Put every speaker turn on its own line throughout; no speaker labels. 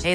Hey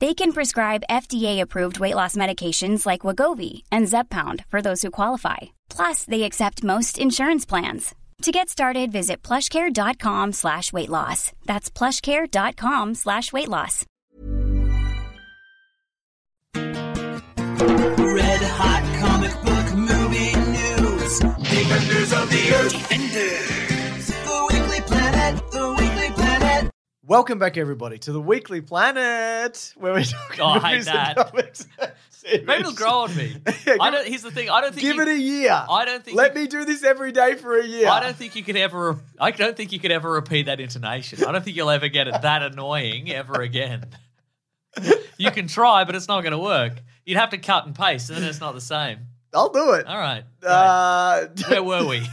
They can prescribe FDA-approved weight loss medications like Wagovi and Zepbound for those who qualify. Plus, they accept most insurance plans. To get started, visit plushcare.com slash weight loss. That's plushcare.com slash weight loss.
Red hot comic book movie news. Defenders of the Earth. Defenders. The Weekly Planet. The Weekly Planet.
Welcome back, everybody, to the Weekly Planet, where we talk
Oh, I hate
movies
that.
and comics.
Maybe it'll grow on me.
Yeah,
I
give-
don't. Here's the thing. I don't think.
Give
you,
it a year.
I don't think
Let
you-
me do this every day for a year.
I don't think you can ever. I don't think you can ever repeat that intonation. I don't think you'll ever get it that annoying ever again. You can try, but it's not going to work. You'd have to cut and paste, and then it's not the same.
I'll do it.
All right. right.
Uh,
Where were we?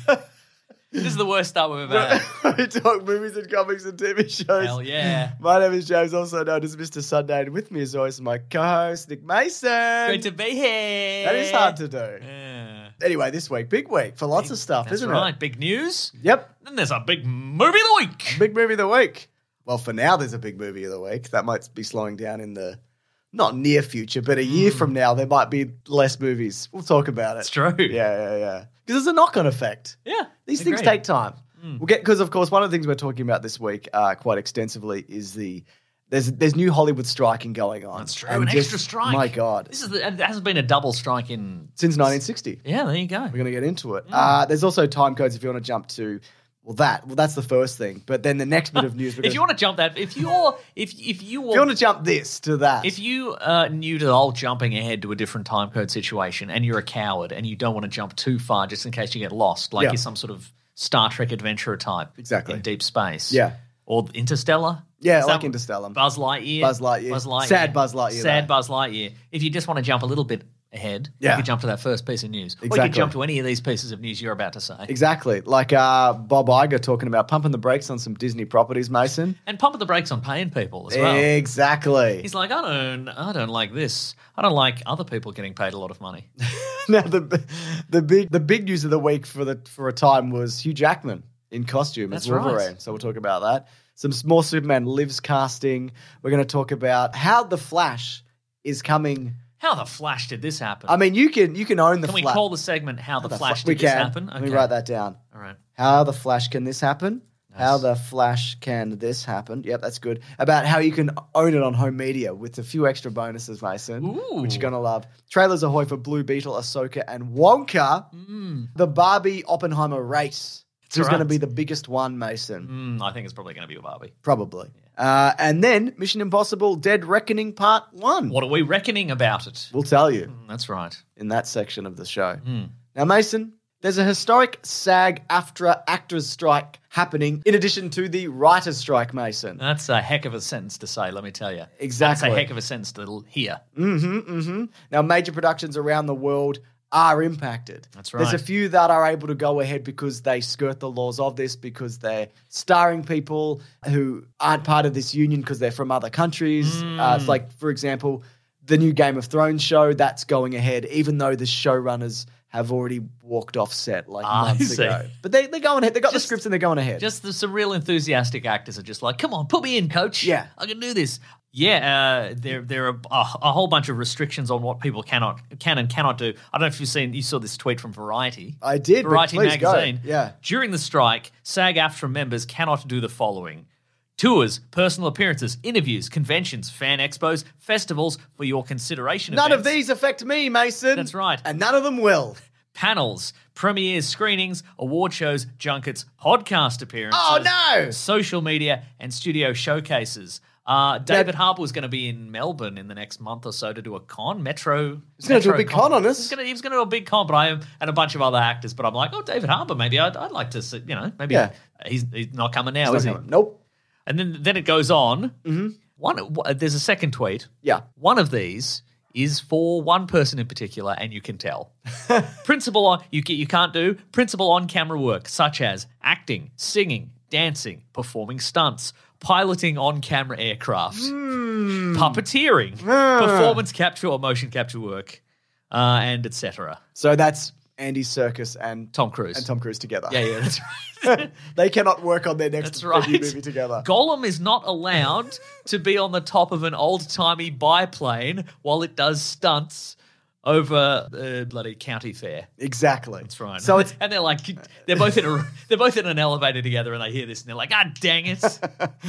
this is the worst start we've ever had.
we talk movies and comics and TV shows.
Hell yeah!
My name is James, also known as Mr. Sunday, and with me, as always, is my co-host Nick Mason.
Great to be here.
that is hard to do.
Yeah.
Anyway, this week, big week for lots of stuff,
That's
isn't
right.
it?
Big news.
Yep,
Then there's a big movie of the week.
big movie of the week. Well, for now, there's a big movie of the week that might be slowing down in the not near future, but a year from now, there might be less movies. We'll talk about it.
That's Hmm. true.
Yeah, yeah, yeah. Because there's a knock-on effect.
Yeah.
These things
agreed. Hmm.
take time. We'll get because, of course, one of the things we're talking about this week uh, quite extensively is the there's there's new Hollywood striking going on.
That's true.
And
An
just-
extra strike.
My God,
This is the, and there hasn't been a double strike in.
since 1960,
Yeah, there you go.
we're going to get into
Hmm.
it. Uh, there's also time codes if you want to jump to. Well, that well, that's the first thing. But then the next bit of news.
If you want to jump that, if you're, if if you
if you want
were,
to jump this to that,
if you uh, new to the whole jumping ahead to a different time code situation, and you're a coward and you don't want to jump too far just in case you get lost, like
Yeah.
you're some sort of Star Trek adventurer type,
Exactly.
in deep space,
Yeah.
or Interstellar,
yeah,
Is
like
that-
Interstellar.
Buzz Lightyear.
Buzz Lightyear.
Buzz Lightyear.
Sad Buzz Lightyear,
Sad
though.
Buzz Lightyear. If you just want to jump a little bit ahead,
Yeah.
you could jump to that first piece of news. Or you
Exactly.
could jump to any of these pieces of news you're about to say.
Exactly, like uh, Bob Iger talking about pumping the brakes on some Disney properties, Mason.
And pump the brakes on paying people as well.
Exactly.
He's like, I don't, I don't like this. I don't like other people getting paid a lot of money.
now the the big the big news of the week for the for a time was Hugh Jackman in costume as
That's right.
Wolverine. So we'll talk about that. Some s- more Superman lives casting. We're going to talk about how the Flash is coming.
How the Flash did this happen?
I mean, you can you can own the.
can we
Fla-
call the segment "How the,
the
Flash
Fla- we
Did This
can.
Happen"?
Let me write that down.
All right.
How the Flash can this happen? How the Flash can this happen? Yep, that's good. About how you can own it on home media with a few extra bonuses, Mason, which you're
Ooh.
gonna love. Trailers ahoy for Blue Beetle, Ahsoka, and Wonka. The Barbie Oppenheimer race. This is
Mm. right.
gonna be the biggest one, Mason?
Mm, I think it's probably going to be a Barbie.
Probably. Uh, and then Mission Impossible: Dead Reckoning Part One.
What Mm. are we reckoning about it? Hmm,
We'll tell you
That's right.
in that section of the show.
Hmm.
Now, Mason, there's a historic SAG AFTRA actors strike happening in addition to the writers strike, Mason.
That's a heck of a sentence to say. Let me tell you. Uh, That's
exactly.
a heck of a sentence to l- hear.
hmm hmm Now, major productions around the world are impacted.
That's
There's
right.
a few that are able to go ahead because they skirt the laws of this, because they're starring people who aren't part of this union because they're from other countries. Uh,
Mm.
it's like, for example, the new Game of Thrones show that's going ahead, even though the showrunners have already walked off set like
Ah, I
months
see.
ago. But they, they're going ahead. They got the
Just-
scripts and they're going ahead.
Just the, some real enthusiastic actors are just like, come on, put me in, coach.
Yeah.
I can do this. Yeah, uh, there there are a, a whole bunch of restrictions on what people cannot can and cannot do. I don't know if you've seen you saw this tweet from Variety.
I did, but
Variety
please go.
magazine.
Yeah.
During the strike, SAG-AFTRA members cannot do the following: tours, personal appearances, interviews, conventions, fan expos, festivals for your consideration.
None of
events.
these affect me, Mason.
That's right.
And none of them will.
panels, premieres, screenings, award shows, junkets, podcast appearances.
Oh, no!
Social media and studio showcases. Uh, David Harper was going to be in Melbourne in the next month or so to do a con. Metro.
He's gonna do a
Metro
big con on us.
He's gonna, he was going to do a big con, but I am and a bunch of other actors. But I'm like, oh, David Harper. Maybe I'd, I'd like to. See, you know, maybe
Yeah.
he's, he's not coming now,
It's
is
not
he?
coming. Nope.
And then then it goes on. Mm-hmm. One, w- there's a second tweet.
Yeah.
One of these is for one person in particular, and you can tell. principal on you ca- you can't do principal on camera work such as acting, singing, dancing, performing stunts, piloting on camera aircraft,
Hmm.
puppeteering,
Ah.
performance capture or motion capture work, uh, and etc.
So that's Andy Circus and
Tom Cruise.
and Tom Cruise together.
yeah, yeah, that's right.
they cannot work on their next
That's right.
debut movie together.
Gollum is not allowed to be on the top of an old timey biplane while it does stunts over uh, bloody county fair.
Exactly.
That's right.
So it's
and they're like they're both in a they're both in an elevator together, and they hear this, and they're like, ah, dang it.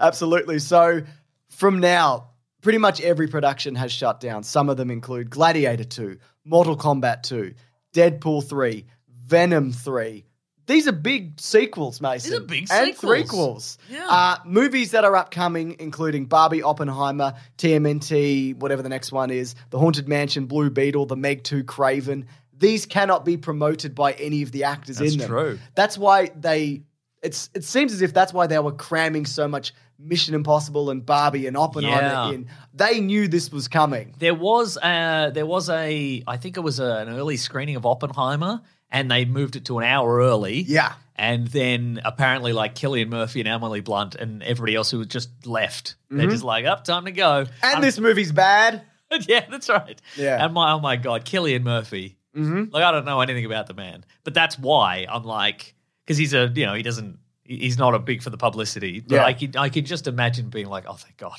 Absolutely. So from now, pretty much every production has shut down. Some of them include Gladiator 2, Mortal Kombat 2, Deadpool 3, Venom 3. These are big sequels, Mason.
are big
And threequels.
sequels. Yeah.
Uh, movies that are upcoming, including Barbie, Oppenheimer, TMNT, whatever the next one is, The Haunted Mansion, Blue Beetle, The Meg 2, Craven. These cannot be promoted by any of the actors
That's
in them.
true.
That's why they. It's it seems as if that's why they were cramming so much Mission Impossible and Barbie and Oppenheimer
Yeah.
in. They knew this was coming.
There was a, there was a I think it was a, an early screening of Oppenheimer, and they moved it to an hour early.
Yeah.
And then apparently, like Killian Murphy and Emily Blunt and everybody else who had just left, they're just like, "Up, time to go."
Mm-hmm. And this movie's bad.
yeah, that's right.
Yeah.
And my oh my god, Killian Murphy. Mm-hmm. Like I don't know anything about the man, but that's why I'm like because he's a you know he doesn't he- he's not a big for the publicity. But
Yeah.
I could I could just imagine being like, oh thank God,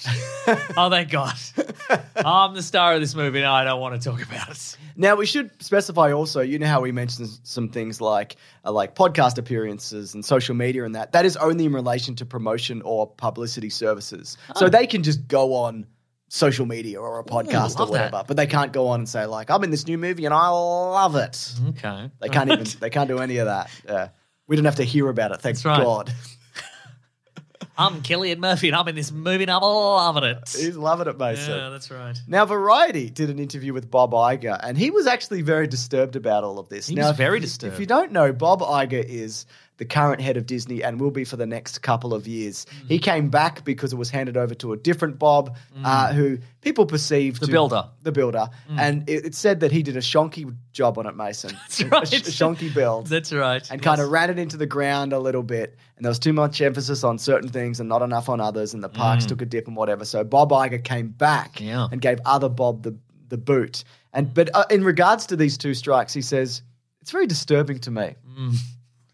oh thank God, I'm the star of this movie. Now I don't want to talk about it.
Now we should specify also. You know how we mentioned some things like uh, like podcast appearances and social media and that. That is only in relation to promotion or publicity services.
Oh.
So they can just go on social media or a podcast or
love that.
whatever, but they can't go on and say like I'm in this new movie and I love it.
Okay,
They can't even. They can't do any of that. Yeah. We don't have to hear about it. Thank
That's right.
God.
I'm Killian Murphy and I'm in this movie and I'm loving it.
He's loving it, Mason.
Yeah, that's right.
Now, Variety did an interview with Bob Iger, and he was actually very disturbed about all of this.
He
now,
was
if
very
you-
disturbed.
If you don't know, Bob Iger is the current head of Disney and will be for the next couple of years.
Mm.
He came back because it was handed over to a different Bob, uh, who people perceived
The
to-
builder. Mm.
the builder, and it, it said that he did a shonky job on it, Mason. That's
right.
a, sh- a shonky build.
That's right.
and kind of ran it into the ground a little bit. And there was too much emphasis on certain things and not enough on others. And the parks took a dip and whatever. So Bob Iger came back
Mm. Yeah.
and gave other Bob the the boot. And but uh, in regards to these two strikes, he says it's very disturbing to me.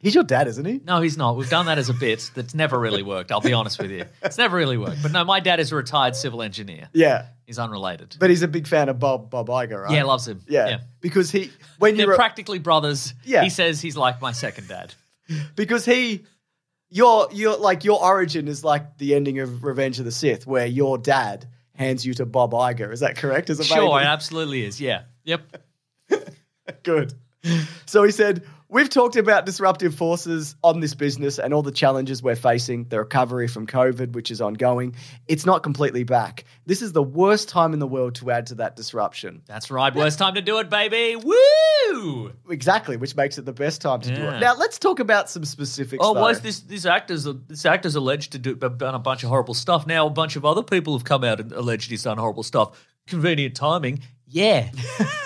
He's your dad, isn't he?
Mm. No, he's not. We've done that as a bit that's never really worked. I'll be honest with you. It's never really worked. But no, my dad is a retired civil engineer.
Yeah,
He's unrelated.
but he's a big fan of Bob Bob Iger, right?
yeah, loves him.
yeah. Because he when
They're
you're a-
practically brothers.
Yeah.
He says he's like my second dad.
because he your your like your origin is like the ending of Revenge of the Sith, where your dad hands you to Bob Iger. Is that correct? As a
Sure,
baby?
it absolutely is. Yeah. Yep.
Good. So he said, We've talked about disruptive forces on this business and all the challenges we're facing, the recovery from COVID, which is ongoing. It's not completely back. This is the worst time in the world to add to that disruption.
That's right. Worst time to do it, baby. Woo!
Exactly, which makes it the best time to do
Yeah.
it. Now, let's talk about some specifics.
Oh,
though.
why is this? This actor's this actor's alleged to do have done a bunch of horrible stuff. Now a bunch of other people have come out and alleged he's done horrible stuff. Convenient timing. Yeah.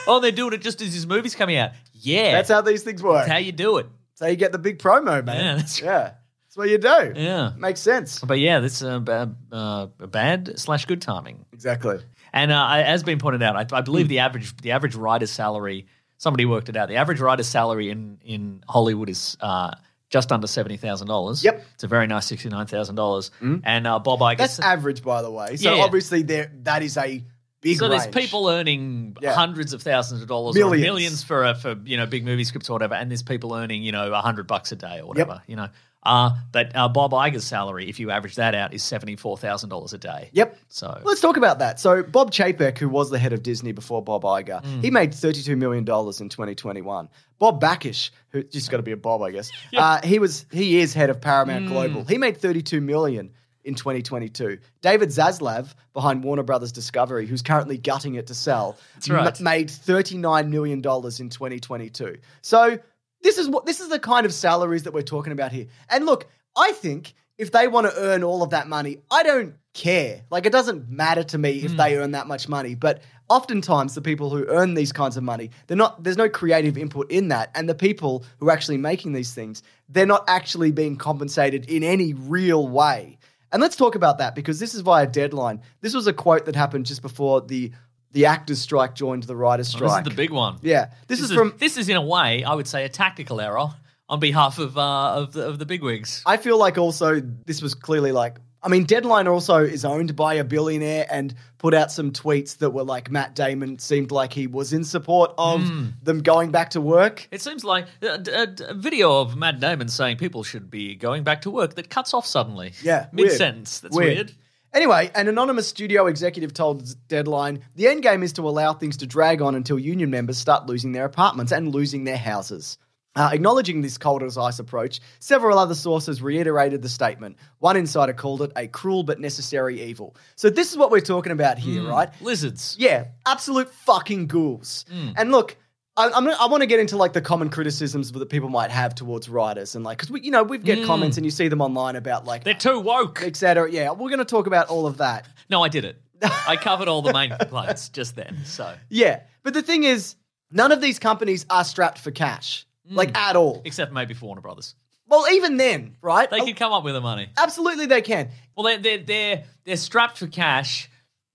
oh, they're doing it just as his movie's coming out. Yeah.
That's how these things work.
That's how you do it.
so you get the big promo, man.
Yeah, that's right.
yeah. That's what you do.
Yeah.
Makes sense.
But yeah, that's uh, bad, uh, bad slash good timing.
Exactly.
And uh, I- as been pointed out, I, I
Hmm.
believe the average the average writer's salary. Somebody worked it out. The average writer's salary in in Hollywood is uh, just under seventy thousand dollars.
Yep. Hmm.
it's a very nice sixty nine thousand dollars. And uh, Bob Iger.
That's average, by the way. So
Yeah.
obviously, there that is a big
so there's
range.
people earning
Yeah.
hundreds of thousands of dollars,
Millions.
or millions for uh, for you know big movie scripts or whatever, and there's people earning you know a hundred bucks a day or whatever. You know, Uh, but uh, Bob Iger's salary, if you average that out, is $74,000 a day.
Yep.
So
Let's talk about that. So Bob Chapek, who was the head of Disney before Bob Iger,
Mm.
he made $32 million in 2021. Bob Bakish, who just got to be a Bob, I guess. uh, he was he is head of
Mm.
Paramount Global. He made 32 million in 2022. David Zaslav behind Warner Brothers Discovery, who's currently gutting it to sell,
right.
made 39 million dollars in 2022. So this is what this is the kind of salaries that we're talking about here. And look, I think if they want to earn all of that money, I don't care. Like it doesn't matter to me if they earn that much money, but oftentimes the people who earn these kinds of money, they're not there's no creative input in that and the people who are actually making these things, they're not actually being compensated in any real way. And let's talk about that because this is via deadline. This was a quote that happened just before the the actors strike joined the writers
Oh, this is
strike.
the big one.
yeah. This,
This
is,
is,
from
this is in a way, I would say, a tactical error on behalf of uh, of, the, of the bigwigs.
I feel like also this was clearly like I mean Deadline also is owned by a billionaire and put out some tweets that were like Matt Damon seemed like he was in support of
Hmm.
them going back to work.
It seems like uh, a, a- a video of Matt Damon saying people should be going back to work that cuts off suddenly.
Yeah,
mid
weird.
sentence. That's weird.
Anyway, an anonymous studio executive told Deadline, "The end game is to allow things to drag on until union members start losing their apartments and losing their houses." Uh, acknowledging this cold as ice approach, several other sources reiterated the statement. One insider called it a cruel but necessary evil. So this is what we're talking about here,
Hmm.
right?
Lizards.
Yeah, absolute fucking ghouls.
Hmm.
And look, I, I'm not, I want to get into like the common criticisms that people might have towards writers and like because we you know we get comments and you see them online about like
Hmm. They're too woke.
etc. Yeah, we're going to talk about all of that.
No, I did it. I covered all the main complaints just then. So,
Yeah, but the thing is, none of these companies are strapped for cash,
Mm.
like at all.
except maybe for Warner Brothers,
Well, even then, right? Oh,
they could come up with the money.
Absolutely, they can.
Well, they're they're they're, they're strapped for cash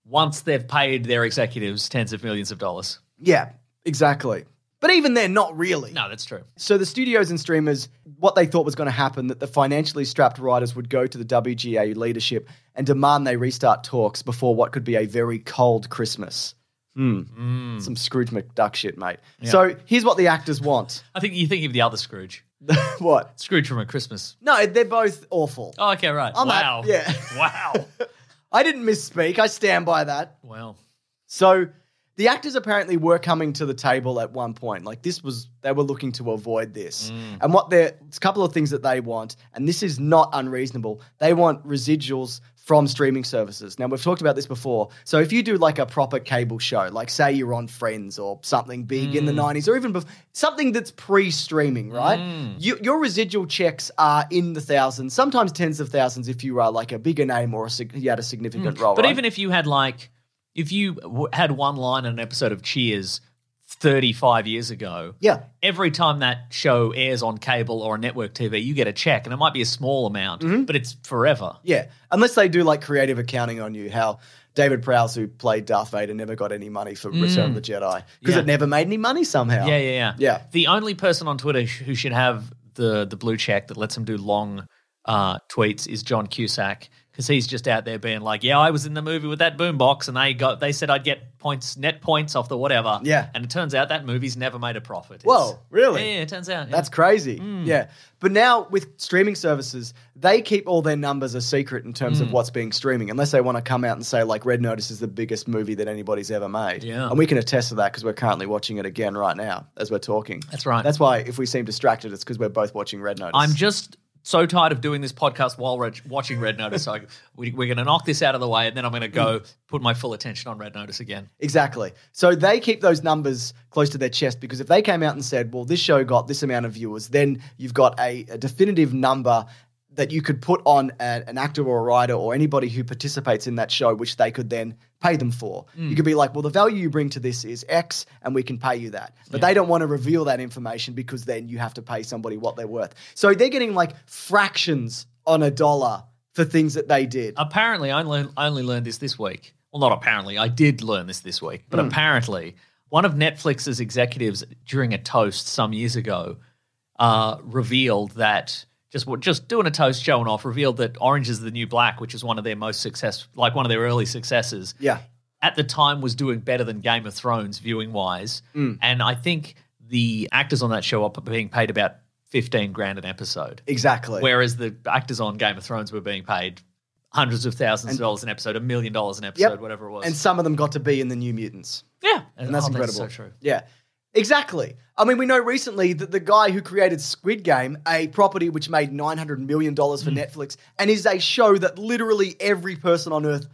once they've paid their executives tens of millions of dollars.
Yeah, exactly. But even then, not really.
No, that's true.
So the studios and streamers, what they thought was going to happen, that the financially strapped writers would go to the WGA leadership and demand they restart talks before what could be a very cold Christmas. Hmm.
Mm.
Some Scrooge McDuck shit, mate. So here's what the actors want.
I think you think of the other Scrooge,
what?
Scrooge from a Christmas.
No, they're both awful.
Oh, okay, right.
I'm
wow.
at- yeah.
Wow.
I didn't misspeak. I stand by that.
Well,
So the actors apparently were coming to the table at one point. Like this was they were looking to avoid this.
Mm.
And what they're it's a couple of things that they want, and this is not unreasonable. They want residuals from streaming services. Now we've talked about this before. So if you do like a proper cable show, like say you're on Friends or something big
Mm.
in the 90s or even bef- something that's pre-streaming, right?
Mm.
You, your residual checks are in the thousands, sometimes tens of thousands if you are like a bigger name or a, sig- you had a significant role.
Mm. but
right?
even if you had like, if you w- had one line in an episode of Cheers thirty-five years ago,
yeah.
every time that show airs on cable or network TV, you get a check, and it might be a small amount,
Mm-hmm.
but it's forever.
Yeah, unless they do like creative accounting on you, how David Prowse, who played Darth Vader, never got any money for Return of the Jedi because
Mm. Yeah.
it never made any money somehow.
Yeah, yeah, yeah.
Um, Yeah.
The only person on Twitter sh- who should have the the blue check that lets him do long uh, tweets is John Cusack because he's just out there being like, "Yeah, I was in the movie with that boombox, and they got they said I'd get points, net points off the whatever."
Yeah.
and it turns out that movie's never made a profit.
Whoa,
It's-
really?
Yeah, Mm. yeah, it turns out yeah.
That's crazy. Yeah. But now with streaming services, they keep all their numbers a secret in terms
Mm.
of what's being streaming, unless they want to come out and say, like, Red Notice is the biggest movie that anybody's ever made.
Yeah.
And we can attest to that because we're currently watching it again right now as we're talking.
That's right.
That's why if we seem distracted, it's because we're both watching Red Notice.
I'm just so tired of doing this podcast while reg- watching Red Notice. so I, we, we're going to knock this out of the way, and then I'm going to go
Mm.
put my full attention on Red Notice again.
Exactly. So they keep those numbers close to their chest because if they came out and said, well, this show got this amount of viewers, then you've got a, a definitive number that you could put on a- an actor or a writer or anybody who participates in that show, which they could then pay them for. You could be like, well, the value you bring to this is X and we can pay you that. But they don't want to reveal that information because then you have to pay somebody what they're worth. So they're getting like fractions on a dollar for things that they did.
Um, apparently I learned I only learned this this week. Well, not apparently. I did learn this this week, but apparently one of Netflix's executives during a toast some years ago uh, revealed that just what just doing a toast showing off revealed that Orange is the New Black, which is one of their most success like one of their early successes,
yeah.
at the time was doing better than Game of Thrones viewing wise, and I think the actors on that show are being paid about 15 grand an episode.
Exactly.
Whereas the actors on Game of Thrones were being paid hundreds of thousands
And-
of dollars an episode, a million dollars an episode, whatever it was.
and some of them got to be in the New Mutants.
yeah.
And that's
oh,
incredible.
so true.
Yeah. Exactly. I mean, we know recently that the guy who created Squid Game, a property which made $900 million for
Hmm.
Netflix, and is a show that literally every person on earth,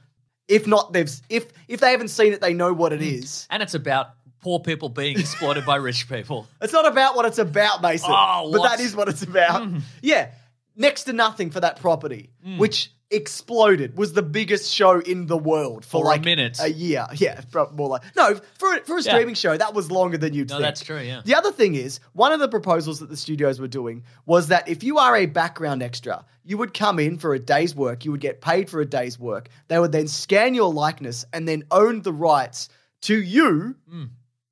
if not they've if if they haven't seen it, they know what it
Hmm.
is.
And it's about poor people being exploited by rich people.
It's not about what it's about, Mason.
Oh,
but
what? Hmm.
that is what it's about. Yeah. Next to nothing for that property, which exploded, was the biggest show in the world for,
For a
like
minute.
A year. Yeah. prob- More like no, for for a
Yeah.
streaming show, that was longer than you'd
No,
think.
that's true, yeah.
The other thing is, one of the proposals that the studios were doing was that if you are a background extra, you would come in for a day's work, you would get paid for a day's work. They would then scan your likeness and then own the rights to you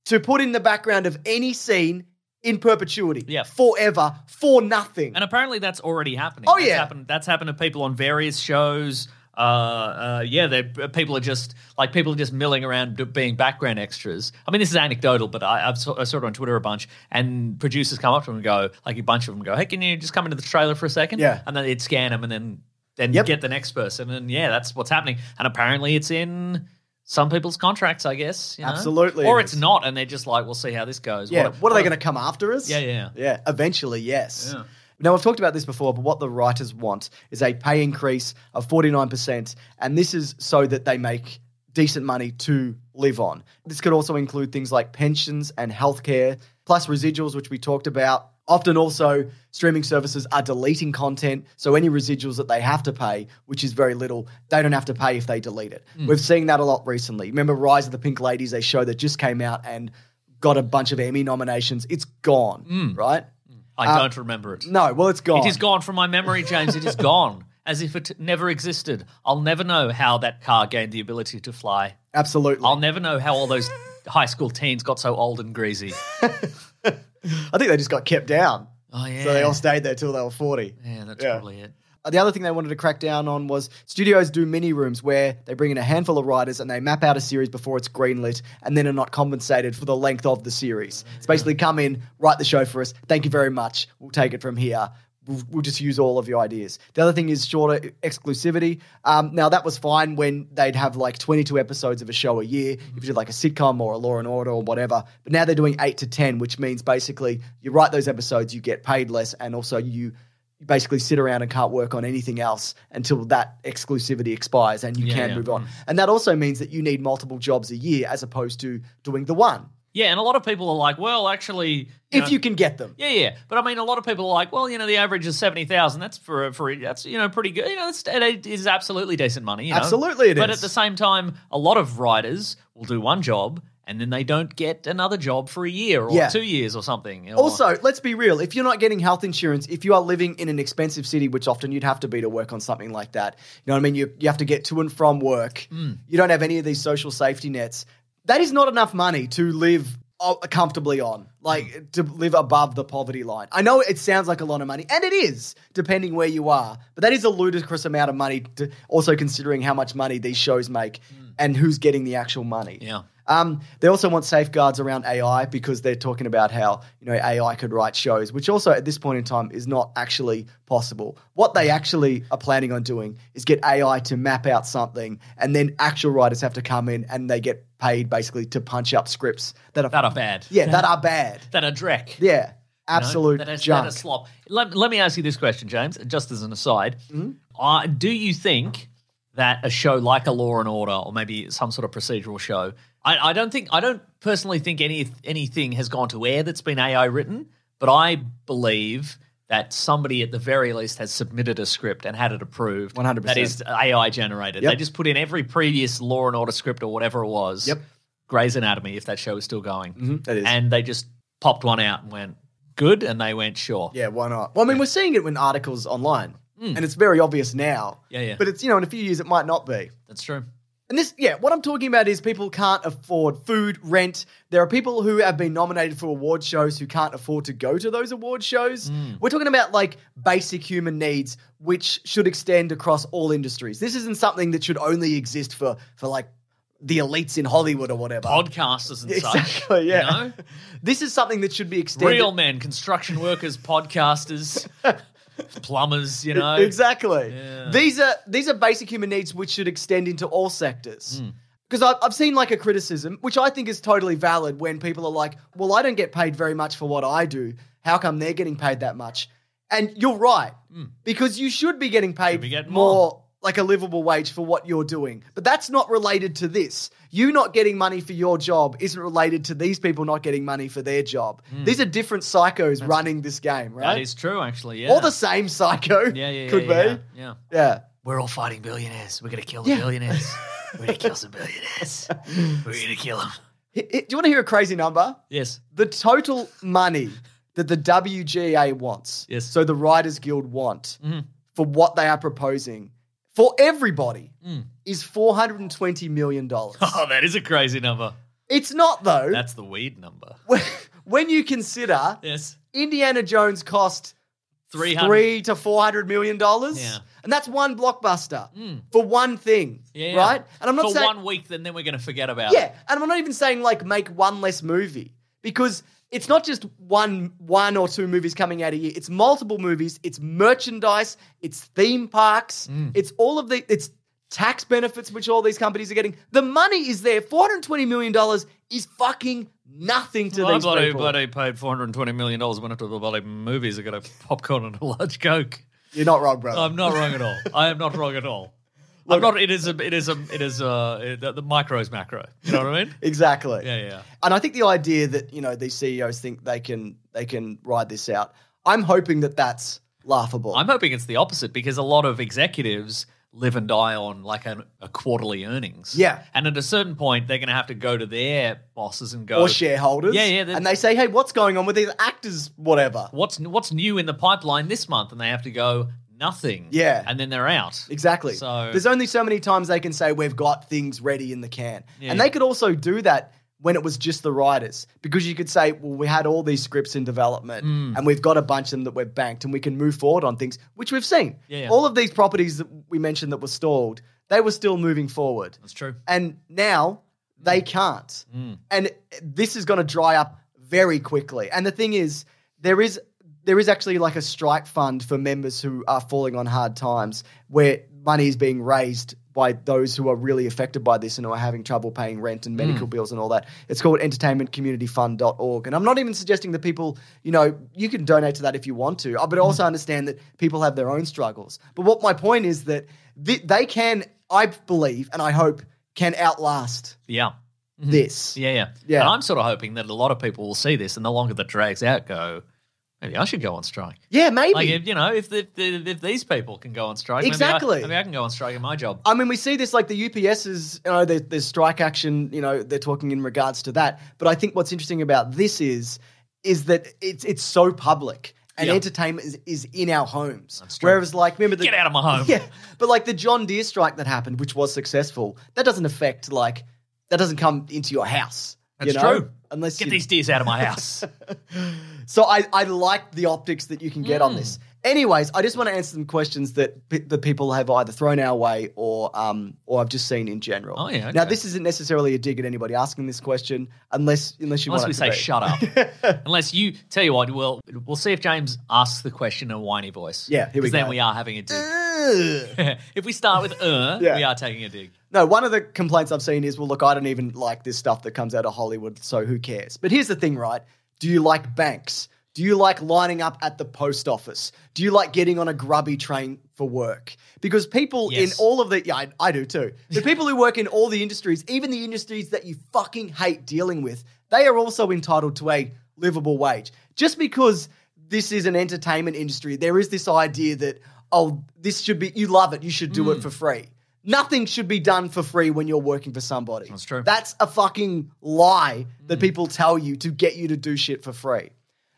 to put in the background of any scene in perpetuity,
Yeah.
forever, for nothing.
And apparently that's already happening.
Oh,
that's
yeah.
happened, that's happened to people on various shows. Uh, uh, yeah, they people are just like people are just milling around d- being background extras. I mean, this is anecdotal, but I, I've saw, I saw it on Twitter a bunch, and producers come up to them and go, like a bunch of them go, "Hey, can you just come into the trailer for a second?
Yeah.
and then they'd scan them and then then
Yep.
get the next person, and yeah, that's what's happening. And apparently, it's in some people's contracts, I guess. you know?
Absolutely it
or it's
is.
not, and they're just like, "We'll see how this goes."
yeah,
a-
what, are they
a-
going to come after us?
Yeah, yeah.
Yeah, eventually, yes.
Yeah.
Now, I've talked about this before, but what the writers want is a pay increase of 49%, and this is so that they make decent money to live on. This could also include things like pensions and healthcare, plus residuals, which we talked about. Often, also, streaming services are deleting content, so any residuals that they have to pay, which is very little, they don't have to pay if they delete it.
Hmm.
We've seen that a lot recently. Remember Rise of the Pink Ladies, a show that just came out and got a bunch of Emmy nominations. It's gone, right?
I
Uh,
don't remember it.
No, well, it's gone.
Mm. It is gone from my memory, James. It is gone. As if it never existed. I'll never know how that car gained the ability to fly.
Absolutely.
I'll never know how all those high school teens got so old and greasy.
I think they just got kept down.
Oh, yeah.
So they all stayed there till they were 40.
yeah, that's
Yeah.
probably it.
Uh, The other thing they wanted to crack down on was studios do mini rooms where they bring in a handful of writers and they map out a series before it's greenlit and then are not compensated for the length of the series. It's basically come in, write the show for us. Thank you very much. We'll take it from here. We'll, we'll just use all of your ideas. The other thing is shorter exclusivity. Um, now, that was fine when they'd have like 22 episodes of a show a year, if you did like a sitcom or a Law and Order or whatever. But now they're doing 8 to 10, which means basically you write those episodes, you get paid less, and also you you basically sit around and can't work on anything else until that exclusivity expires and you
Yeah,
can
yeah. Mm.
move on. And that also means that you need multiple jobs a year as opposed to doing the one,
Yeah, and a lot of people are like, well, actually.
if
know-
you can get them.
Yeah, yeah, but I mean, a lot of people are like, well, you know, the average is seventy thousand. That's for for that's you know pretty good. You know, it's, it is absolutely decent money. You know?
Absolutely it
but
is.
at the same time, a lot of writers will do one job and then they don't get another job for a year or
Yeah.
two years or something. Or-
Also, let's be real. If you're not getting health insurance, if you are living in an expensive city, which often you'd have to be to work on something like that, you know what I mean? You, you have to get to and from work. You don't have any of these social safety nets. That is not enough money to live uh, comfortably on, like to live above the poverty line. I know it sounds like a lot of money, and it is, depending where you are, but that is a ludicrous amount of money, to, also considering how much money these shows make and who's getting the actual money.
yeah.
Um, they also want safeguards around AI because they're talking about how you know AI could write shows, which also at this point in time is not actually possible. What they actually are planning on doing is get AI to map out something, and then actual writers have to come in and they get paid basically to punch up scripts that are
that are bad.
yeah that are bad
That are dreck. you know?
yeah absolute
that, is,
junk.
that is slop. Let, let me ask you this question, James, just as an aside.
Mm-hmm.
Uh, do you think that a show like a Law and Order or maybe some sort of procedural show, I, I don't think, I don't personally think any anything has gone to air that's been AI written, but I believe that somebody at the very least has submitted a script and had it approved.
100%.
That is AI generated.
Yep.
They just put in every previous Law and Order script or whatever it was.
Yep.
Grey's Anatomy, if that show is still going.
Mhm, that is.
And they just popped one out and went, good. And they went, sure.
Yeah, why not? Well, I mean, we're seeing it in articles online, and it's very obvious now.
Mm. Yeah, yeah.
But it's you know in a few years it might not be.
That's true.
And this, yeah, what I'm talking about is people can't afford food, rent. There are people who have been nominated for award shows who can't afford to go to those award shows.
Mm.
We're talking about like basic human needs, which should extend across all industries. This isn't something that should only exist for for like the elites in Hollywood or whatever.
Podcasters and
Exactly,
such.
yeah.
You know?
This is something that should be extended.
Real men, construction workers, podcasters, plumbers, you know.
Exactly.
Yeah.
These are these are basic human needs which should extend into all sectors.
Hmm.
Because I've, I've seen like a criticism, which I think is totally valid, when people are like, "Well, I don't get paid very much for what I do. How come they're getting paid that much?" And you're right, because you should be getting paid
Hmm. be getting
more,
more.
like a livable wage for what you're doing. But that's not related to this. You not getting money for your job isn't related to these people not getting money for their job. These are different psychos running this game, right?
Hmm. That is true, actually. Yeah.
Or the same psycho.
yeah, yeah, yeah,
could
yeah,
be.
Yeah.
Yeah.
We're all fighting billionaires. We're going to kill the billionaires. We're going to kill some billionaires. We're going to kill them.
H- h- do you want to hear a crazy number?
Yes.
The total money that the WGA wants,
Yes. Mm-hmm.
so the Writers Guild want, for what they are proposing for everybody is $420 million.
Mm. Oh, that is a crazy number.
it's not, though.
That's the weed number.
when- when you consider
Yes.
Indiana Jones cost
300.
three to four hundred million dollars,
Yeah. Mm.
and that's one blockbuster for one thing,
Yeah.
right? And I'm not
For
saying
one week, then, then we're going to forget about
Yeah,
it.
and I'm not even saying like make one less movie because it's not just one one or two movies coming out a year. It's multiple movies. It's merchandise. It's theme parks.
Mm.
It's all of the. It's tax benefits which all these companies are getting. The money is there. Four hundred twenty million dollars is fucking nothing to
I
these
bloody,
people.
bloody paid $420 million went into the bloody movies. I got a popcorn and a large Coke.
You're not wrong, brother.
I'm not wrong at all. I am not wrong at all. I'm not. It is a. It is a. It is a. It, the, the micro is macro. You know what I mean?
exactly.
Yeah, yeah.
And I think the idea that you know these CEOs think they can they can ride this out. I'm hoping that that's laughable.
I'm hoping it's the opposite because a lot of executives live and die on like an, a quarterly earnings.
Yeah.
and at a certain point, they're going to have to go to their bosses and go,
or shareholders.
Yeah, yeah, they're-
And they say, hey, what's going on with these actors, whatever.
"What's what's new in the pipeline this month?" And they have to go, "Nothing."
Yeah.
and then they're out.
Exactly.
So-
There's only so many times they can say, we've got things ready in the can.
Yeah,
and
yeah.
they could also do that when it was just the writers because you could say, well, we had all these scripts in development
Mm.
and we've got a bunch of them that we've banked and we can move forward on things, which we've seen.
Yeah, yeah.
All of these properties that we mentioned that were stalled, they were still moving forward.
That's true.
and now they can't. And this is going to dry up very quickly. And the thing is, there is there is actually like a strike fund for members who are falling on hard times, where money is being raised by those who are really affected by this and who are having trouble paying rent and medical bills and all that. It's called entertainmentcommunityfund.org. And I'm not even suggesting that people, you know, you can donate to that if you want to, uh, but also understand that people have their own struggles. But what my point is that th- they can, I believe, and I hope, can outlast
Yeah.
this.
Mm-hmm. Yeah, yeah,
Yeah.
And I'm sort of hoping that a lot of people will see this, and the longer that drags out, go, maybe I should go on strike.
Yeah, maybe.
Like if, you know, if the, the, if these people can go on strike, maybe I-
Exactly. Oh,
Maybe I, can go on strike in my job.
I mean, we see this like the UPS's, you know, there- there's strike action, you know, they're talking in regards to that. But I think what's interesting about this is, is that it's it's so public and
Yeah.
entertainment is, is in our homes.
true.
Whereas, like, remember the
Get out of my home.
yeah, but like the John Deere strike that happened, which was successful, that doesn't affect like that doesn't come into your house. you
That's
know?
true.
Unless
Get
you-
these deers out of my house.
so I, I like the optics that you can get
Mm.
on this. Anyways, I just want to answer some questions that pe- that people have either thrown our way or um or I've just seen in general.
Oh, yeah,
Now
okay.
this isn't necessarily a dig at anybody asking this question, unless unless you
Unless
want
we
it to
say
be.
shut up. Unless you tell you what, we'll we'll see if James asks the question in a whiny voice.
Yeah, here we
'Cause Then
go.
we are having a dig.
Ugh.
if we start with uh,
Yeah.
we are taking a dig.
No, one of the complaints I've seen is, well, look, I don't even like this stuff that comes out of Hollywood, so who cares? But here's the thing, right? Do you like banks? Do you like lining up at the post office? Do you like getting on a grubby train for work? Because people
Yes.
in all of the, yeah, I, I do too. The people who work in all the industries, even the industries that you fucking hate dealing with, they are also entitled to a livable wage. Just because this is an entertainment industry, there is this idea that, oh, this should be, you love it, you should do
Mm.
it for free. Nothing should be done for free when you're working for somebody.
That's true. Mm.
That's a fucking lie that people tell you to get you to do shit for free.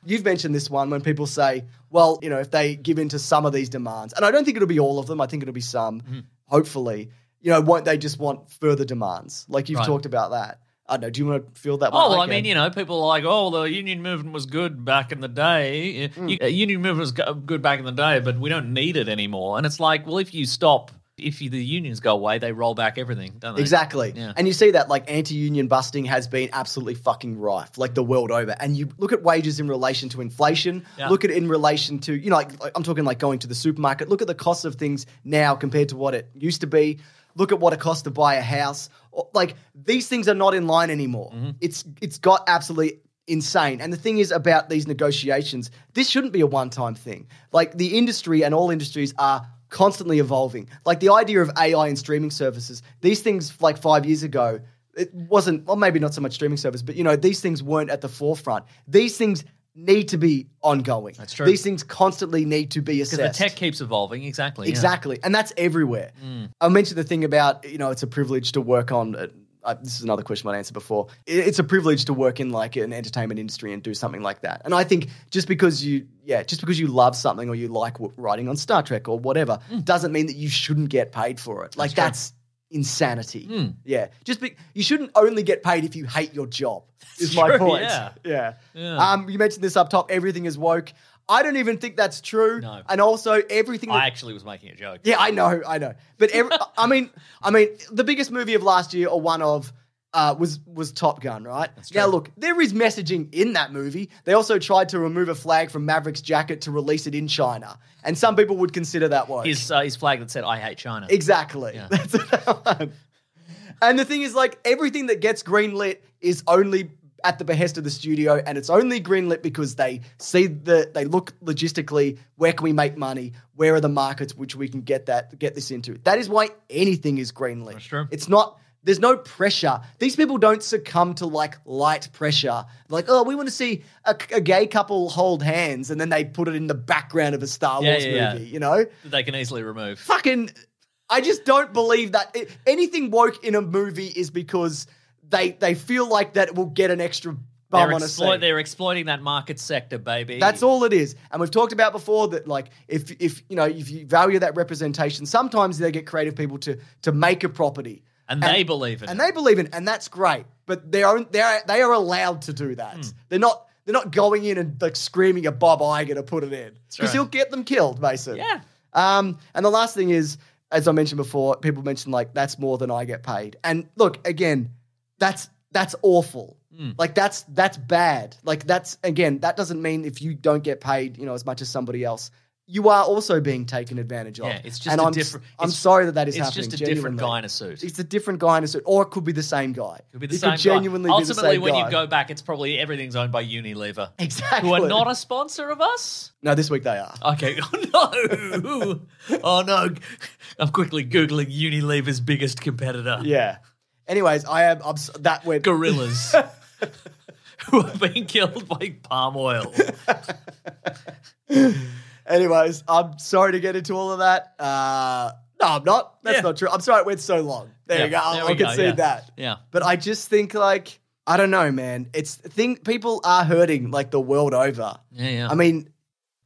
You've mentioned this one when people say, well, you know, if they give in to some of these demands, and I don't think it'll be all of them, I think it'll be some,
Mm-hmm.
hopefully, you know, won't they just want further demands? Like you've
Right.
talked about that. I don't know. Do you want to feel that one?
Oh, well, I mean, you know, people are like, oh, the union movement was good back in the
Mm.
day. Uh, you- uh, Union movement was go- good back in the day, but we don't need it anymore. And it's like, well, if you stop If you, the unions go away, they roll back everything, don't they?
Exactly.
Yeah.
And you see that like anti-union busting has been absolutely fucking rife, like the world over. And you look at wages in relation to inflation,
Yeah.
look at it in relation to, you know, like, like, I'm talking like going to the supermarket, look at the cost of things now compared to what it used to be. Look at what it costs to buy a house. Or- Like these things are not in line anymore.
Mm-hmm.
It's it's got absolutely insane. And the thing is about these negotiations, this shouldn't be a one-time thing. Like the industry and all industries are constantly evolving. Like the idea of AI and streaming services, these things like five years ago, it wasn't, well, maybe not so much streaming service, but you know, these things weren't at the forefront. These things need to be ongoing. That's
true.
These things constantly need to be assessed.
Because the tech keeps evolving. Exactly. yeah. Mm.
Exactly, and that's everywhere. I mentioned the thing about you know it's a privilege to work on. Uh, uh, this is another question I answered before. I- It's a privilege to work in like an entertainment industry and do something like that. And I think just because you yeah just because you love something or you like w- writing on Star Trek or whatever doesn't mean that you shouldn't get paid for it. Like
Mm. true. Mm.
that's. Insanity. Yeah. Just be, you shouldn't only get paid if you hate your job, is my
True,
point.
yeah.
Yeah.
Yeah.
Um, you mentioned this up top everything is woke. I don't even think that's true.
No.
And also, everything that
I actually was making a joke.
yeah, I know, I know. But every, I mean, I mean, the biggest movie of last year, or one of, uh, was was Top Gun, right? Now
true.
look, there is messaging in that movie. They also tried to remove a flag from Maverick's jacket to release it in China, and some people would consider that woke.
His, uh, his flag that said, I hate China.
Exactly. That's what I want. And the thing is, like, everything that gets greenlit is only at the behest of the studio, and it's only greenlit because they see the they look logistically, where can we make money? Where are the markets which we can get that get this into? That is why anything is greenlit.
That's true.
It's not. There's no pressure. These people don't succumb to like light pressure. Like, oh, we want to see a, a gay couple hold hands, and then they put it in the background of a Star
Yeah,
Wars
yeah, yeah.
movie. You know,
That they can easily remove.
fucking I just don't believe that i anything woke in a movie is because they they feel like that will get an extra
They're,
bum on a
exploit-
seat.
they're exploiting that market sector, baby.
That's all it is. And we've talked about before that like if if you know if you value that representation, sometimes they get creative people to to make a property.
And, they believe in
And
it.
they believe in it, and that's great. But they are they are they are allowed to do
Hmm.
that. They're not they're not going in and like screaming at Bob Iger to put it in. Because
right.
he'll get them killed, Mason.
Yeah.
Um, and the last thing is, as I mentioned before, people mentioned like that's more than I get paid. And look, again, that's that's awful.
Hmm.
Like that's that's bad. Like that's again, that doesn't mean if you don't get paid, you know, as much as somebody else, you are also being taken advantage of.
Yeah, it's just
and
a
I'm,
different-
I'm
it's-
sorry that that is
it's
happening.
just a different
genuinely.
guy in a suit.
It's a different guy in a suit, or it could be the same guy.
It'll be the
it
same
could genuinely
guy.
be the
Ultimately,
same
when
guy.
you go back, it's probably everything's owned by Unilever,
exactly.
who are not a sponsor of us.
no, this week they are.
Okay. Oh no. oh no. I'm quickly googling Unilever's biggest competitor,
Yeah. Anyways, I am. I'm, s- that went.
gorillas, who are being killed by palm oil.
Anyways, I'm sorry to get into all of that. Uh, no, I'm not. That's
Yeah.
not true. I'm sorry it went so long. There
Yeah,
you go. I'll-
there we
I'll
go,
concede
yeah.
that.
Yeah.
But I just think like I don't know, man. It's thing people are hurting like the world over.
Yeah. Yeah.
I mean,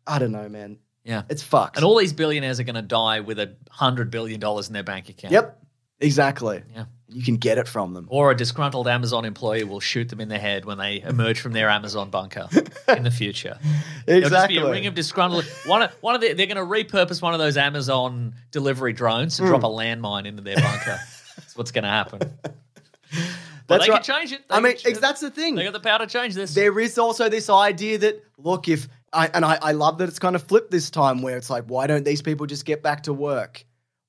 I don't know, man.
yeah.
It's fucked.
And all these billionaires are going to die with a hundred billion dollars in their bank account.
yep. Exactly.
Yeah.
You can get it from them.
Or a disgruntled Amazon employee will shoot them in the head when they emerge from their Amazon bunker in the future. There'll just
Exactly.
be a ring of disgruntled. One of, one of the, they're going to repurpose one of those Amazon delivery drones to
Hmm.
drop a landmine into their bunker. That's what's going to happen. But
That's
they
right.
can change it. They
I mean,
can change
ex- that's the
it.
thing.
They got the power to change this.
there is also this idea that look if I, and I, I love that it's kind of flipped this time where it's like why don't these people just get back to work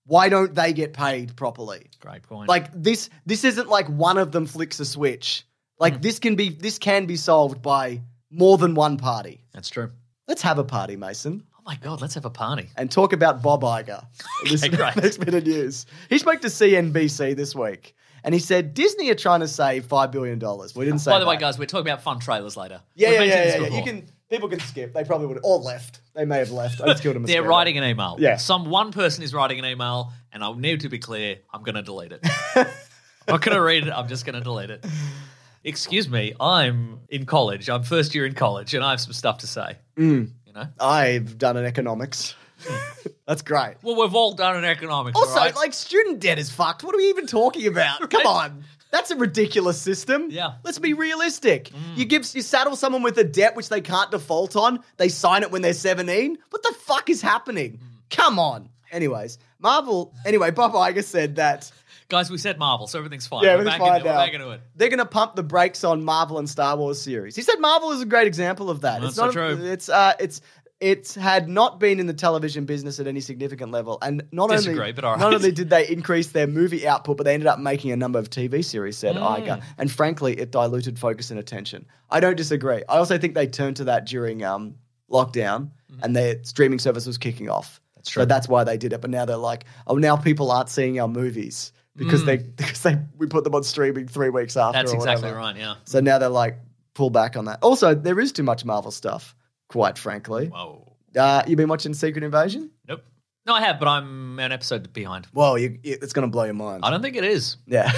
why don't they get paid properly
Great point.
like this this isn't like one of them flicks a switch like
Hmm.
this can be this can be solved by more than one party
that's true.
let's have a party mason
Oh my god, let's have a party.
and talk about Bob Iger. this
great.
next bit of news. He spoke to CNBC this week, and he said Disney are trying to save five billion dollars. We didn't say.
By the way,
that.
guys, we're talking about fun trailers later.
Yeah,
We've
yeah,
mentioned
yeah,
this
yeah, yeah. You
before.
can people can skip. They probably would have or left. They may have left. I just killed a mosquito.
They're writing an email.
Yeah.
Some one person is writing an email, and I need to be clear. I'm going to delete it. I'm not going to read it. I'm just going to delete it. Excuse me. I'm in college. I'm first year in college, and I have some stuff to say.
Mm.
You know.
I've done an economics. That's great.
Well, we've all done an economics.
Also,
all right?
like student debt is fucked. What are we even talking about? Come on. That's a ridiculous system.
Yeah. Mm.
Let's be realistic. You give you saddle someone with a debt which
Mm.
they can't default on, they sign it when they're 17. What the fuck is happening? Come on. Anyways, Marvel. Anyway, Bob Iger said that
Guys, we said Marvel, so everything's fine.
Yeah,
we're
everything's
back
fine
into it. We're
now.
back into it.
they're going to pump the brakes on Marvel and Star Wars series. He said Marvel is a great example of that.
That's
it's not
so true.
It's uh, it's it's had not been in the television business at any significant level, and not
Disagree,
only
but all right.
not only did they increase their movie output, but they ended up making a number of TV series. Said
Mm.
Iger, and frankly, it diluted focus and attention. I don't disagree. I also think they turned to that during um, lockdown,
Mm-hmm.
and their streaming service was kicking off. That's
true.
So that's why they did it. But now they're like, oh, now people aren't seeing our movies. Because they, because they, we put them on streaming three weeks after.
Mm. That's
or
exactly
whatever.
right, yeah.
So now they're like, pull back on that. Also, there is too much Marvel stuff, quite frankly.
Whoa.
Uh, you been watching Secret Invasion?
Nope. No, I have, but I'm an episode behind.
Well, you, it- it's going to blow your mind.
I don't think it is.
Yeah.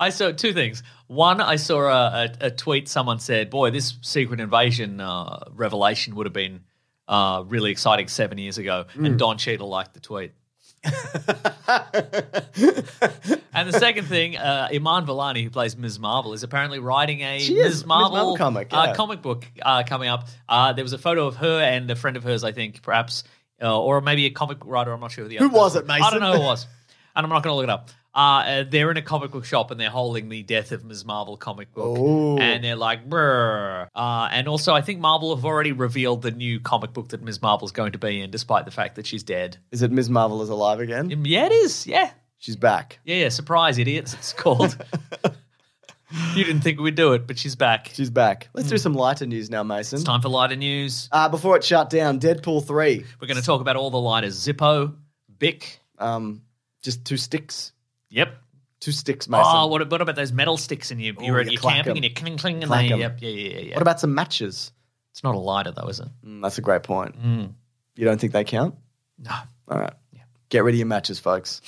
I saw two things. One, I saw a, a, a tweet someone said, "Boy, this Secret Invasion uh, revelation would have been uh, really exciting seven years ago," and Don Cheadle liked the tweet. and the second thing, uh, Iman Vellani, who plays Ms. Marvel, is apparently writing a
She is,
Ms.
Ms.
Marvel,
Marvel comic,
uh,
yeah.
comic book uh, coming up. Uh, there was a photo of her and a friend of hers, I think, perhaps, uh, or maybe a comic book writer. I'm not sure who the
Who
other person
was it, Mason?
I don't know who it was, and I'm not going to look it up. Uh, uh, they're in a comic book shop and they're holding the Death of Ms. Marvel comic book,
Ooh.
and they're like, "Brr." Uh, and also, I think Marvel have already revealed the new comic book that Ms. Marvel's going to be in, despite the fact that she's dead.
is it Ms. Marvel is alive again?
Um, Yeah, it is. Yeah,
She's back.
yeah, yeah. Surprise, idiots! It's called. you didn't think we'd do it, but she's back.
She's back. Let's do some lighter news now, Mason.
Hmm. It's time for lighter news.
Uh, before it shut down, Deadpool 3.
We're going to talk about all the lighters: Zippo, Bic.
Um, just two sticks.
Yep.
Two sticks, Mason.
Oh, what, what about those metal sticks in you? You're,
Ooh,
at
you
you're
clack
camping
'em.
and you're cling cling and
Clack
they,
'em.
yep, yeah, yeah, yeah, yeah.
What about some matches?
It's not a lighter though, is it?
Mm, that's a great point.
Hmm.
You don't think they count?
No.
All right. Get rid of your matches, folks.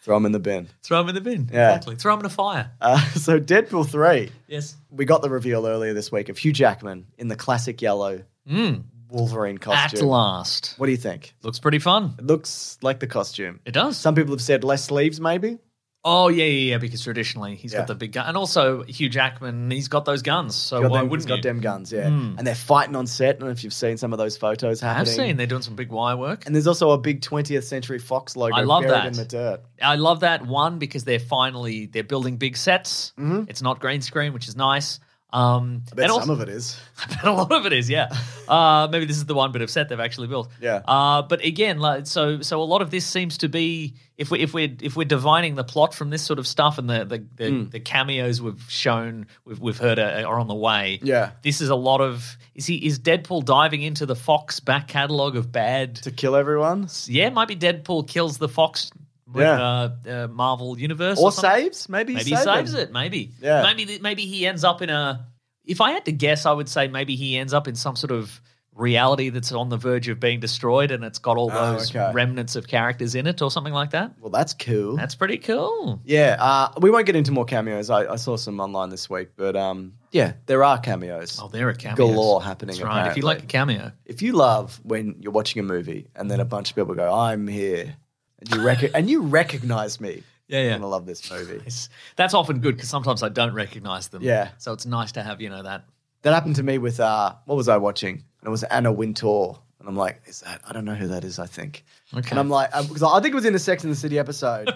Throw them in the bin.
Throw them in the bin.
Yeah.
Exactly. Throw them in a fire.
Uh, so, Deadpool 3.
Yes.
we got the reveal earlier this week of Hugh Jackman in the classic yellow
Mm.
Wolverine
At
costume.
last.
What do you think?
Looks pretty fun.
It looks like the costume.
It does.
Some people have said less sleeves, maybe.
oh yeah, yeah, yeah. Because traditionally he's
Yeah.
got the big gun, and also Hugh Jackman, he's got those guns. So Oh, why
Goddamn-
wouldn't you? Hmm.
goddamn guns, yeah. And they're fighting on set. I don't know if you've seen some of those photos
I have
happening.
seen they're doing some big wire work.
And there's also a big 20th Century Fox logo
I love
buried
that.
in the dirt.
I love that one because they're finally they're building big sets.
Mhm.
It's not green screen, which is nice. Um,
I bet
and
some
also-
of it is.
but a lot of it is, yeah. Uh, maybe this is the one bit of set they've actually built.
Yeah.
Uh, but again, like, so so a lot of this seems to be if we if we if we're divining the plot from this sort of stuff and the the, the,
Mm.
the cameos we've shown we've we've heard are, are on the way.
Yeah.
This is a lot of is he is Deadpool diving into the Fox back catalog of bad.
To kill everyone.
Yeah, it might be Deadpool kills the Fox.
Yeah.
Uh, uh, Marvel universe
Or
something.
saves. Maybe,
Maybe he saves it. Maybe.
Yeah.
Maybe th- maybe he ends up in a. If I had to guess, I would say maybe he ends up in some sort of reality that's on the verge of being destroyed, and it's got all
Oh,
those
okay.
remnants of characters in it, or something like that.
Well, that's cool.
That's pretty cool.
yeah, uh, we won't get into more cameos. I, I saw some online this week, but um, yeah, there are cameos.
Oh, there are cameos
Galore happening,
That's right. If
apparently.
you like a cameo,
if you love when you're watching a movie and then a bunch of people go, "I'm here," and you rec- and you recognize me,
yeah,
I'm gonna love this movie.
It's, that's often good because sometimes I don't recognize them.
Yeah.
So it's nice to have you know that.
That happened to me with uh, what was I watching? And it was Anna Wintour, and I'm like, "Is that? I don't know who that is. I think."
Okay.
And I'm like, because I think it was in the Sex and the City episode,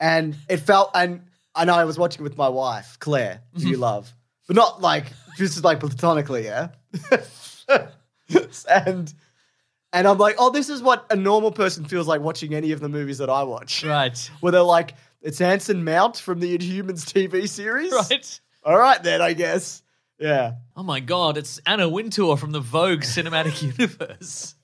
and it felt and and I was watching it with my wife Claire, who
Mm-hmm.
you love, but not like this is like platonically, yeah. and and I'm like, oh, this is what a normal person feels like watching any of the movies that I watch.
right.
where they're like, it's Anson Mount from the Inhumans TV series.
Right.
All right, then, I guess. Yeah.
Oh my god, it's Anna Wintour from the Vogue Cinematic Universe.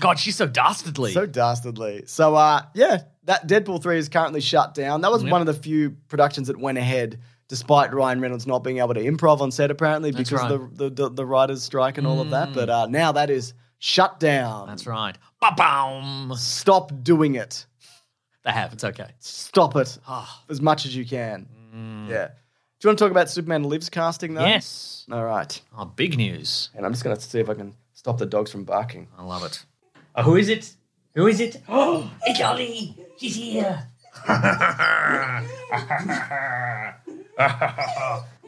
God, she's so dastardly.
So dastardly. So, uh, yeah, that Deadpool 3 is currently shut down. That was
Yep.
one of the few productions that went ahead, despite Ryan Reynolds not being able to improv on set, apparently,
That's Mm.
because of the, the, the, the writer's strike and all of that. But uh, now that is shut down.
That's right. Ba-boom.
Stop doing it.
They have. It's okay.
Stop it
Ah. Mm.
as much as you can. Yeah. Do you want to talk about Superman Lives casting, though?
Yes.
All right.
Oh, big news.
And I'm just going to see if I can stop the dogs from barking.
I love it. Oh, who is it? Who is it? Oh, it's Ollie. She's here. You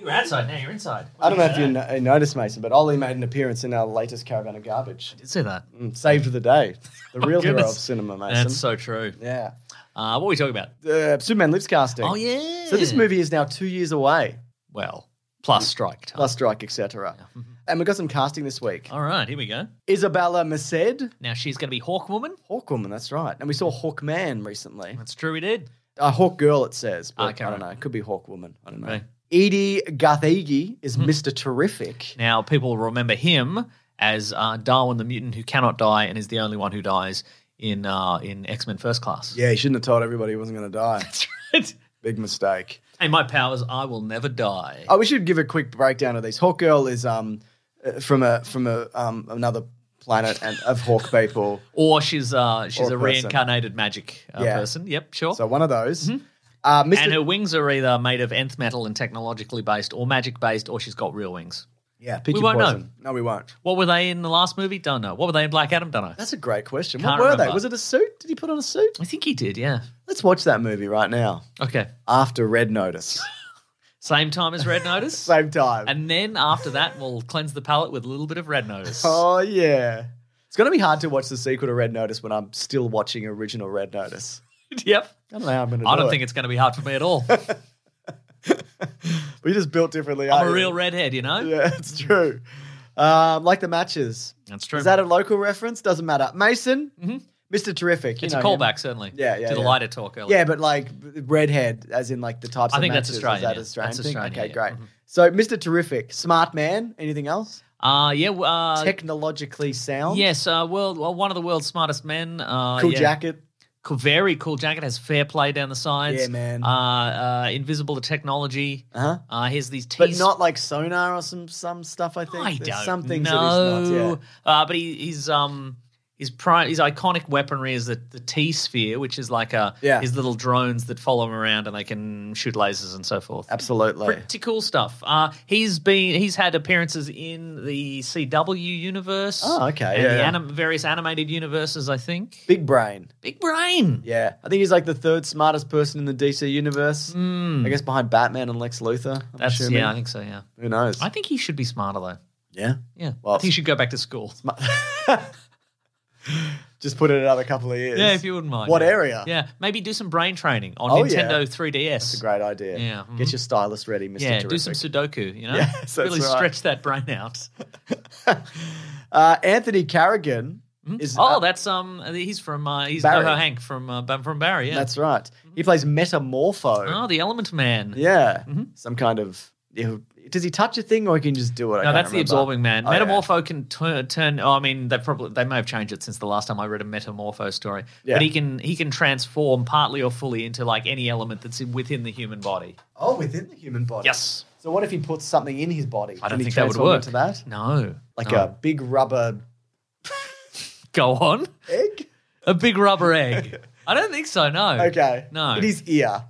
were outside, now you're inside.
I don't know if you no- noticed, Mason, but Ollie made an appearance in our latest Caravan of Garbage.
did see that.
Mm, saved the day. The real hero of
goodness.
cinema, Mason.
That's so true.
yeah.
Uh, what were we talking about?
Uh, Superman Lives casting.
Oh, yeah.
So this movie is now two years away,
Well, plus strike time.
plus strike, etc.
Mm-hmm.
And we got some casting this week.
All right, here we go.
Isabella Merced,
Now she's going to be Hawkwoman.
Hawkwoman, that's right. And we saw Hawkman recently.
That's true, we did.
Uh, Hawk Girl, it says, but
Okay,
I don't
right.
know. It could be Hawkwoman. I don't know.
Right. Hmm.
Edie Gathegi is Mr. Terrific.
Now people remember him as uh, Darwin the mutant who cannot die and is the only one who dies in uh, in X Men First Class.
Yeah, he shouldn't have told everybody he wasn't going to die.
That's right.
Big mistake.
Hey, my powers, I will never die.
Oh, we should give a quick breakdown of these. Hawk Girl is um uh, from a from a um another planet and of hawk people.
Or she's uh, she's
Or
a
person.
reincarnated magic uh,
Yeah.
person. Yep, sure.
So one of those. Uh,
Mm-hmm. and
Mr.
her wings are either made of nth metal and technologically based, or magic based, or she's got real wings.
yeah, pick
we
your
won't know.
poison. No, we won't.
What were they in the last movie? Don't know. What were they in Black Adam? Don't know.
That's a great question.
Can't
what were they?
remember.
Was it a suit? Did he put on a suit?
I think he did. Yeah.
Let's watch that movie right now.
Okay.
After Red Notice,
Same time as Red Notice.
same time.
And then after that, we'll cleanse the palate with a little bit of red nose.
oh yeah, it's gonna be hard to watch the sequel to Red Notice when I'm still watching original Red Notice.
yep.
I don't know how I'm gonna.
I
do
don't
it.
think it's going to be hard for me at all.
we just built differently.
I'm
aren't
a
we?
real redhead, you know?
Yeah, it's true. Um, like the matches.
That's true. Mm-hmm.
Is that a local reference? Doesn't matter. Mason, Mr. Terrific. you
it's
know
a
him.
callback, certainly.
Yeah, yeah,
To the
yeah.
lighter talk earlier.
Yeah, but like redhead, as in like the types.
I
of
think that's
matches.
Australian,
Is that
yeah.
Australian
That's
thing?
Australian,
Okay,
yeah.
great.
Mhm.
So, Mr. Terrific, smart man. Anything else?
Uh, yeah. w- Uh,
Technologically sound.
yes. Uh, world, well, one of the world's smartest men. Uh,
Cool
yeah.
jacket.
Cool, very cool jacket. Has fair play down the sides.
Yeah, man.
Uh, uh, invisible to technology.
Uh huh.
Uh, here's these teeth.
But not like sonar or some some stuff. I think
I
There's
don't
some things
know.
that he's not. Yeah.
uh, but he, he's um his prime his iconic weaponry is the the T sphere, which is like a
Yeah.
his little drones that follow him around and they can shoot lasers and so forth.
Absolutely.
Pretty cool stuff. Uh, he's been he's had appearances in the CW universe.
Oh, okay,
And the
yeah.
anim- various animated universes, I think.
Big brain.
Big brain.
Yeah, I think he's like the third smartest person in the DC universe. I guess behind Batman and Lex Luthor. I'm
Hmm. That's
assuming.
yeah, I think so. Yeah,
Who knows?
I think he should be smarter though.
yeah.
Yeah,
Well,
I think he should go back to school.
Just put it another couple of years.
Yeah, if you wouldn't mind.
What
yeah.
area?
Yeah, maybe do some brain training on
Oh,
Nintendo
yeah.
3DS.
That's a great idea.
Yeah,
Get
mhm.
your stylus ready, Mr.
yeah,
Terrific.
do some Sudoku. You know,
Yes, that's
really
right.
stretch that brain out.
uh, Anthony Carrigan is.
Oh,
uh,
that's um, he's from uh, he's
Barry.
Noho Hank from uh, Bam- from Barry. Yeah, Mm-hmm.
That's right. He plays Metamorpho.
oh, Mm-hmm. the Element Man.
Yeah. Some kind of. he'll- Does he touch a thing or he can just do it? I
No,
can't
that's the
remember.
absorbing man.
Oh, yeah.
Metamorpho can tur- turn. Oh, I mean, they probably they may have changed it since the last time I read a Metamorpho story.
Yeah.
But he can he can transform partly or fully into like any element that's in- within the human body.
Oh, within the human body.
Yes,
So what if he puts something in his body?
I
Can
don't
he
think that would
transform
work.
Into that?
No,
Like
No.
a big rubber
go on
egg?
a big rubber egg. I don't think so. No.
Okay.
No.
In his ear.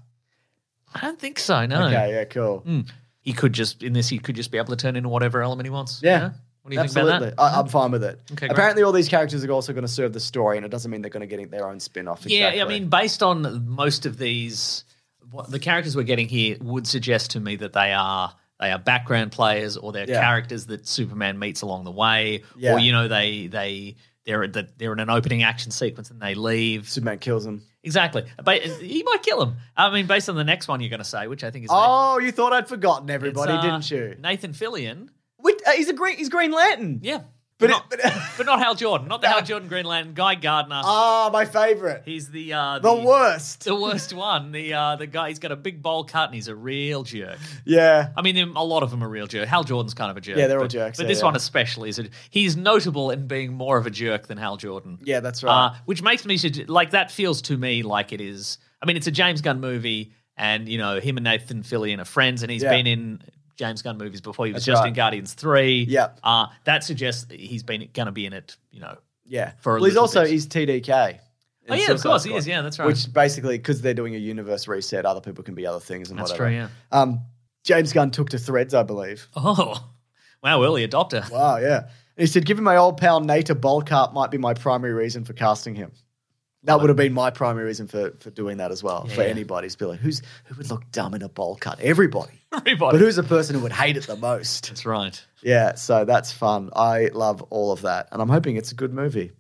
I don't think so. No.
Okay, yeah, cool.
Hmm. He could just in this. He could just be able to turn into whatever element he wants.
Yeah.
you know? What do you
Absolutely.
think about that?
I, I'm fine with it.
Okay, great.
Apparently, all these characters are also going to serve the story, and it doesn't mean they're going to get their own spin off.
Yeah. I mean, based on most of these, what the characters we're getting here would suggest to me that they are they are background players or they're
Yeah.
characters that Superman meets along the way,
Yeah.
or you know they they. They're, that they're in an opening action sequence and they leave.
Superman kills him.
Exactly. But he might kill him. I mean, based on the next one you're going to say, which I think is
Oh, you thought I'd forgotten
Nathan-
everybody,
it's, uh,
didn't you?
Nathan Fillion.
Wait, uh, he's a green. He's Green Lantern.
Yeah.
but, it,
not,
but
but not Hal Jordan. Not the Hal Jordan Green Lantern. Guy Gardner.
ah, my favorite,
He's the uh,
the worst.
the worst one. The uh, the guy. He's got a big bowl cut and he's a real jerk.
Yeah,
I mean, them- a lot of them are real jerk. Hal Jordan's kind of a jerk.
Yeah, they're all
but-
jerks,
But
yeah,
this
yeah.
one especially is a, he's notable in being more of a jerk than Hal Jordan.
yeah, that's right.
Uh, which makes me sug- like that feels to me like it is. I mean, it's a James Gunn movie, and you know him and Nathan Fillion are friends, and he's
Yeah.
been in James Gunn movies before. He was
That's
just
right.
in Guardians Three.
Yep.
Uh, that suggests that he's been going to be in it. You know.
yeah.
for a
well, he's
little
also
bit.
he's TDK. in
Oh yeah, of
Suicide
course he
Squad,
is. Yeah, that's right.
Which basically, because they're doing a universe reset, other people can be other things and
that's
whatever.
true. Yeah.
Um, James Gunn took to Threads, I believe.
Oh, wow, early adopter.
Wow, yeah. And he said, given my old pal Nate Bolcart might be my primary reason for casting him. That would have been my primary reason for, for doing that as well. for
Yeah.
anybody, to be like, who's who would look dumb in a bowl cut? Everybody,
Everybody.
but who's the person who would hate it the most?
That's right.
Yeah, so that's fun. I love all of that, and I'm hoping it's a good movie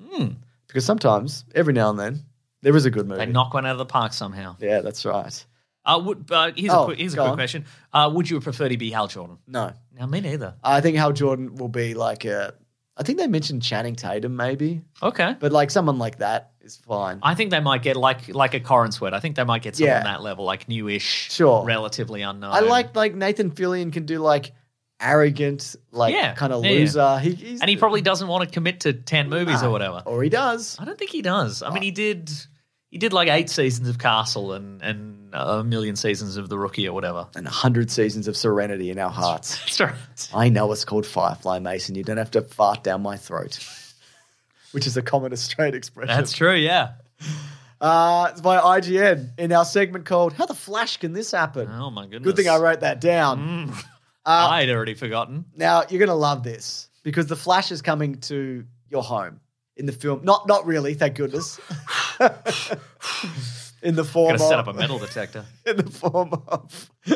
because sometimes, every now and then, there is a good movie.
They knock one out of the park somehow.
yeah, that's right.
Uh, would, uh, here's
Oh,
a, quick- here's a
go
quick
on.
question. Uh, would you prefer to be Hal Jordan?
No,
No, me neither.
I think Hal Jordan will be like a. I think they mentioned Channing Tatum maybe,
Okay.
but like someone like that is fine.
I think they might get like like a Corrinswood. I think they might get someone
Yeah.
on that level, like newish,
Sure.
relatively unknown.
I like like Nathan Fillion can do like arrogant, like
Yeah,
kind of
yeah, yeah.
loser. He, he's Ah,
and he probably doesn't want to commit to ten movies or whatever.
or he does.
I don't think he does. I mean,
Oh.
he did he did like eight seasons of Castle and and a million seasons of The Rookie or whatever.
And a hundred seasons of serenity in our hearts.
That's right.
I know it's called Firefly Mason. You don't have to fart down my throat, which is a common Australian expression.
That's true. Yeah.
uh, it's by IGN in our segment called "How the Flash Can This Happen."
Oh my goodness. Mm.
Good thing I wrote that down.
I'd already forgotten.
Now you're gonna love this because the Flash is coming to your home in the film. Not not really, thank goodness. in the form
Got to set
of-
up a metal detector.
in the form of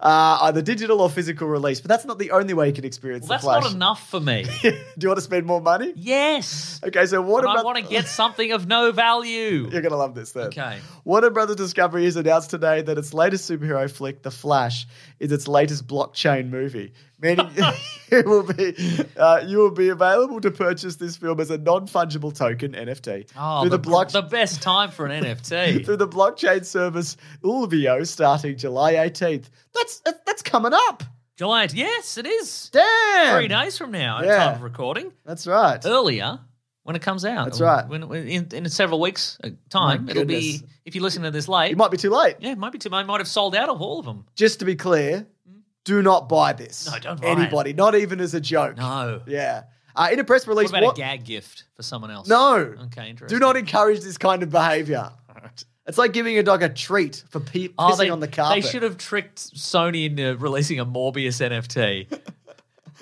uh, either digital or physical release. But that's not the only way you can experience
Well, that's
the Flash.
not enough for me.
Do you want to spend more money?
yes.
Okay, so what
But
about
I want to get something of no value.
You're gonna love this then.
Okay.
Warner Brothers Discovery has announced today that its latest superhero flick, The Flash, is its latest blockchain movie. Meaning it will be uh, you will be available to purchase this film as a non-fungible token NFT
Oh,
through
the,
the, block
the best time for an NFT.
through the blockchain service Ulvio starting July 18th. That's that- that's coming up.
July. Yes, it is.
Damn.
Three days from now, at
Yeah.
time of recording.
That's right.
Earlier, when it comes out.
That's right.
When, when- in, in several weeks' uh, time,
My
it'll be,
goodness.
if you listen to this late,
You might be too late.
yeah, it might be too, I might have sold out of all of them.
Just to be clear, do not buy this.
No, don't buy it.
Anybody, not even as a joke.
No.
Yeah. Uh, in a press
What
release,
about a gag gift for someone else?
No.
Okay, interesting.
Do not encourage this kind of behavior. It's like giving a dog a treat for pe- pissing
Oh, they,
on the carpet.
They should have tricked Sony into releasing a Morbius NFT.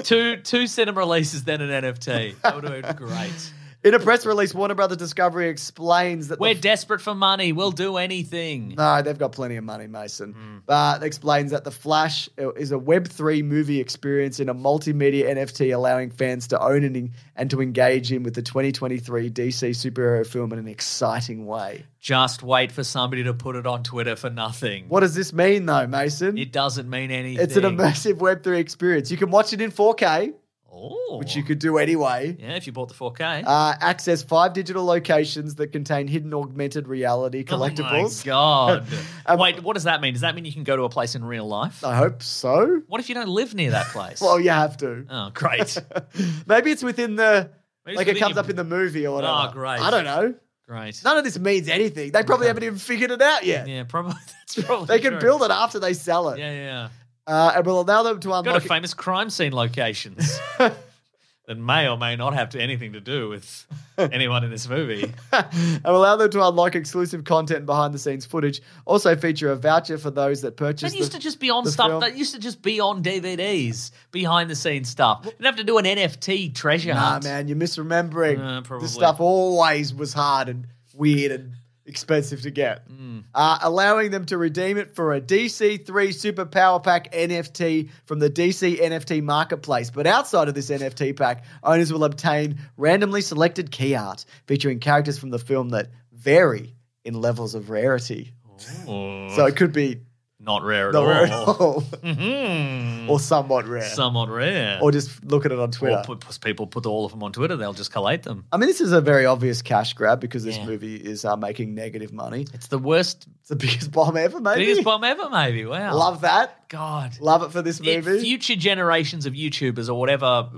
two two cinema releases, then an NFT. That would have been great.
In a press release, Warner Brothers Discovery explains that the
We're desperate for money. We'll do anything.
No, they've got plenty of money, Mason.
Hmm.
But it explains that The Flash uh, is a Web3 movie experience in a multimedia NFT allowing fans to own and, and to engage in with the 2023 DC superhero film in an exciting way.
Just wait for somebody to put it on Twitter for nothing.
What does this mean, though, Mason?
It doesn't mean anything.
it's an immersive Web3 experience. You can watch it in 4K,
Oh.
which you could do anyway.
Yeah, if you bought the 4K.
Uh, access five digital locations that contain hidden augmented reality collectibles.
Oh my god.
Um,
Wait, what does that mean? Does that mean you can go to a place in real life?
I hope so.
What if you don't live near that place?
Well, you have to.
oh, great.
Maybe it's within the.
Maybe it's
like
within
it comes
your-
up in the movie or whatever.
Oh, great.
I don't know.
Great.
None of this means anything. They probably haven't even figured it out yet.
Yeah, probably. That's probably
They can
true.
build it after they sell it.
Yeah, yeah, yeah.
Uh, and will allow them to
Go
unlock.
to famous crime scene locations that may or may not have to, anything to do with anyone in this movie.
and will allow them to unlock exclusive content and behind the scenes footage. Also feature a voucher for those that purchase.
That used
the-
to just be on
the
stuff.
film-
That used to just be on DVDs, behind the scenes stuff. You didn't have to do an NFT treasure
Nah,
hunt.
man, you're misremembering.
Uh, probably.
This stuff always was hard and weird and expensive to get. Uh, allowing them to redeem it for a DC3 Super Power Pack NFT from the DC NFT Marketplace. But outside of this NFT pack, owners will obtain randomly selected key art featuring characters from the film that vary in levels of rarity.
Ooh,
So it could be
not rare at
not
all.
rare at all,
Mhm.
or somewhat rare,
Somewhat rare.
or just look at it on
Or
Twitter.
put, put- people put all of them on Twitter. They'll just collate them.
I mean, this is a very obvious cash grab because this
Yeah.
movie is uh, making negative money.
It's the worst,
It's the biggest bomb ever, maybe.
biggest bomb ever. Maybe. Wow.
Love that.
God.
Love it for this
If
movie.
future generations of YouTubers or whatever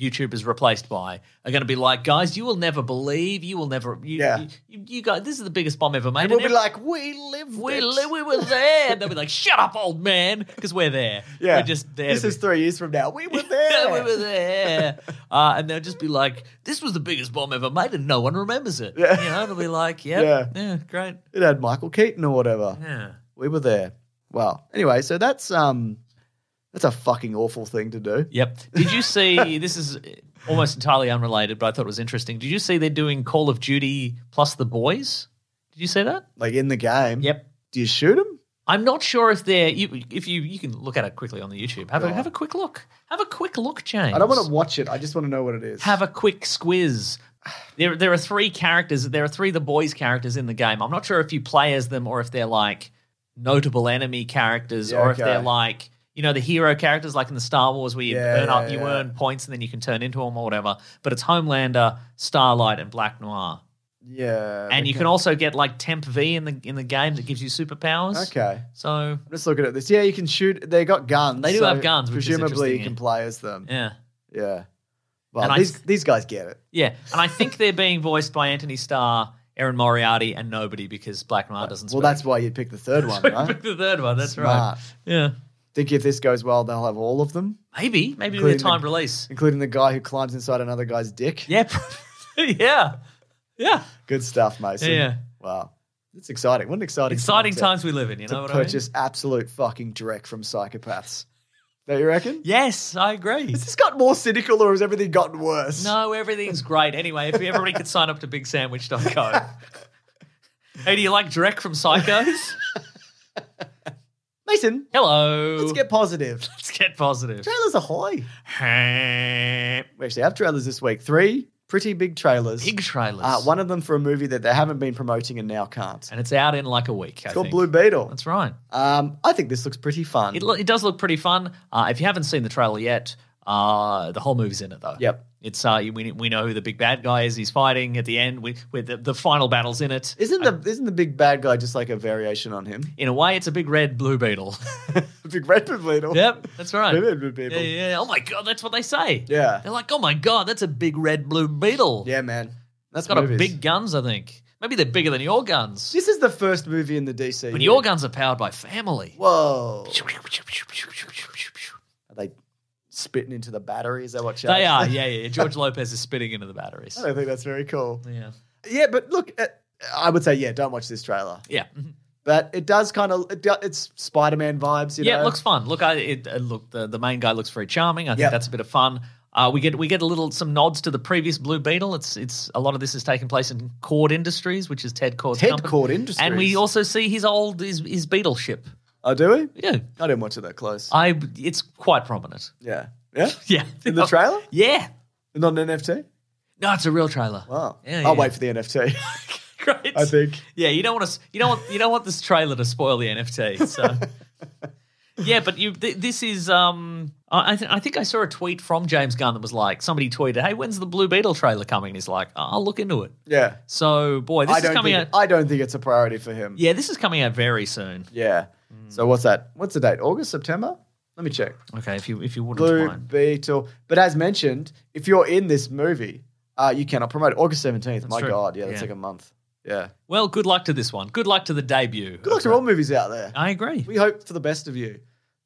YouTube is replaced by are going to be like, guys, you will never believe, you will never, you,
Yeah.
you, you, you guys, this is the biggest bomb ever made.
and we'll
And
be like, we live.
we, li- we were there. And they'll be like, shut up, old man, because we're there.
Yeah.
We're just there.
This
to
is
be-
three years from now. We were
Yeah,
there.
we were there. Uh, and they'll just be like, this was the biggest bomb ever made and no one remembers it.
Yeah.
You know, it'll be like, yep,
Yeah.
yeah, great.
It had Michael Keaton or whatever.
Yeah.
We were there. Well, anyway, so that's um, That's a fucking awful thing to do.
Yep. Did you see? this is almost entirely unrelated, but I thought it was interesting. Did you see they're doing Call of Duty plus the boys? Did you see that?
Like in the game.
Yep.
Do you shoot him?
I'm not sure if they're. You, if you you can look at it quickly on the YouTube. Have a
God.
have a quick look. Have a quick look, James.
I don't want to watch it. I just want to know what it is.
have a quick squiz. There there are three characters. There are three of the boys characters in the game. I'm not sure if you play as them or if they're like notable enemy characters
Yeah,
or if they're
okay.
like you know the hero characters like in the Star Wars where you
Yeah,
earn up,
yeah,
you
yeah.
earn points and then you can turn into them or whatever. But it's Homelander, Starlight, and Black Noir.
yeah.
And you
okay.
can also get like Temp V in the in the game that gives you superpowers.
Okay.
So
I'm just looking at this. Yeah, you can shoot. They got guns.
They do
so
have guns, which is
Presumably,
interesting,
you can
yeah.
play as them. Yeah.
yeah. And
Well,
I
these
th-
these guys get it.
Yeah, and I think they're being voiced by Anthony Starr, Aaron Moriarty, and nobody because Black Noir doesn't.
Well,
speak.
that's why you'd pick the third one,
Sorry,
right?
pick the third one. That's
Smart.
right. Yeah,
Think if this goes well, they'll have all of them,
maybe maybe they're
Including the-
timed release.
including the guy who climbs inside another guy's dick.
Yeah, yeah, yeah.
Good stuff, Mason.
Yeah, yeah.
Wow. It's exciting. What an exciting
Exciting
time
times we live in. You
to,
know
to
what
purchase absolute fucking direct from psychopaths. Don't you reckon?
I mean? Yes, I agree.
Has this got more cynical or has everything gotten worse?
No, everything's great. Anyway, if everybody could sign up to BigSandwich.co. hey, do you like Direct from Psychos?
Mason,
Hello.
let's get positive.
Let's get positive.
Trailers ahoy.
Big
We actually have trailers this week. Three pretty big trailers.
trailers.
Uh, one of them for a movie that they haven't been promoting and now can't.
and it's out in like a week. I
It's called
think.
Blue Beetle.
That's right.
Um, I think this looks pretty fun.
It, lo- it does look pretty fun. Uh, if you haven't seen the trailer yet, uh, the whole movie's in it though.
Yep.
It's uh, we, we know who the big bad guy is. He's fighting at the end. We, we the, the final battle's in it.
Isn't the isn't the big bad guy just like a variation on him?
In a way, it's a big red blue beetle.
big red Blue Beetle.
yep, that's right.
Blue Beetle people.
Yeah, yeah, yeah. Oh my god, that's what they say.
Yeah.
They're like, oh my god, that's a big red blue beetle.
Yeah, man. That's
it's got
movies.
a big guns. I think maybe they're bigger than your guns,
This is the first movie in the DC.
but your guns are powered by family.
Whoa. Are they spitting into the battery? Is that what
They are.
Charles-
Yeah, yeah. yeah. George Lopez is spitting into the batteries.
I don't think that's very cool.
Yeah.
Yeah, but look, uh, I would say yeah. Don't watch this trailer,
Yeah.
but it does kind of it, do- it's Spider-Man vibes. You
yeah,
know?
it looks fun. Look, I it, uh, look the, the main guy looks very charming. I think
Yep.
that's a bit of fun. Uh, we get we get a little some nods to the previous Blue Beetle. It's it's a lot of this is taking place in Cord Industries, which is Ted Cord's
Ted
company.
Cord Industries.
and we also see his old his, his beetle ship.
Oh, do we?
Yeah,
I didn't watch it that close.
I it's quite prominent.
yeah, yeah.
Yeah,
In the trailer,
Yeah,
not an NFT.
no, it's a real trailer.
Wow.
Yeah,
I'll
yeah.
wait for the NFT.
Great.
I think.
Yeah, you don't want to. You don't want. You don't want this trailer to spoil the NFT. So, yeah, but you. Th- this is. Um, I, I th- I think I saw a tweet from James Gunn that was like, somebody tweeted, "Hey, when's the Blue Beetle trailer coming?" And he's like, "Oh, "I'll look into it."
Yeah.
So, boy, this
I
is
don't
coming
think.
out.
I don't think it's a priority for him.
yeah, Mm. this is coming out very soon.
Yeah. So what's that? What's the date? August, September? Let me check.
Okay, if you if you wouldn't
Blue
mind.
Beetle. But as mentioned, if you're in this movie, uh, you cannot promote it. August 17th. My
true.
God. Yeah, that's
Yeah.
like a month. Yeah.
Well, good luck to this one. Good luck to the debut.
Good luck to all movies out there.
I agree.
We hope for the best of you.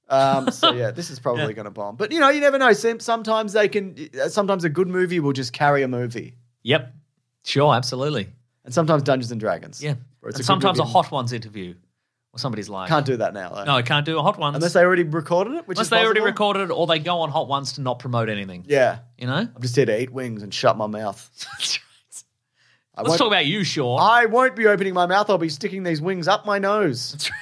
Um, so yeah, this is probably going to bomb. But you know, you never know. Some- Sometimes they can. Sometimes a good movie will just carry a movie,
Yep. Sure. Absolutely.
and sometimes Dungeons and Dragons.
Yeah.
Or it's a
And
good
sometimes a
movie.
hot ones interview, or somebody's like,
Can't do that now. Though.
"No, I can't do a hot one."
unless they already recorded it, which
Unless
is
they already
possible.
recorded it or they go on Hot Ones to not promote anything.
Yeah,
You know?
I'm just here to eat wings and shut my mouth. I
Let's
won't,
talk about you, Sean.
I won't be opening my mouth. I'll be sticking these wings up my nose.
That's right.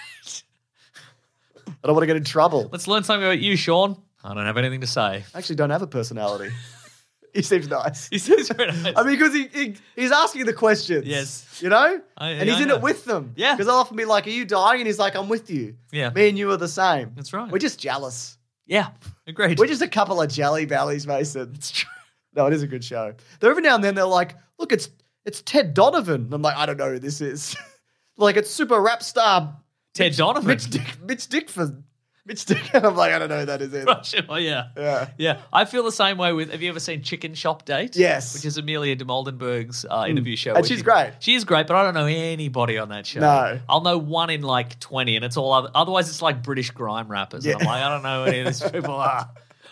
I don't want to get in trouble.
Let's learn something about you, Sean. I don't have anything to say.
I actually don't have a personality. he seems nice.
He seems very nice.
I mean, because he, he he's asking the questions.
Yes.
You know?
I-
and
yeah,
he's
I
in
know.
it with them.
Yeah.
Because I'll often be like, Are you dying? And he's like, I'm with you.
Yeah.
Me and you are the same.
That's right.
We're just jealous.
yeah, agreed.
We're just a couple of jelly bellies, Mason.
It's true.
No, it is a good show. Though every now and then they're like, look, it's it's Ted Donovan. And I'm like, I don't know who this is. like it's super rap star
Ted Donovan.
Mitch Dick Mitch Dickford. Mitch Dick and I'm like, I don't know who that is either.
Right, sure, yeah.
Yeah.
Yeah. I feel the same way with have you ever seen Chicken Shop Date?
Yes. Mm.
Which is Amelia de Moldenberg's uh, interview show.
And
where
she's
she-
great.
She is great, but I don't know anybody on that show.
No.
I'll know one in like 20, and it's all other, otherwise it's like British grime rappers. And I'm
Yeah.
like, I don't know who any of these people are.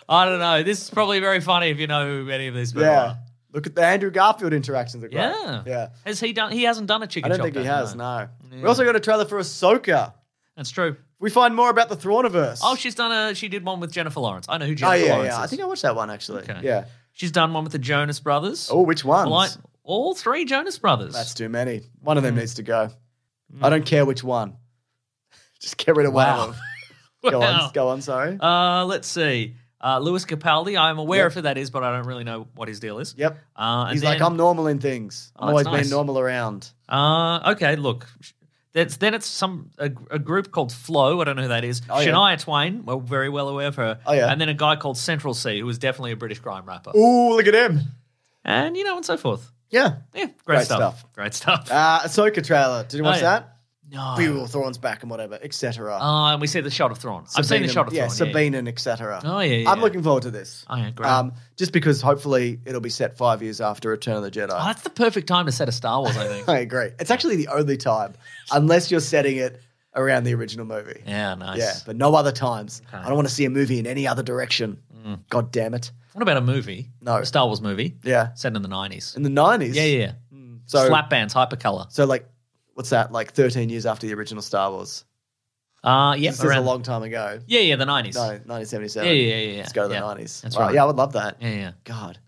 I don't know. This is probably very funny if you know who any of these people
Yeah.
are.
Look at the Andrew Garfield interactions are great.
Yeah.
Yeah.
Has he done? He hasn't done a chicken
I don't
shop
think he
Date,
has,
no.
no. We also got a trailer for Ahsoka.
That's true.
we find more about the Thrawniverse.
Oh, she's done a. She did one with Jennifer Lawrence. I know who
Oh,
Jennifer
yeah,
Lawrence
yeah. I
is.
think I watched that one actually.
Okay.
Yeah.
she's done one with the Jonas Brothers.
Oh, which ones?
Well, I- all three Jonas Brothers.
That's too many. One
Hmm.
of them needs to go. I don't care which one. Just get rid of
Wow.
one of them. Go
Wow.
on, go on. Sorry.
Uh, let's see. Uh, Lewis Capaldi. I'm aware
Yep.
of who that is, but I don't really know what his deal is.
yep.
Uh, and
He's like,
then-
I'm normal in things.
Oh,
I'm always
that's nice.
been normal around.
Uh, okay, look. That's, then it's some a, a group called Flow. I don't know who that is.
Oh, yeah.
Shania Twain. We're very well aware of her.
Oh, yeah.
And then a guy called Central C, who was definitely a British crime rapper.
Ooh, look at him.
And you know, and so forth.
Yeah.
Yeah, great,
Great
stuff.
stuff.
Great stuff.
Uh, Ahsoka trailer. Did you
Oh,
watch
yeah.
that?
no.
Beowulf, Thrawn's back and whatever, etc.
Uh, and we see the shot of Thrawn. I've seen the shot of
Yeah,
Thrawn. yeah,
Sabine and etc.
Oh, yeah, yeah,
I'm
yeah.
looking forward to this.
Oh, yeah, great.
Um, just because hopefully it'll be set five years after Return of the Jedi.
Oh, that's the perfect time to set a Star Wars, I think.
I agree. It's actually the only time, unless you're setting it around the original movie.
yeah, nice.
Yeah, but no other times. I don't want to see a movie in any other direction.
Mm.
God damn it.
What about a movie?
No.
A Star Wars movie
Yeah.
set in the 90s.
In the 90s.
Yeah, yeah, yeah.
So,
Slap bands, hypercolor.
so like, what's that? Like 13 years after the original Star Wars.
Uh, yeah,
This is a
around,
long time ago.
yeah, yeah, the 90s.
No, 1977.
Yeah, yeah, yeah, yeah.
Let's go to the
Yeah.
90s.
That's
Wow,
right.
Yeah, I would love that.
Yeah, yeah.
God.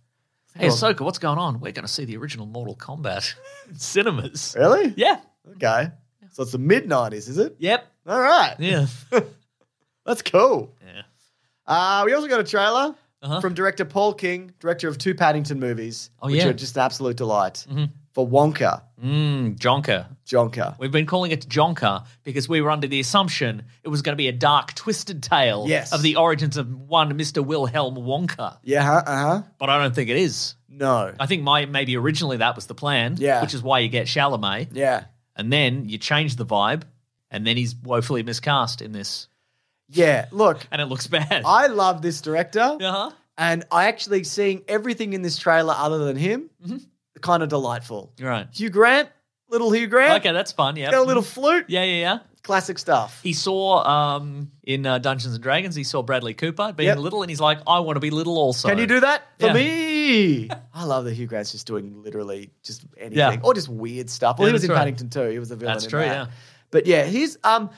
Hey, Ahsoka, what's going on? We're going to see the original Mortal Kombat in cinemas.
Really?
Yeah.
Okay. So it's the mid 90s, is it?
Yep.
All right.
Yeah.
That's cool.
yeah.
Uh, we also got a trailer
Uh-huh.
from director Paul King, director of two Paddington movies,
Oh,
which
yeah. Mm-hmm.
are just an absolute delight, for Wonka,
Mm, Jonker.
Jonka.
We've been calling it Jonker because we were under the assumption it was going to be a dark, twisted tale
Yes.
of the origins of one Mr. Wilhelm Wonka.
Yeah, huh? Uh huh.
But I don't think it is.
No.
I think my maybe originally that was the plan,
Yeah.
which is why you get Chalamet,
Yeah.
and then you change the vibe, and then he's woefully miscast in this,
Yeah. Look,
and it looks bad.
I love this director,
uh-huh.
and I actually seeing everything in this trailer other than him,
Mm-hmm.
kind of delightful.
You're right.
Hugh Grant, little Hugh Grant,
Okay, that's fun. Yeah, Mm.
got a little flute,
Yeah, yeah, yeah.
classic stuff.
He saw um, in uh, Dungeons and Dragons. He saw Bradley Cooper being
Yep.
little, and he's like, "I want to be little also."
Can you do that for
Yeah.
me? I love that Hugh Grant's just doing literally just anything or just weird stuff. Well,
Yeah,
he was
that's
in
right.
Paddington too. He was a villain.
That's
in
true,
that.
yeah.
But yeah, he's um.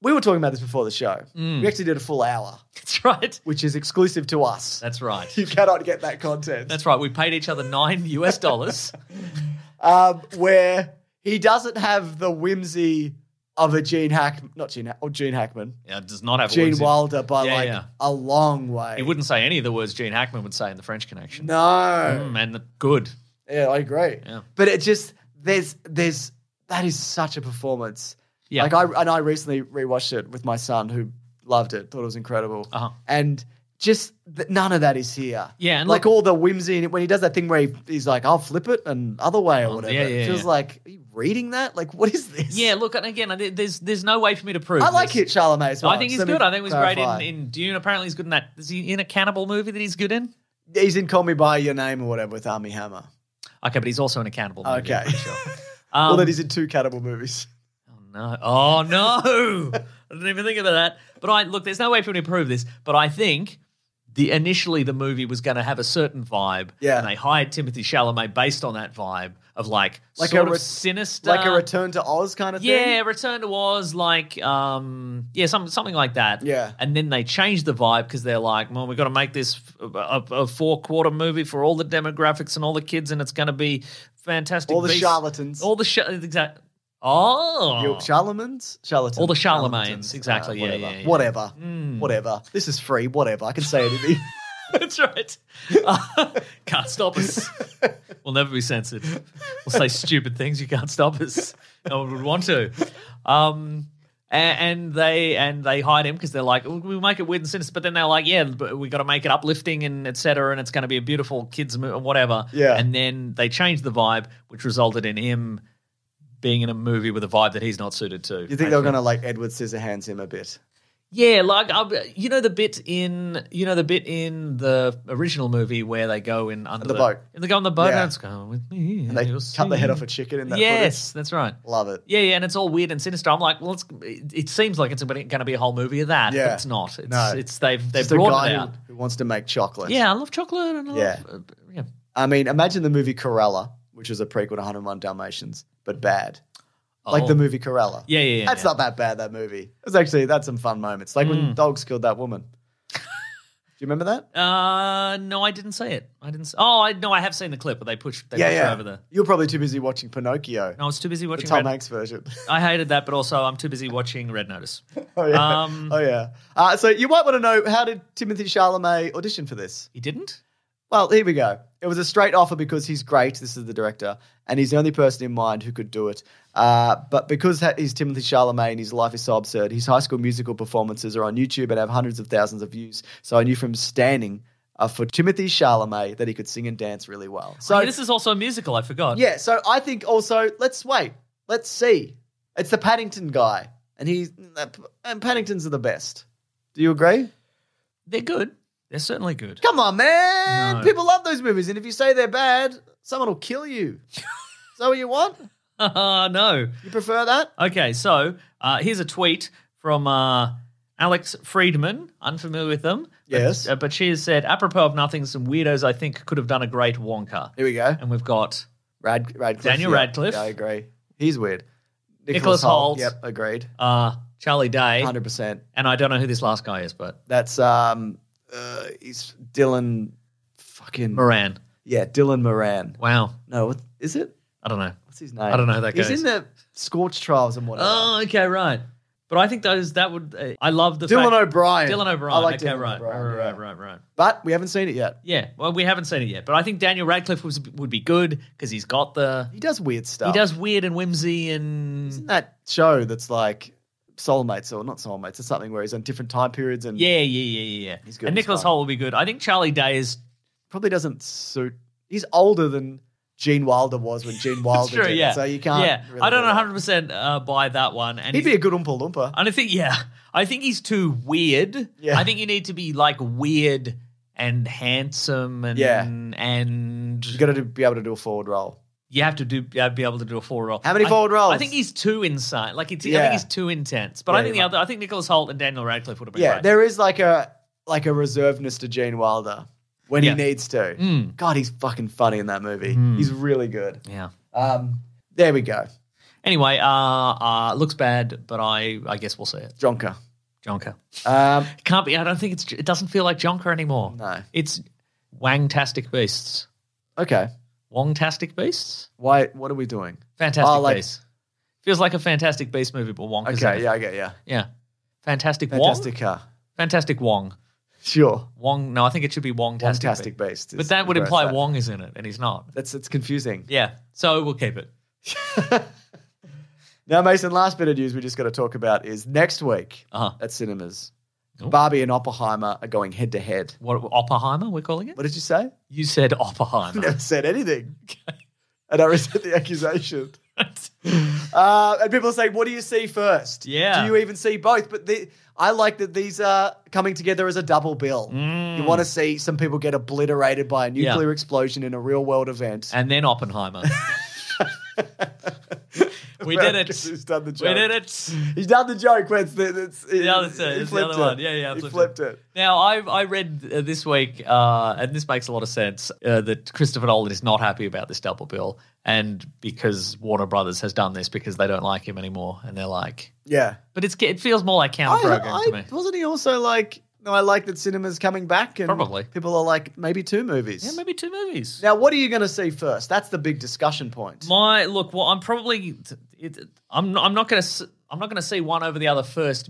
We were talking about this before the show.
Mm.
We actually did a full hour,
That's right.
which is exclusive to us.
That's right.
you cannot get that content.
That's right. We paid each other nine US dollars.
um, where he doesn't have the whimsy of a Gene Hack, not Gene, Hack- or Gene Hackman,
yeah, does not have a
Gene
whimsy.
Wilder by
Yeah,
like
yeah.
a long way.
He wouldn't say any of the words Gene Hackman would say in the French Connection.
No,
Mm, and the, good.
yeah, I agree.
Yeah.
But it just there's there's that is such a performance.
Yeah.
like I and I recently rewatched it with my son who loved it, thought it was incredible,
Uh-huh.
and. Just th- none of that is here.
Yeah, and
like
look-
all the whimsy in it, when he does that thing where he, he's like, "I'll flip it and other way" or whatever.
Uh-huh. yeah, yeah,
it feels
yeah.
like are you reading that. Like, what is this?
Yeah, look, and again, I- there's there's no way for me to prove.
I like
this.
Hit Charlemagne as well.
I think he's
Let me
good. I think he's great in,
clarify.
in Dune. Apparently, he's good in that. Is he in a cannibal movie that he's good in?
He's in Call Me by Your Name or whatever with Army Hammer.
Okay, but he's also in a cannibal movie.
Okay.
I'm sure.
well,
Um,
then he's in two cannibal movies.
Oh no! Oh no! I didn't even think about that. But I look, there's no way for me to prove this. But I think the initially the movie was going to have a certain vibe.
Yeah.
And they hired Timothy Chalamet based on that vibe of like,
Like
sort
a
of
re-
sinister,
Like a Return to Oz kind of thing.
Yeah, Return to Oz, like um, yeah, some, something like that.
Yeah.
and then they changed the vibe because they're like, well, we've got to make this a, four quarter movie for all the demographics and all the kids, and it's going to be fantastic.
All the
beasts.
charlatans.
all the sh- exact. Oh,
Your Charlemans? Charlatans. uh,
All the Charlemagnes, exactly, yeah,
whatever.
yeah, Hmm. yeah.
Whatever. Whatever. This is free. Whatever. I can say anything.
That's right. can't stop us. We'll never be censored. We'll say stupid things. You can't stop us. No one would want to. Um, a- and, they and they hide him because they're like, "Oh, we make it weird and sinister. But then they're like, yeah, but we got to make it uplifting and etc. And it's going to be a beautiful kids movie and whatever.
Yeah.
And then they changed the vibe, which resulted in him being in a movie with a vibe that he's not suited to.
you think they were going to like Edward Scissorhands him a bit?
Yeah, like I, you know the bit in you know the bit in the original movie where they go in under
The boat.
and they go on the boat
Yeah.
and it's going with me.
And they
you'll
cut the head
see."
off a chicken in that
Yes, that's right.
footage. Love it.
Yeah, yeah, and it's all weird and sinister. I'm like, well, it's, it, it seems like it's going to be a whole movie of that. but
Yeah.
it's not. It's
No.
it's they've they've
Just a
brought
guy
it
who-
out.
who wants to make chocolate.
Yeah, I love chocolate and I
Yeah.
love uh, yeah.
I mean, imagine the movie Corella, which was a prequel to 101 Dalmatians, but bad. like
Oh.
the movie Corella.
Yeah, yeah, yeah,
That's
yeah.
not
Hmm.
that bad. That movie. It was actually that's some fun moments. Like when dogs killed that woman. Do you remember that?
Uh, no, I didn't see it. I didn't. See, oh, I no, I have seen the clip where they push. They push her over there.
You're probably too busy watching Pinocchio,
No, I was too busy
the
watching.
Tom
Red-
Hanks version.
I hated that, but also I'm too busy watching Red Notice.
oh yeah.
Um,
oh yeah. Uh, so you might want to know how did Timothy Chalamet audition for this?
He didn't.
Well, here we go. It was a straight offer because he's great. This is the director, and he's the only person in mind who could do it. Uh, but because ha- he's Timothy Chalamet and his life is so absurd, his High School Musical performances are on YouTube and have hundreds of thousands of views. So I knew from standing uh, for Timothy Chalamet that he could sing and dance really well. So
So this is also a musical. I forgot.
yeah, so I think also let's wait, let's see. It's the Paddington guy, and he and Paddingtons are the best. Do you agree?
they're good. They're certainly good.
Come on, man.
No.
People love those movies, and if you say they're bad, someone will kill you. Is that what you want?
Uh, no.
You prefer that?
Okay, so uh, here's a tweet from uh, Alex Friedman. Unfamiliar with them. but-
Yes.
uh, but she has said, apropos of nothing, some weirdos I think could have done a great Wonka.
Here we go.
And we've got
Rad, Radcliffe.
Daniel
yeah.
Radcliffe.
Yeah, I agree. He's weird.
Nicholas Holt.
Yep, agreed.
uh, Charlie Day,
100%.
and I don't know who this last guy is, but
That's um, uh, he's Dylan fucking.
Moran.
Yeah, Dylan Moran.
Wow,
No, what, is it?
I don't know.
What's his name?
I don't know who that
He's
guy
in
is.
the Scorch Trials and whatever.
Oh, okay, right. But I think those that would. Uh, I love the
Dylan
fact-
O'Brien.
Dylan O'Brien.
I like
okay,
Dylan
right,
O'Brien,
right, right,
yeah.
right, right.
But we haven't seen it yet.
Yeah. Well, we haven't seen it yet, but I think Daniel Radcliffe was, would be good because he's got the.
He does weird stuff.
He does weird and whimsy and
Isn't that show that's like soulmates or not soulmates? It's something where he's on different time periods and
yeah, yeah, yeah, yeah, yeah.
He's good
And
as
Nicholas
fuck.
Holt will be good. I think Charlie Day is
probably doesn't suit. He's older than Gene Wilder was when Gene Wilder
true.
did it,
Yeah.
so you can't.
Yeah.
really
I don't
do
know
that.
100 percent uh, buy that one. And
He'd
he's-
be a good Oompa Loompa.
And I think, yeah, I think he's too weird.
Yeah.
I think you need to be like weird and handsome and
Yeah.
and
you got to be able to do a forward roll.
you have to do uh, be able to do a forward roll.
How many
I-
forward rolls?
I think he's too inside. Like it's, I
Yeah.
think he's too intense. But
Yeah,
I think the
you're
other, I think Nicholas Holt and Daniel Radcliffe would have been
Yeah,
great.
there is like a like a reservedness to Gene Wilder when
Yeah. Hmm.
he needs to.
Mm.
God, he's fucking funny in that movie. He's really good.
Yeah.
Um, there we go,
Anyway, uh, uh, looks bad, but I, I guess we'll see it.
Jonker.
Jonker.
Um,
It can't be. I don't think it's. It doesn't feel like Jonker anymore.
No.
It's Wangtastic Beasts.
okay,
Wongtastic Beasts.
why? What are we doing?
Fantastic
Oh, like-
Beasts. Feels like a Fantastic Beast movie, but Wong.
Okay, yeah, I get yeah.
Yeah. Fantastic,
Fantastic
Wong.
car.
Fantastic Wong.
Sure.
Wong. No, I think it should be Wongtastic.
Fantastic
Beasts.
based.
But that would imply Wong is in it, and he's not.
That's it's confusing.
Yeah. So we'll keep it.
Now, Mason, last bit of news we just got to talk about is next week
Uh-huh.
at cinemas,
Cool.
Barbie and Oppenheimer are going head to head.
What Oppenheimer? We're calling it.
What did you say?
You said
I
Oppenheimer.
never said anything. And I resent the accusation. Uh, and people are saying, what do you see first?
Yeah.
Do you even see both? But the, I like that these are coming together as a double bill.
Mm.
You want to see some people get obliterated by a nuclear explosion in a real world event.
and then Oppenheimer. we did it.
Who's done the
We
joke.
did it.
He's done the joke when it's, it's,
The other, it's the
flipped
other
it.
one. Yeah, yeah. I
He flipped it.
Now, I I read uh, this week, uh, and this makes a lot of sense, uh, that Christopher Nolan is not happy about this double bill, and because Warner Brothers has done this because they don't like him anymore, and they're like,
Yeah.
but it's it feels more like
I,
counter programming to
I-
me.
wasn't he also like, no, I like that cinema's coming back and
Probably.
people are like, maybe two movies.
Yeah, maybe two movies.
Now, what are you going to see first? That's the big discussion point.
My look, well, I'm probably it, I'm I'm not gonna s- I'm not gonna see one over the other first,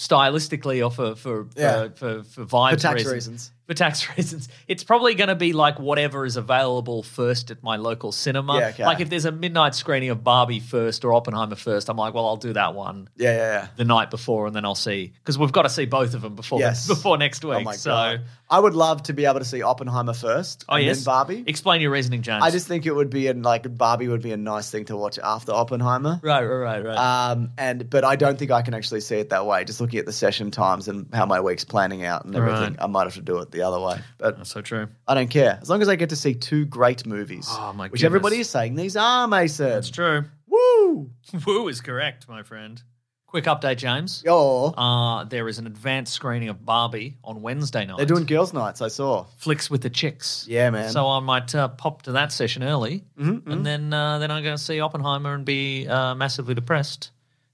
stylistically or for for
Yeah.
for, for, for vibes
For tax
reasons.
reasons.
For tax reasons, it's probably going to be like whatever is available first at my local cinema.
Yeah, okay.
Like if there's a midnight screening of Barbie first or Oppenheimer first, I'm like, well, I'll do that one
yeah, yeah,
the night before, and then I'll see because we've got to see both of them before
Yes.
before next
yeah.
week.
Oh my
so,
god! I would love to be able to see Oppenheimer first,
oh
and then
yes,
Barbie.
Explain your reasoning, James.
I just think it would be an, like Barbie would be a nice thing to watch after Oppenheimer.
right, right, right, right.
Um, and but I don't think I can actually see it that way. Just looking at the session times and how my week's planning out and everything,
Right.
I might have to do it the other way. But
That's so true.
I don't care as long as I get to see two great movies,
Oh, my
which
goodness.
everybody is saying these are. Mason,
That's true.
woo!
Woo is correct, my friend. Quick update, James.
Oh,
Uh, there is an advanced screening of Barbie on Wednesday night.
they're doing girls' nights. I saw.
flicks with the chicks.
Yeah, man. Mm-hmm,
So I might uh, pop to that session early, and then uh, then I'm going to see Oppenheimer and be uh, massively depressed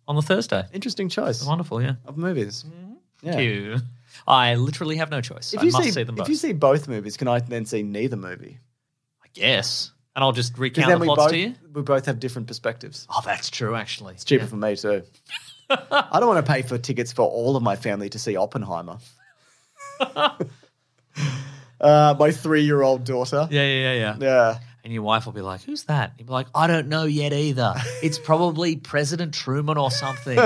on the Thursday.
Interesting choice
Wonderful, yeah.
of movies.
Mm-hmm.
Yeah.
Thank you. I literally have no choice.
If
I
you
must
see,
see them both.
if you see both movies, can I then see neither movie?
I guess, and I'll just
Because
recount
then
the
we
plots
both
to you.
we both have different perspectives.
Oh, that's true, actually.
It's cheaper for me too. I don't want to pay for tickets for all of my family to see Oppenheimer. uh, my three-year-old daughter.
Yeah, yeah, yeah, yeah.
Yeah.
And your wife will be like, "Who's that?" You'll be like, "I don't know yet either. It's probably President Truman or something.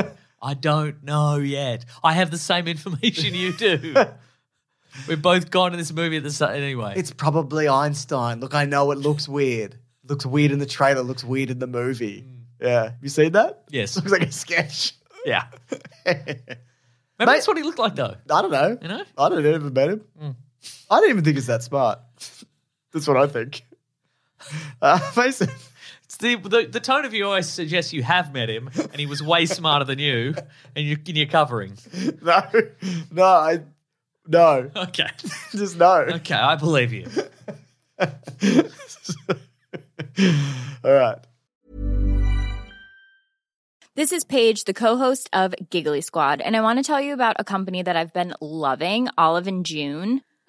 I don't know yet. I have the same information you do. We've both gone to this movie at the same anyway.
It's probably Einstein. Look, I know it looks weird. Looks weird in the trailer. Looks weird in the movie. Yeah. Have you seen that?
Mm. Yes.
Looks like a sketch.
yeah.
I
Maybe that's what he looked like though.
don't know.
You know? Hmm.
I don't ever met him. I don't even think he's that smart. That's what I think. Uh, Mason,
It's the, the the tone of your voice suggests you have met him and he was way smarter than you and you and you're covering.
no, no, I, no,
Okay.
just no.
Okay, I believe you.
All right.
This is Paige, the co-host of Giggly Squad, and I want to tell you about a company that I've been loving, Olive and June.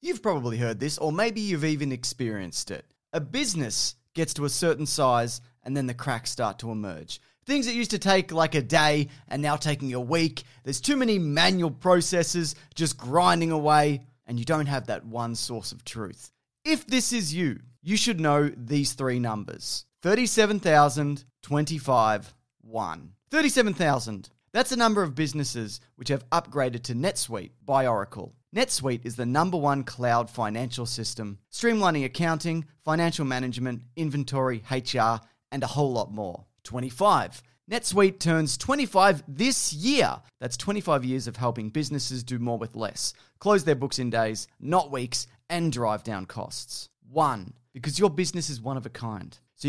You've probably heard this, or maybe you've even experienced it. A business gets to a certain size, and then the cracks start to emerge. Things that used to take like a day are now taking a week. There's too many manual processes just grinding away, and you don't have that one source of truth. If this is you, you should know these three numbers 37,025 one. 37,000. That's the number of businesses which have upgraded to NetSuite by Oracle. NetSuite is the number one cloud financial system, streamlining accounting, financial management, inventory, HR, and a whole lot more. 25. NetSuite turns 25 this year. That's 25 years of helping businesses do more with less, close their books in days, not weeks, and drive down costs. One, because your business is one of a kind. So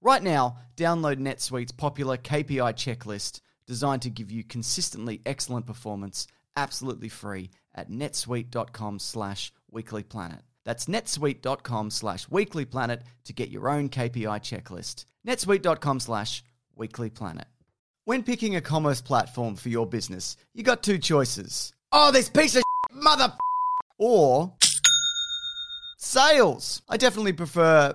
Right now, download NetSuite's popular KPI checklist designed to give you consistently excellent performance absolutely free at netsuite.com slash weeklyplanet. That's netsuite.com slash weeklyplanet to get your own KPI checklist. netsuite.com slash weeklyplanet. When picking a commerce platform for your business, you got two choices. Oh, this piece of mother or sales. I definitely prefer.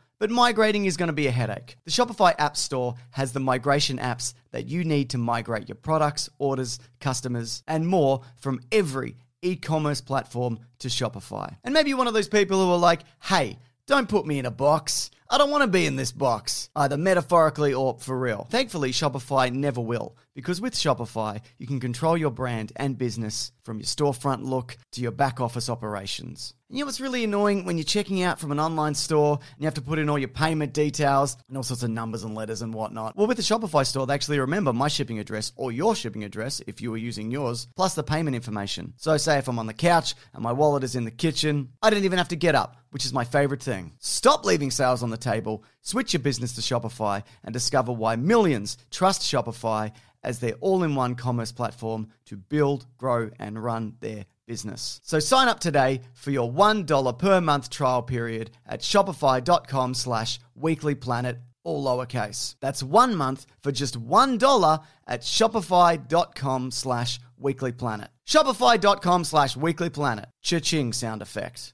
But migrating is going to be a headache. The Shopify App Store has the migration apps that you need to migrate your products, orders, customers, and more from every e commerce platform to Shopify. And maybe you're one of those people who are like, hey, don't put me in a box. I don't want to be in this box, either metaphorically or for real. Thankfully, Shopify never will, because with Shopify, you can control your brand and business from your storefront look to your back office operations. And you know what's really annoying when you're checking out from an online store and you have to put in all your payment details and all sorts of numbers and letters and whatnot? Well, with the Shopify store, they actually remember my shipping address or your shipping address if you were using yours, plus the payment information. So, say if I'm on the couch and my wallet is in the kitchen, I didn't even have to get up, which is my favorite thing. Stop leaving sales on the table, switch your business to Shopify, and discover why millions trust Shopify as their all in one commerce platform to build, grow, and run their business. So sign up today for your $1 per month trial period at shopify.com slash weeklyplanet, all lowercase. That's one month for just $1 at shopify.com slash weeklyplanet. Shopify.com slash weeklyplanet. Cha-ching sound effect.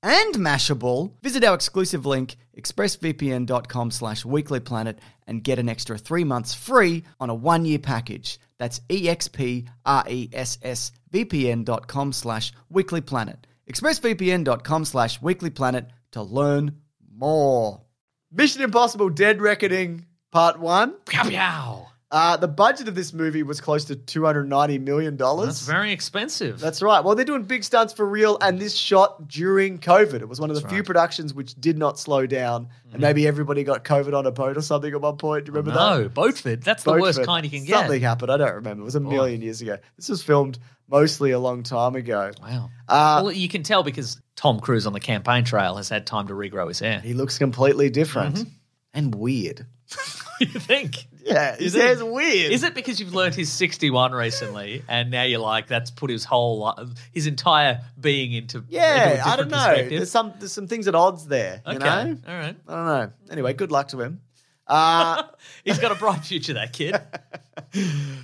and Mashable, visit our exclusive link, expressvpn.com slash weeklyplanet, and get an extra three months free on a one-year package. That's E expressvpn.com slash weeklyplanet. expressvpn.com slash weeklyplanet to learn more.
Mission Impossible Dead Reckoning Part 1.
Pow pow.
Uh, the budget of this movie was close to $290 million.
That's very expensive.
That's right. Well, they're doing big stunts for real, and this shot during COVID. It was one of the few productions which did not slow down,
Mm.
and maybe everybody got COVID on a boat or something at one point. Do you remember that?
no, Boatford. That's the worst
Boatford.
kind you can get.
Something happened. I don't remember. It was a million years ago. This was filmed mostly a long time ago.
Wow.
Uh,
well, you can tell because Tom Cruise on the campaign trail has had time to regrow his hair.
He looks completely different
Mm-hmm.
and weird.
you think?
Yeah, his
Is it-
hair's weird.
Is it because you've learned his 61 recently and now you're like, that's put his whole, li- his entire being into into a
Yeah, I
different
don't know.
perspective?
There's some there's some things at odds there. You
okay.
know,
All right.
I don't know. Anyway, good luck to him. Uh,
He's got a bright future, that kid.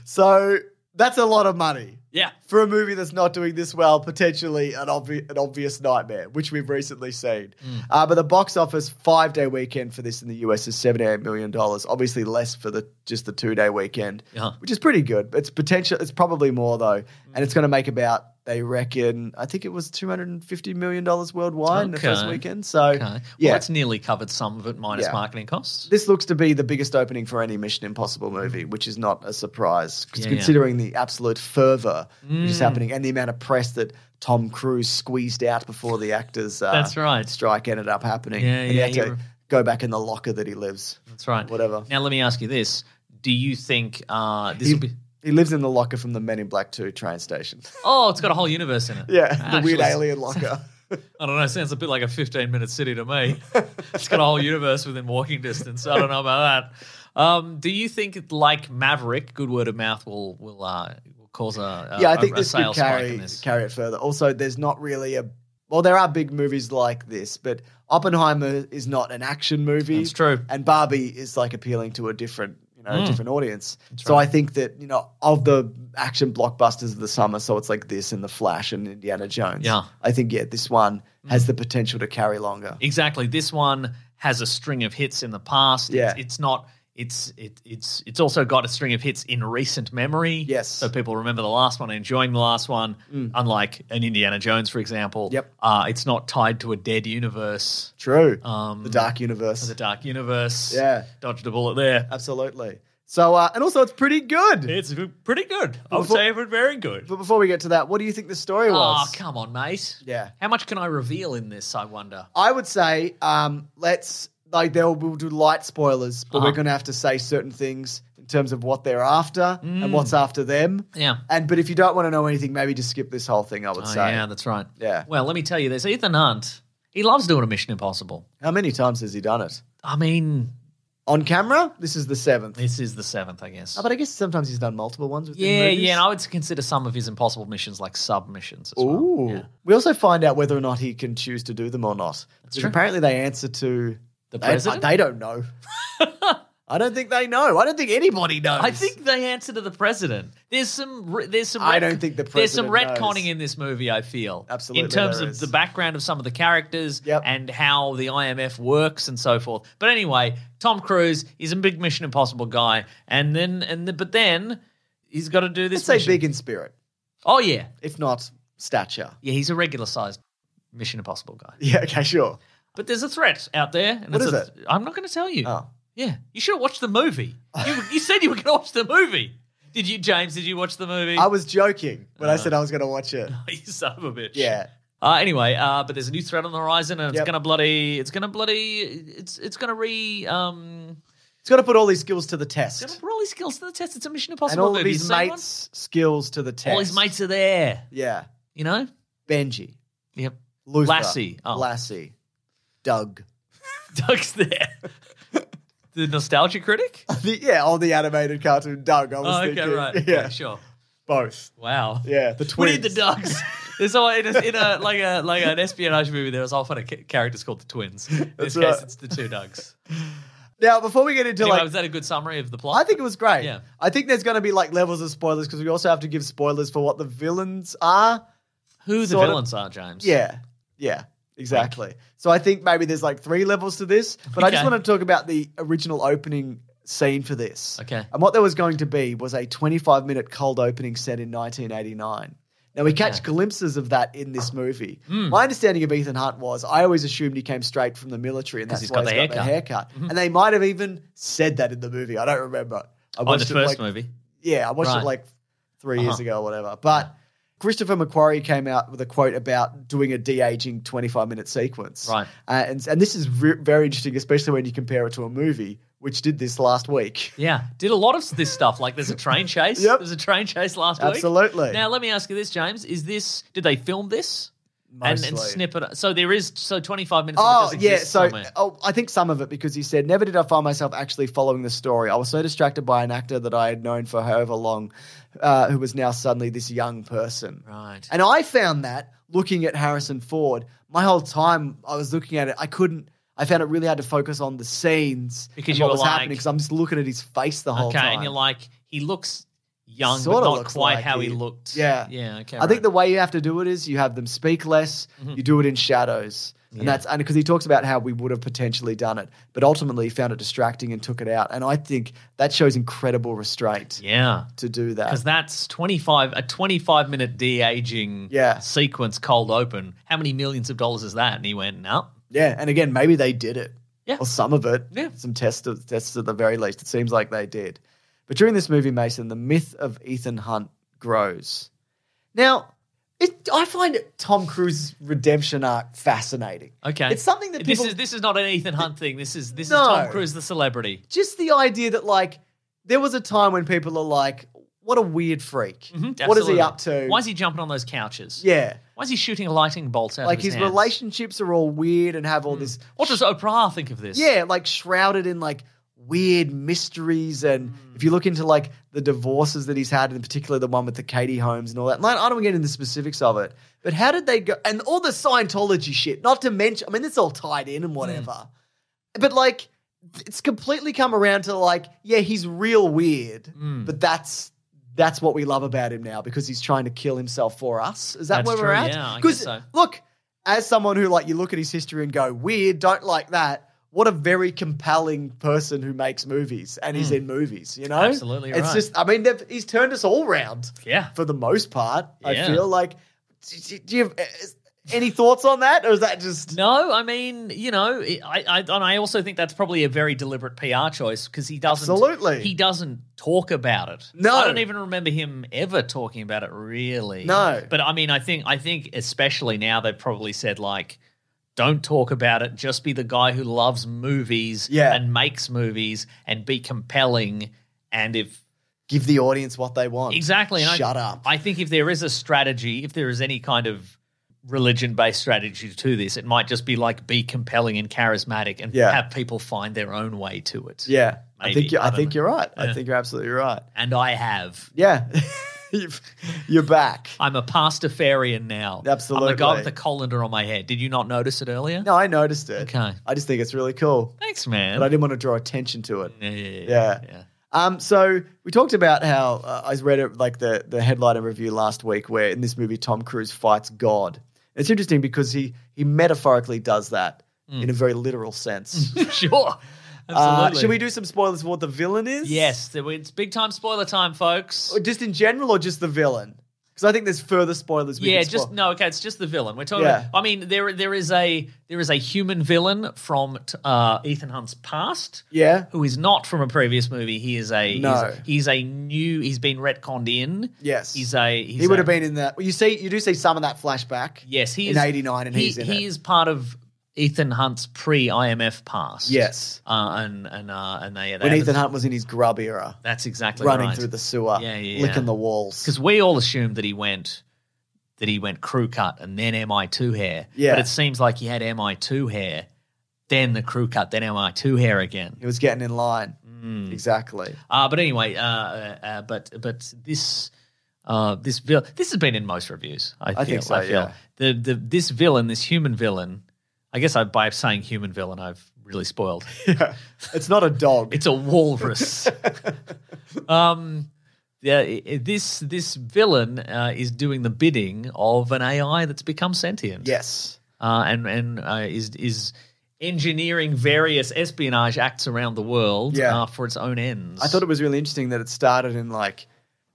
so that's a lot of money.
Yeah.
for a movie that's not doing this well, potentially an, obvi- an obvious nightmare, which we've recently seen.
Mm.
Uh, but the box office five day weekend for this in the US is seventy eight million dollars. Obviously less for the just the two day weekend,
Yeah.
which is pretty good. It's potential. It's probably more though, and it's going to make about they reckon. I think it was two hundred and fifty million dollars worldwide in the
Okay.
first weekend. So
Okay. Well,
yeah.
that's nearly covered some of it minus
Yeah.
marketing costs.
this looks to be the biggest opening for any Mission Impossible movie, which is not a surprise 'cause
Mm. Yeah, Mm. yeah.
considering the absolute fervor which is happening and the amount of press that Tom Cruise squeezed out before the actors' uh,
That's right.
strike ended up happening.
Yeah,
and he
yeah,
had to
he re-
go back in the locker that he lives.
That's right.
Whatever.
Now, let me ask you this. Do you think uh, this
He,
will be.
he lives in the locker from the Men in Black 2 train station.
Oh, it's got a whole universe in it.
yeah, the
Actually,
weird alien locker.
I don't know. Sounds a bit like a 15 minute city to me. it's got a whole universe within walking distance. I don't know about that. Um, do you think, like Maverick, good word of mouth will will, uh, will cause a, a
yeah, I think
a
this could
sales spike
carry
in this?
carry it further. Also, there's not really a well, there are big movies like this, but Oppenheimer is not an action movie.
That's true. Hmm.
And Barbie is like appealing to a different, you know, a different audience. So I
right.
think that you know of the action blockbusters of the summer, so it's like this and The Flash and Indiana Jones.
Yeah. Hmm.
I think yeah, this one has the potential to carry longer.
Exactly. This one has a string of hits in the past.
Yeah.
It's, it's not. It's it, it's it's also got a string of hits in recent memory.
Yes. Mm.
So people remember the last one, enjoying the last one. Unlike an Indiana Jones, for example.
Yep.
Uh, it's not tied to a dead universe.
True.
Um,
the Dark Universe.
The Dark Universe.
Yeah.
Dodged a bullet there.
Absolutely. So, uh, and also, it's pretty good.
It's pretty good. I would say it's very good.
but before we get to that, what do you think the story
Oh,
was?
come on, mate.
Yeah.
How much can I reveal in this, I wonder?
I would say um, let's like there we'll do light spoilers, but we're
Uh-huh.
going to have to say certain things in terms of what they're after and what's after them.
Mm. Yeah.
And but if you don't want to know anything, maybe just skip this whole thing. I would
Oh,
say.
yeah, that's right.
Yeah.
Well, let me tell you this Ethan Hunt, he loves doing a Mission Impossible.
How many times has he done it
I mean,
on camera? This is the seventh.
this is the seventh, I guess.
Oh, but I guess sometimes he's done multiple ones with
yeah, yeah, and I would consider some of his impossible missions like submissions as
Ooh.
well. Yeah.
We also find out whether or not he can choose to do them or not. Because
true.
apparently they answer to
The
they,
president?
they don't know. I don't think they know. I don't think anybody knows.
I think they answer to the president. There's some. re- There's some.
I don't think the
There's some
president
retconning
knows.
in this movie. I feel
Absolutely
in terms
there
of
is.
the background of some of the characters
Yep.
and how the IMF works and so forth. But anyway, Tom Cruise is a big Mission Impossible guy, and then and the, but then he's got to do this.
Let's say
mission.
big in spirit,
Oh yeah,
if not stature.
yeah. He's a regular sized Mission Impossible guy.
Yeah, okay, sure.
But there's a threat out there. And
What
it's
is
a- I'm not going to tell you.
Oh.
Yeah, you should have watched the movie. You, you said you were going to watch the movie. Did you, James? Did you watch the movie?
I was joking when I said I was going to watch it.
you son of a bitch.
Yeah.
Uh, anyway, uh, but there's a new threat on the horizon, and it's
Yep.
gonna bloody, it's gonna bloody, it's it's gonna re, um,
He's got to put all his skills to the
it's gonna
test.
put all his skills to the test. It's a Mission
And
Impossible
all of
movie.
his
You seen
mates' skills to the test.
one? all his mates are there.
Yeah.
You know.
Benji.
Yep.
Luther,
Lassie. Oh.
Lassie. Doug.
Doug's there. the nostalgia critic.
The- yeah, all the animated cartoon Doug, I was
Oh, okay,
thinking.
right.
Yeah,
Okay, sure.
both.
Wow.
Yeah, the
We need the
twins.
dogs. There's all in a, in a like a like an espionage movie. There was a whole fun of ca- characters called the twins. In
That's
this
right.
case, it's the two dogs.
Now, before we get into
Anyway,
like
was that a good summary of the plot?
I think it was great.
Yeah.
I think there's going to be like levels of spoilers because we also have to give spoilers for what the villains are.
who the
sort of-
villains are, James.
Yeah. Yeah. Exactly. So I think maybe there's like three levels to this, but I just
Okay.
want to talk about the original opening scene for this.
Okay.
And what there was going to be was a 25 minute cold opening set in 1989. Now we catch glimpses of that in this movie.
Hmm.
My understanding of Ethan Hunt was I always assumed he came straight from the military and that's
he's
why
got
he's
the Mm-hmm.
got that haircut. And they might have even said that in the movie. I don't remember. I
Oh, the
watched it,
first
like-
movie.
yeah, I watched
Right.
it like 3 years
Uh-huh.
ago or whatever. But Christopher McQuarrie came out with a quote about doing a de aging 25 minute sequence.
Right.
Uh, and, and this is re- very interesting, especially when you compare it to a movie, which did this last week.
Yeah, did a lot of this stuff. Like, there's a train chase.
Yep.
There's a train chase last week.
Absolutely.
Now, let me ask you this, James: Is this? Did they film this and, and
Mostly.
snip it? So there is. So 25 minutes.
Oh
of it does
yeah,
exist
so
somewhere.
oh, I think some of it because he said, "Never did I find myself actually following the story. I was so distracted by an actor that I had known for however long, uh, who was now suddenly this young person."
right.
And I found that looking at Harrison Ford, my whole time I was looking at it, I couldn't. I found it really hard to focus on the scenes
Because
and
you
what
were
was
like-
happening because I'm just looking at his face the whole
okay,
time.
and you're like, he looks young,
Sorta
but not
looks
quite
like
how he
it.
looked.
Yeah.
yeah. Okay.
I think the
right. Mm-hmm.
way you have to do it is you have them speak less, you do it in shadows. And that's and because he talks about how we would have potentially done it, but ultimately he found it distracting and took it out. And I think that shows incredible restraint
yeah.
to do
Because
that.
that's 25, a 25 minute de aging
Yeah.
sequence cold open. How many millions of dollars is that? And he went, no.
Yeah, and again, maybe they did it.
Yeah.
Or some of it.
Yeah.
Some tests of, tests at the very least. It seems like they did. But during this movie, Mason, the myth of Ethan Hunt grows. Now, it, I find it Tom Cruise's redemption arc fascinating.
Okay.
It's something that
this
people
is this is not an Ethan Hunt thing. This is this
No.
is Tom Cruise the celebrity.
just the idea that like there was a time when people are like, "What a weird freak!
Mhm,
What is he
absolutely.
up to?
Why is he jumping on those couches?
yeah,
Why is he shooting a lightning bolt out
like
of
his
his, hands? Mm.
relationships are all weird and have all this,
What does Oprah think of this?
yeah, like shrouded in like." Weird mysteries, and if you look into like the divorces that he's had, and particularly the one with the Katie Holmes and all that, like, I don't want to get into the specifics of it, but how did they go? And all the Scientology shit, not to mention, I mean, it's all tied in and whatever, but like it's completely come around to like yeah he's real weird
Mm.
but that's that's what we love about him now because he's trying to kill himself for us is that
That's
where we're
true,
at
yeah, I guess so.
look as someone who like you look at his history and go weird don't like that what a very compelling person who makes movies and he's in movies you know
Hmm. Absolutely
it's
right.
just i mean they've- he's turned us all round
Yeah.
for the most part i
Yeah.
feel like do, do- do you have, Any thoughts on that, or is that just
No, I mean, you know, I, I and I also think that's probably a very deliberate PR choice because he doesn't
Absolutely.
he doesn't talk about it.
No.
I don't even remember him ever talking about it really.
No.
but I mean, I think I think especially now they've probably said like, don't talk about it. Just be the guy who loves movies
Yeah.
and makes movies and be compelling. And if
give the audience what they want?
Exactly. and I-
Shut up.
I think if there is a strategy, if there is any kind of religion based strategy to this, it might just be like be compelling and charismatic and
Yeah.
have people find their own way to it.
yeah, I
Maybe.
think you, I
I don't
think
know.
you're right. I
Yeah.
think you're absolutely right.
And I have.
Yeah, You've- you're back.
I'm a pastafarian now. I'm
Absolutely.
a guy with a colander on my head. Did you not notice it earlier?
No, I noticed it.
Okay.
I just think it's really cool,
Thanks, man.
but I didn't want to draw attention to it.
yeah, yeah,
Yeah. Um, so we talked about how uh, I read it like the the headliner review last week, where in this movie Tom Cruise fights God. It's interesting because he he metaphorically does that in a very literal sense.
yeah. sure.
Uh,
Mm. Absolutely.
should we do some spoilers for what the villain is?
Yes, there- it's big time spoiler time, folks.
Or just in general, or just the villain? Because I think there's further spoilers. We
yeah,
can spoil.
just no. Okay, it's just the villain. We're talking.
Yeah.
About, I mean, there there is a there is a human villain from t- uh, Ethan Hunt's past
Yeah,
who is not from a previous movie. He is a
No.
He's, he's a new. He's been retconned in.
yes.
He's a. He's
he would have
a-
been in that. Well, you see, you do see some of that flashback.
Yes, he
in
is
'89, and
he,
he's in
he
it.
is part of Ethan Hunt's pre IMF past.
Yes.
uh, and and uh, and they, they
when
have-
Ethan Hunt was in his grub era,
That's exactly
running
right.
through the sewer,
Yeah, yeah,
licking
yeah.
the walls.
because we all assumed that he went that he went crew cut and then MI2 hair.
Yeah.
But it seems like he had MI2 hair, then the crew cut, then MI2 hair again.
He was getting in line.
Mm.
Exactly.
Uh, but anyway, uh, uh, uh, but but this uh, this vil- this has been in most reviews. I,
I think
feel,
so,
feel.
yeah.
The the this villain, this human villain. I guess I, by saying human villain, I've really spoiled.
It's not a dog.
It's a walrus. um, yeah, i- i- this this villain uh, is doing the bidding of an AI that's become sentient.
yes.
uh, and and uh, is is engineering various espionage acts around the world
Yeah.
uh, for its own ends.
I thought it was really interesting that it started in like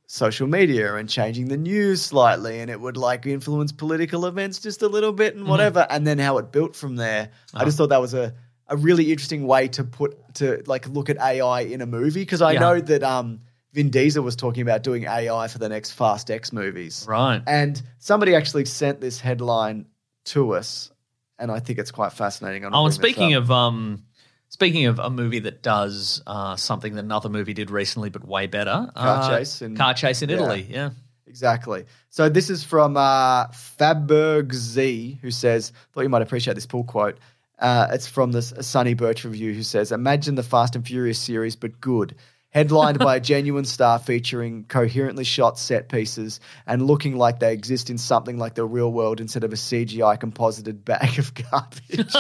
social media and changing the news slightly and it would like influence political events just a little bit
Mm.
and whatever and then how it built from there.
Uh-huh.
I just thought that was a a really interesting way to put to like look at AI in a movie because I
Yeah.
know that um Vin Diesel was talking about doing AI for the next Fast X movies.
right.
And somebody actually sent this headline to us and I think it's quite fascinating. I'm gonna
Oh, and
bring this
speaking
up.
of um, speaking of a movie that does uh, something that another movie did recently, but way better.
Car
uh,
Chase in-
Car Chase in
yeah.
Italy. Yeah.
Exactly. So this is from uh, Fabberg Z, who says, "Thought you might appreciate this pull quote." Uh, it's from this Sunny Birch review, who says, "Imagine the Fast and Furious series, but good." Headlined by a genuine star featuring coherently shot set pieces and looking like they exist in something like the real world instead of a CGI composited bag of garbage.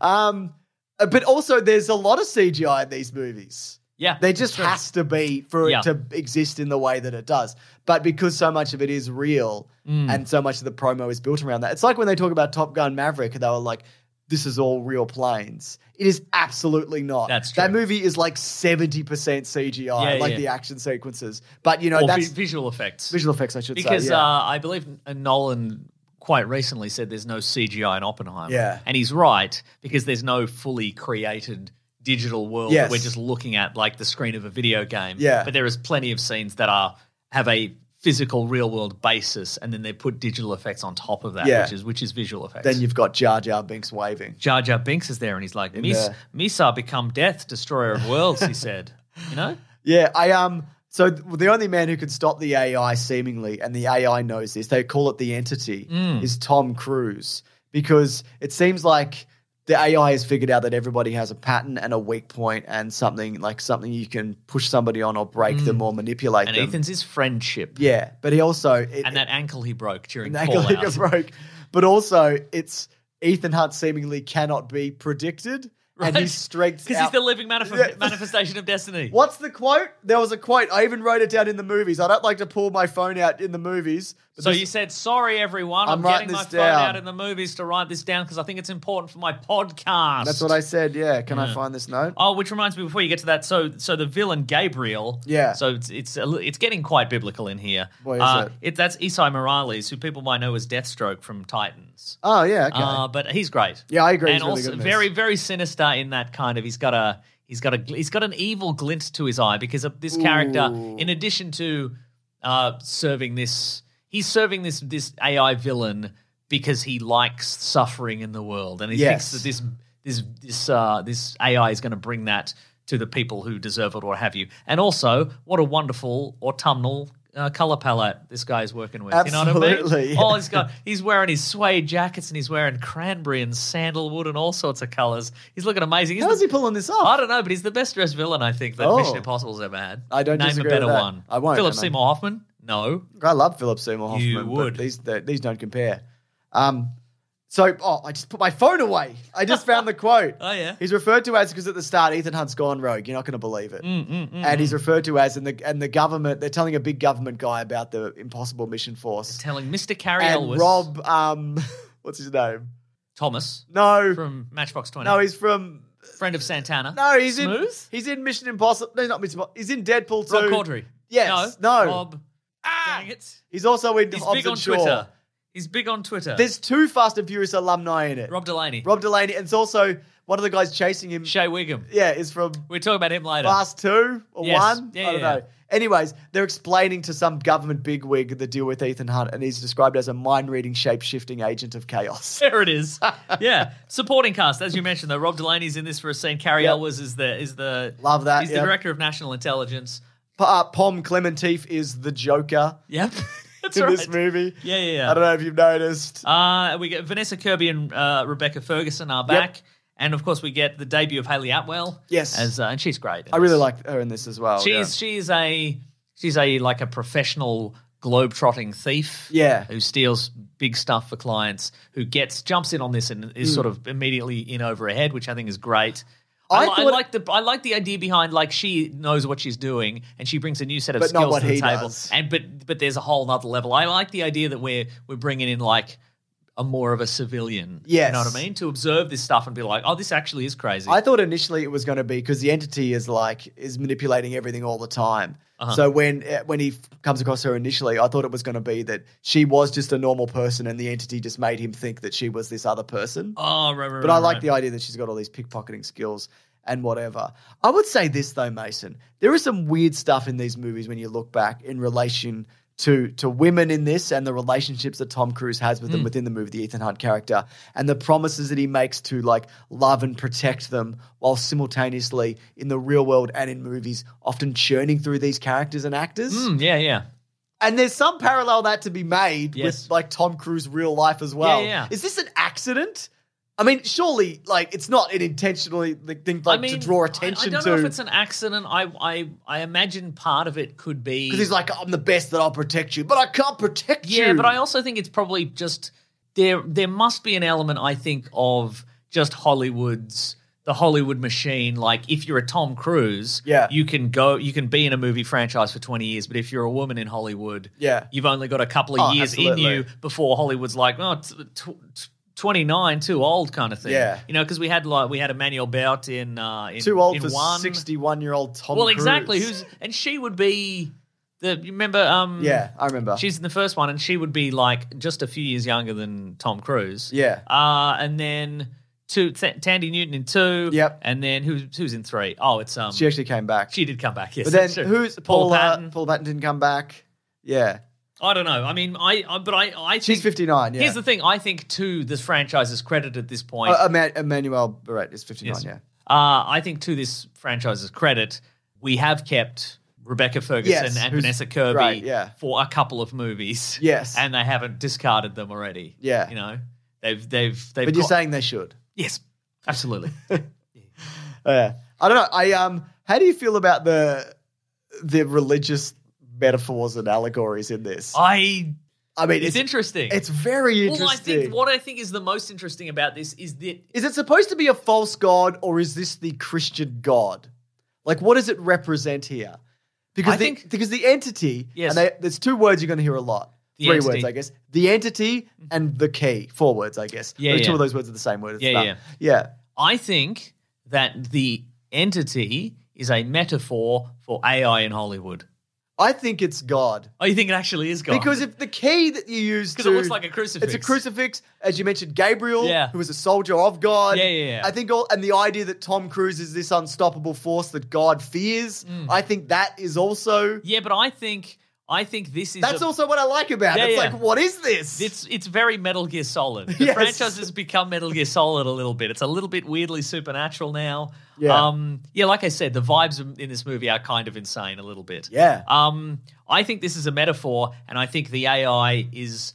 um, but also, there's a lot of CGI in these movies.
Yeah.
There just has to be for
Yeah.
it to exist in the way that it does. But because so much of it is real
Mm.
and so much of the promo is built around that, it's like when they talk about Top Gun Maverick, they were like, this is all real planes. It is absolutely not.
That's
That
true.
movie is like 70% CGI,
Yeah,
like
yeah.
the action sequences. But, you know,
or vi-
uh, that's
visual effects.
visual effects, I should
because
say. yeah.
uh, I believe N- Nolan quite recently said there's no CGI in Oppenheimer.
Yeah.
and he's right because there's no fully created digital world
Yes.
that we're just looking at like the screen of a video game.
Yeah.
but there is plenty of scenes that are have a physical real world basis, and then they put digital effects on top of that,
Yeah.
which is which is visual effects.
then you've got Jar Jar Binks waving.
Jar Jar Binks is there, and he's like, "Mis-
the-
Misa become death, destroyer of worlds." he said, "You know,
Yeah, I um. So th- the only man who can stop the AI, seemingly, and the AI knows this, they call it the entity,
Mm.
is Tom Cruise because it seems like the AI has figured out that everybody has a pattern and a weak point and something like something you can push somebody on or break them or manipulate
Mm. and
them.
Ethan's his friendship,
yeah, but he also it,
and that ankle he broke during
an
the
ankle
fallout.
that broke. But also, it's Ethan Hunt seemingly cannot be predicted, and his strength
Because he's
out-
the living manif-
Yeah.
manifestation of destiny.
What's the quote? There was a quote. I even wrote it down in the movies. I don't like to pull my phone out in the movies,
So you said, sorry, everyone.
I'm
I'm,
writing
getting my
this
phone
down.
out in the movies to write this down because I think it's important for my podcast.
That's what I said. Yeah. Can I find this note?
Oh, which reminds me, before you get to that, so so the villain Gabriel.
Yeah.
So it's it's a li- it's getting quite biblical in here. Uh,
Boy, is it.
That's Isai Morales, who people might know as Deathstroke from Titans.
Oh yeah. Okay.
Uh, but he's great.
yeah, I agree.
and
He's really
also
good in this.
very very sinister in that kind of he's got a he's got a gl- he's got an evil glint to his eye because of this character
Ooh.
in addition to uh serving this he's serving this this AI villain because he likes suffering in the world and he
Yes.
thinks that this this this uh this AI is going to bring that to the people who deserve it or what have you and also what a wonderful autumnal uh, color palette this guy is working with you know what I
Absolutely,
mean
yeah.
Oh, he's got he's wearing his suede jackets and he's wearing cranberry and sandalwood and all sorts of colors. He's looking amazing. He's
How
the-
is he pulling this
I
off?
don't know, but he's the best dressed villain I think that
Oh.
Mission Impossible's ever had.
I don't
name
disagree
a better
with that.
one.
I won't,
Philip
and I-
Seymour Hoffman. No.
I love Philip Seymour Hoffman.
You would.
But these they- these don't compare. Um, so oh, I just put my phone away. I just found the quote.
Oh yeah.
He's referred to as because at the start Ethan Hunt's gone rogue. You're not going to believe it.
Mm,
And he's referred to as and the and the government. They're telling a big government guy about the Impossible Mission Force
Telling Mr. Carrie
and
Elwes
Rob. Um, what's his name?
Thomas
No,
from Matchbox Twenty.
no, he's from.
friend of Santana.
No, he's in.
Smooth?
He's in Mission Impossible. No, not Mission Impossible. He's in Deadpool
Rob
too.
Corddry.
Yes,
No.
no. Ah!
Rob. Dang it.
He's also in
He's
Hobbs
big
and
on
Shaw.
Twitter. He's big on Twitter.
There's two Fast and Furious alumni in it.
Rob Delaney.
Rob Delaney. And it's also one of the guys chasing him.
Shay Wiggum.
yeah, is from
We're talking about him later.
Fast Two or
Yes.
One.
Yeah,
I don't
yeah,
know.
yeah.
Anyways, they're explaining to some government bigwig the deal with Ethan Hunt, and he's described as a mind-reading, shape-shifting agent of chaos.
There it is. Yeah, supporting cast, as you mentioned, though. Rob Delaney's in this for a scene. Carrie
Yep.
Elwes is the is the
Love that,
He's
yep.
the director of national intelligence.
P- uh, Pom Clementif is the Joker
Yep, that's
in
right.
this movie.
Yeah, yeah, yeah.
I don't know if you've noticed.
Uh, we get Vanessa Kirby and uh, Rebecca Ferguson are back, and of course we get the debut of Haley Atwell.
Yes.
as uh, and she's great. in
I really
this.
like her in this as well. Oh, yeah.
She's she's a she's a like a professional globe-trotting thief.
Yeah.
who steals big stuff for clients. Who gets jumps in on this and
Hmm.
is sort of immediately in over her head, which I think is great.
I
I, li- I
thought-
like the I like the idea behind like she knows what she's doing and she brings a new set of
But not
skills
what
to the
he
table.
does.
And but but there's a whole nother level. I like the idea that we're we're bringing in like a more of a civilian.
Yes.
you know what I mean. To observe this stuff and be like, oh, this actually is crazy.
I thought initially it was going to be because the entity is like is manipulating everything all the time.
Uh-huh.
So when eh, when he f- comes across her initially, I thought it was going to be that she was just a normal person and the entity just made him think that she was this other person.
oh, right, right,
but I
right,
like
right.
the idea that she's got all these pickpocketing skills and whatever. I would say this though, Mason, there is some weird stuff in these movies when you look back in relation to to women in this and the relationships that Tom Cruise has
Hmm.
with them within the movie, the Ethan Hunt character, and the promises that he makes to like love and protect them while simultaneously in the real world and in movies often churning through these characters and actors.
Mm, yeah, yeah.
And there's some parallel that to be made
Yes.
with like Tom Cruise real life as well.
Yeah, yeah.
Is this an accident? I mean, surely like it's not an intentionally like, thing like to draw attention
I, I don't
to
know if it's an accident. I, I, I imagine part of it could be
because he's like, I'm the best that I'll protect you, but I can't protect you.
yeah, but I also think it's probably just there. There must be an element I think of just Hollywood's the Hollywood machine. Like if you're a Tom Cruise,
Yeah.
you can go, you can be in a movie franchise for 20 years, but if you're a woman in Hollywood,
Yeah.
you've only got a couple of
Oh,
years
absolutely.
in you before Hollywood's like, oh. T- t- t- 29 too old kind of thing
Yeah.
you know because we had like we had emmanuel bout in uh in,
too old
in
for
one
61 year old Tom.
well exactly
Cruise.
who's and she would be the you remember um
yeah, I remember.
She's in the first one, and she would be like just a few years younger than Tom Cruise.
Yeah.
Uh, and then two, T- Tandy Newton in two.
Yep.
And then who's who's in three? Oh, it's um.
she
She,
actually came back.
did come back. Yes.
but then
that's true.
who's
Paul
Paula?
Patton?
Paul Patton didn't come back. Yeah,
I don't know. I mean, I, I but I I think
she's 59. Yeah,
Here's the thing. I think to this franchise's credit at this point,
Uh, Emma- Emmanuel Barrett is 59.
Yes.
Yeah.
Uh, I think to this franchise's credit, we have kept Rebecca Ferguson
Yes,
and
who's
Vanessa Kirby
great, yeah.
for a couple of movies.
Yes.
and they haven't discarded them already.
Yeah.
you know, they've they've they've.
But you're
got-
saying they should. Oh,
yes, absolutely.
Yeah. I don't know. I um how do you feel about the the religious metaphors and allegories in this? I,
I
mean it's
it's,
it's,
interesting.
very
well, I
interesting.
think what I think is the most interesting about this is that
is it supposed to be a false god or is this the Christian god? Like what does it represent here? Because
I
the,
think-
because the entity
Yes.
and they, there's two words you're going to hear a lot.
The
Three
entity.
words, I guess. The entity and the key. Four words, I guess.
Yeah,
Only Two
yeah.
of those words are the same word. It's
Yeah,
dumb.
yeah.
yeah.
I think that the entity is a metaphor for AI in Hollywood.
I think it's God.
Oh, you think it actually is God?
Because if the key that you use
'Cause it
to-
looks like a crucifix.
It's a crucifix, as you mentioned, Gabriel,
Yeah.
who was a soldier of God.
Yeah, yeah, yeah.
I think all and the idea that Tom Cruise is this unstoppable force that God fears.
Mm.
I think that is also
yeah, but I think I think this is
that's
a-
also what I like about
Yeah,
it. It's
yeah.
like, what is this?
It's it's very Metal Gear Solid. The
Yes.
franchise has become Metal Gear Solid a little bit. It's a little bit weirdly supernatural now.
Yeah.
Um, yeah, like I said, the vibes in this movie are kind of insane a little bit.
yeah.
Um, I think this is a metaphor, and I think the AI is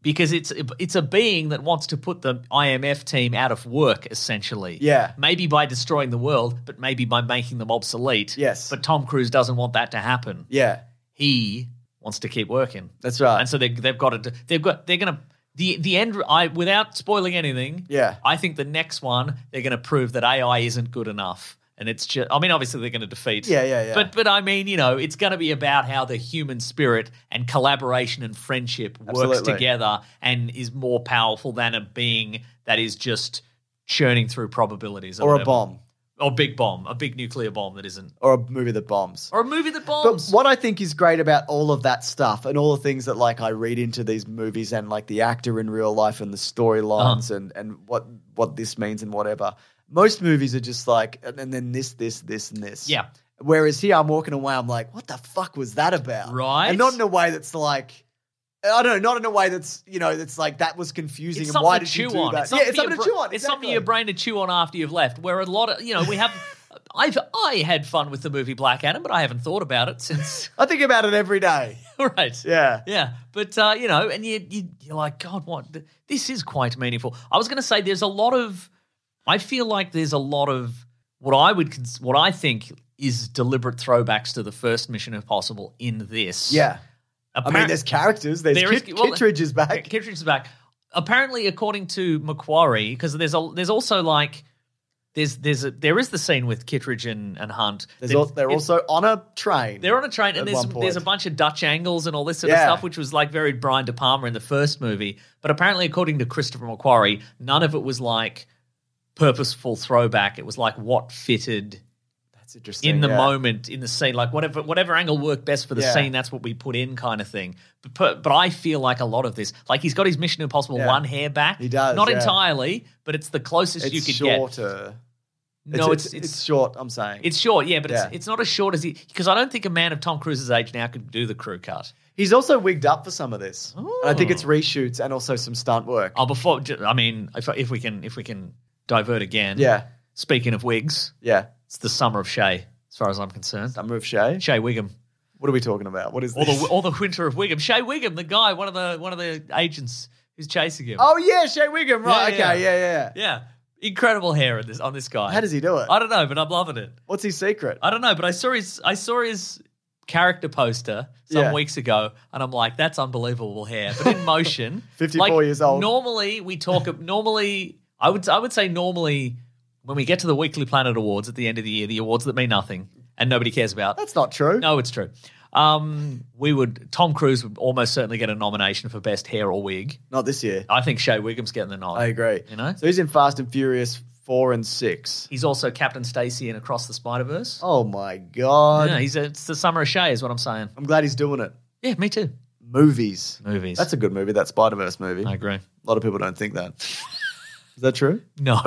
because it's it's a being that wants to put the IMF team out of work, essentially.
Yeah.
Maybe by destroying the world, but maybe by making them obsolete.
Yes.
But Tom Cruise doesn't want that to happen.
yeah.
He wants to keep working
That's right.
and so they, they've got to they've got they're gonna the the end I without spoiling anything
Yeah.
I think the next one they're gonna prove that AI isn't good enough and it's just I mean obviously they're gonna defeat
Yeah, yeah, yeah.
but but I mean you know it's gonna be about how the human spirit and collaboration and friendship works
Absolutely.
together and is more powerful than a being that is just churning through probabilities
or a
whatever.
bomb.
or big bomb a big nuclear bomb that isn't
Or a movie that bombs.
or a movie that
But
bombs
what I think is great about all of that stuff and all the things that like I read into these movies and like the actor in real life and the
Uh-huh.
storylines and and what what this means and whatever. Most movies are just like and, and then this this this and this.
Yeah.
Whereas here I'm walking away I'm like what the fuck was that about?
Right.
And not in a way that's like I don't know, not in a way that's you know that's like that was confusing
It's
and
something
why
to
did
chew
you do
on.
that?
It's
yeah, it's
your
something to
bra-
chew on.
It's something
exactly.
for your brain to chew on after you've left. Where a lot of you know we have. I've I had fun with the movie Black Adam, but I haven't thought about it since.
I think about it every day.
right.
Yeah.
Yeah, but uh, you know, and you, you you're like, God, what? th- This is quite meaningful. I was going to say, there's a lot of, I feel like there's a lot of what I would, cons- what I think is deliberate throwbacks to the first Mission Impossible in this.
Yeah. I
Appar-
mean, there's characters. There's
There is-
Kit-
well,
Kittredge is back.
Kittredge is back. Apparently, according to Macquarie, because there's a there's also like there's there's a, there is the scene with Kittredge and, and Hunt.
There's
They-
al- they're
it-
also on a train.
they're on a train,
at
and there's
one
there's a
point.
bunch of Dutch angles and all this sort of
Yeah.
stuff, which was like very Brian De Palma in the first movie. But apparently, according to Christopher Macquarie, none of it was like purposeful throwback. It was like what fitted
That's interesting.
in the
yeah.
moment in the scene like whatever whatever angle worked best for the
Yeah.
scene that's what we put in kind of thing but, but but i feel like a lot of this like he's got his mission impossible
Yeah.
one hair back
He does,
not
yeah.
entirely but it's the closest
It's
you could get
shorter.
no it's it's,
it's, short. I'm saying
it's short yeah but it's
Yeah.
it's not as short as he because i don't think a man of tom cruise's age now could do the crew cut
he's also wigged up for some of this. And I think it's reshoots and also some stunt work.
oh before ju- i mean if, if we can if we can divert again
Yeah,
speaking of wigs
yeah.
it's the summer of shay as far as i'm concerned
Summer of Shay.
shay wiggum
What are we talking about? What is
or
this?
the or the Winter of Wiggum. Shay Wiggum, the guy, one of the one of the agents who's chasing him.
oh yeah, Shay Wiggum. Right.
Yeah,
okay.
yeah.
Yeah. yeah,
yeah, incredible hair in this on this guy.
How does he do it?
I don't know, but I'm loving it.
What's his secret?
I don't know, but I saw his I saw his character poster some
Yeah.
weeks ago, and I'm like, that's unbelievable hair, but in motion.
54 years old.
Normally, we talk. ab- normally, I would I would say normally when we get to the Weekly Planet Awards at the end of the year, the awards that mean nothing and nobody cares about.
That's not true.
No, it's true. Um, we would Tom Cruise would almost certainly get a nomination for best hair or wig.
Not this year.
I think Shay Wiggum's getting the nod.
I agree.
Oh. You know?
So he's in Fast and Furious four and six.
He's also Captain Stacy in Across the Spider Verse.
Oh my god.
yeah, he's a, it's the summer of Shay, is what I'm saying.
I'm glad he's doing it.
Yeah, me too.
Movies.
Movies.
That's a good movie. That Spider Verse movie.
I agree.
A lot of people don't think that. Is that true?
No.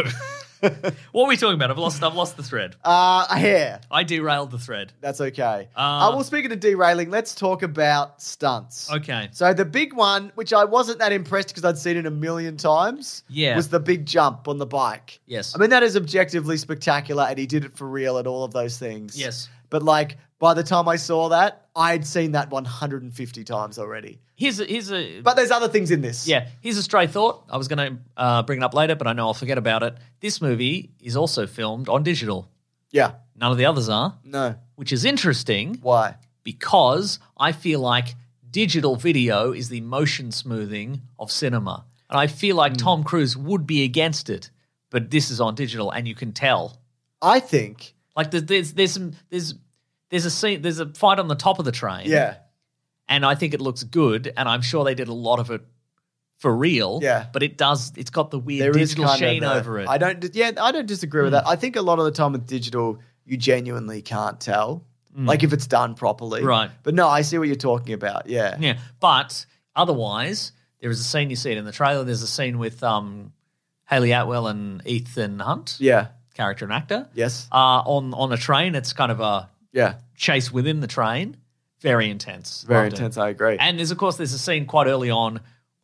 what are we talking about? I've lost. I've lost the thread.
Uh, hair.
I derailed the thread.
That's okay. Uh,
Uh,
well, speaking of derailing, let's talk about stunts.
Okay.
So the big one, which I wasn't that impressed because I'd seen it a million times,
Yeah.
was the big jump on the bike.
Yes.
I mean, that is objectively spectacular, and he did it for real and all of those things.
Yes.
But, like, by the time I saw that, I'd seen that 150 times already.
Here's a, here's a
But there's other things in this.
Yeah, here's a stray thought. I was going to uh, bring it up later, but I know I'll forget about it. This movie is also filmed on digital.
Yeah.
None of the others are,
No.
which is interesting
Why?
because I feel like digital video is the motion smoothing of cinema. And I feel like
Hmm.
Tom Cruise would be against it, but this is on digital and you can tell.
I think.
Like there's there's there's some there's there's a scene there's a fight on the top of the train.
Yeah.
and I think it looks good, and I'm sure they did a lot of it for real.
Yeah.
But it does. It's got the weird
There is
digital
kind of
sheen
a-
over it. Hmm.
I don't. dis- Yeah, I don't disagree with that. I think a lot of the time with digital, you genuinely can't tell, like if it's done properly,
Hmm. Right.
But no, I see what you're talking about. Yeah,
Yeah, but otherwise, there is a scene you see it in the trailer. There's a scene with um, Haley Atwell and Ethan Hunt,
yeah,
character and actor,
yes,
uh, on on a train. It's kind of a
yeah.
chase within the train. Very intense.
Very
Loved it.
intense. I agree.
And there's of course there's a scene quite early on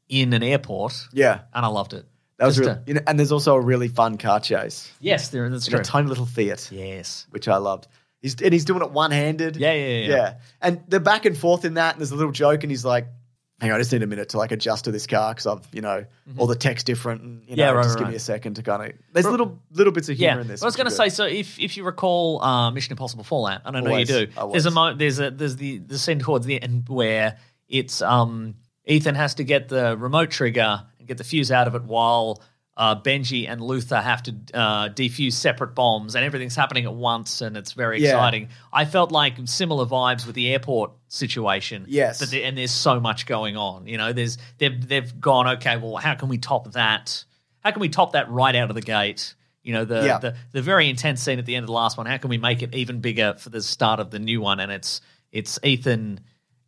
in an airport,
yeah,
and I loved it.
that was
Just
real.
a-
you know, and there's also a really fun car chase
yes, there. That's
in
true.
a tiny little theater,
yes.
which I loved. He's and he's doing it one handed.
Yeah, yeah, yeah, yeah.
And they're back and forth in that, and there's a little joke, and he's like. Hang on, I just need a minute to like adjust to this car because I've, you know, all the text different. And, you know,
Mm-hmm. Yeah, right,
just give
right.
me a second to kind of. There's little little bits of humor
Yeah,
in this.
I was
which are
going to
good.
say. So if if you recall uh, Mission Impossible Fallout, and I know
Always,
you do,
always.
there's a mo- there's a there's the the scene towards the end where it's um Ethan has to get the remote trigger and get the fuse out of it while. Uh, Benji and Luther have to uh, defuse separate bombs, and everything's happening at once, and it's very
Yeah.
exciting. I felt like similar vibes with the airport situation.
Yes.
but the, and there's so much going on. You know, there's they've they've gone okay. Well, how can we top that? How can we top that right out of the gate? You know, the
Yeah.
the, the very intense scene at the end of the last one. How can we make it even bigger for the start of the new one? And it's it's Ethan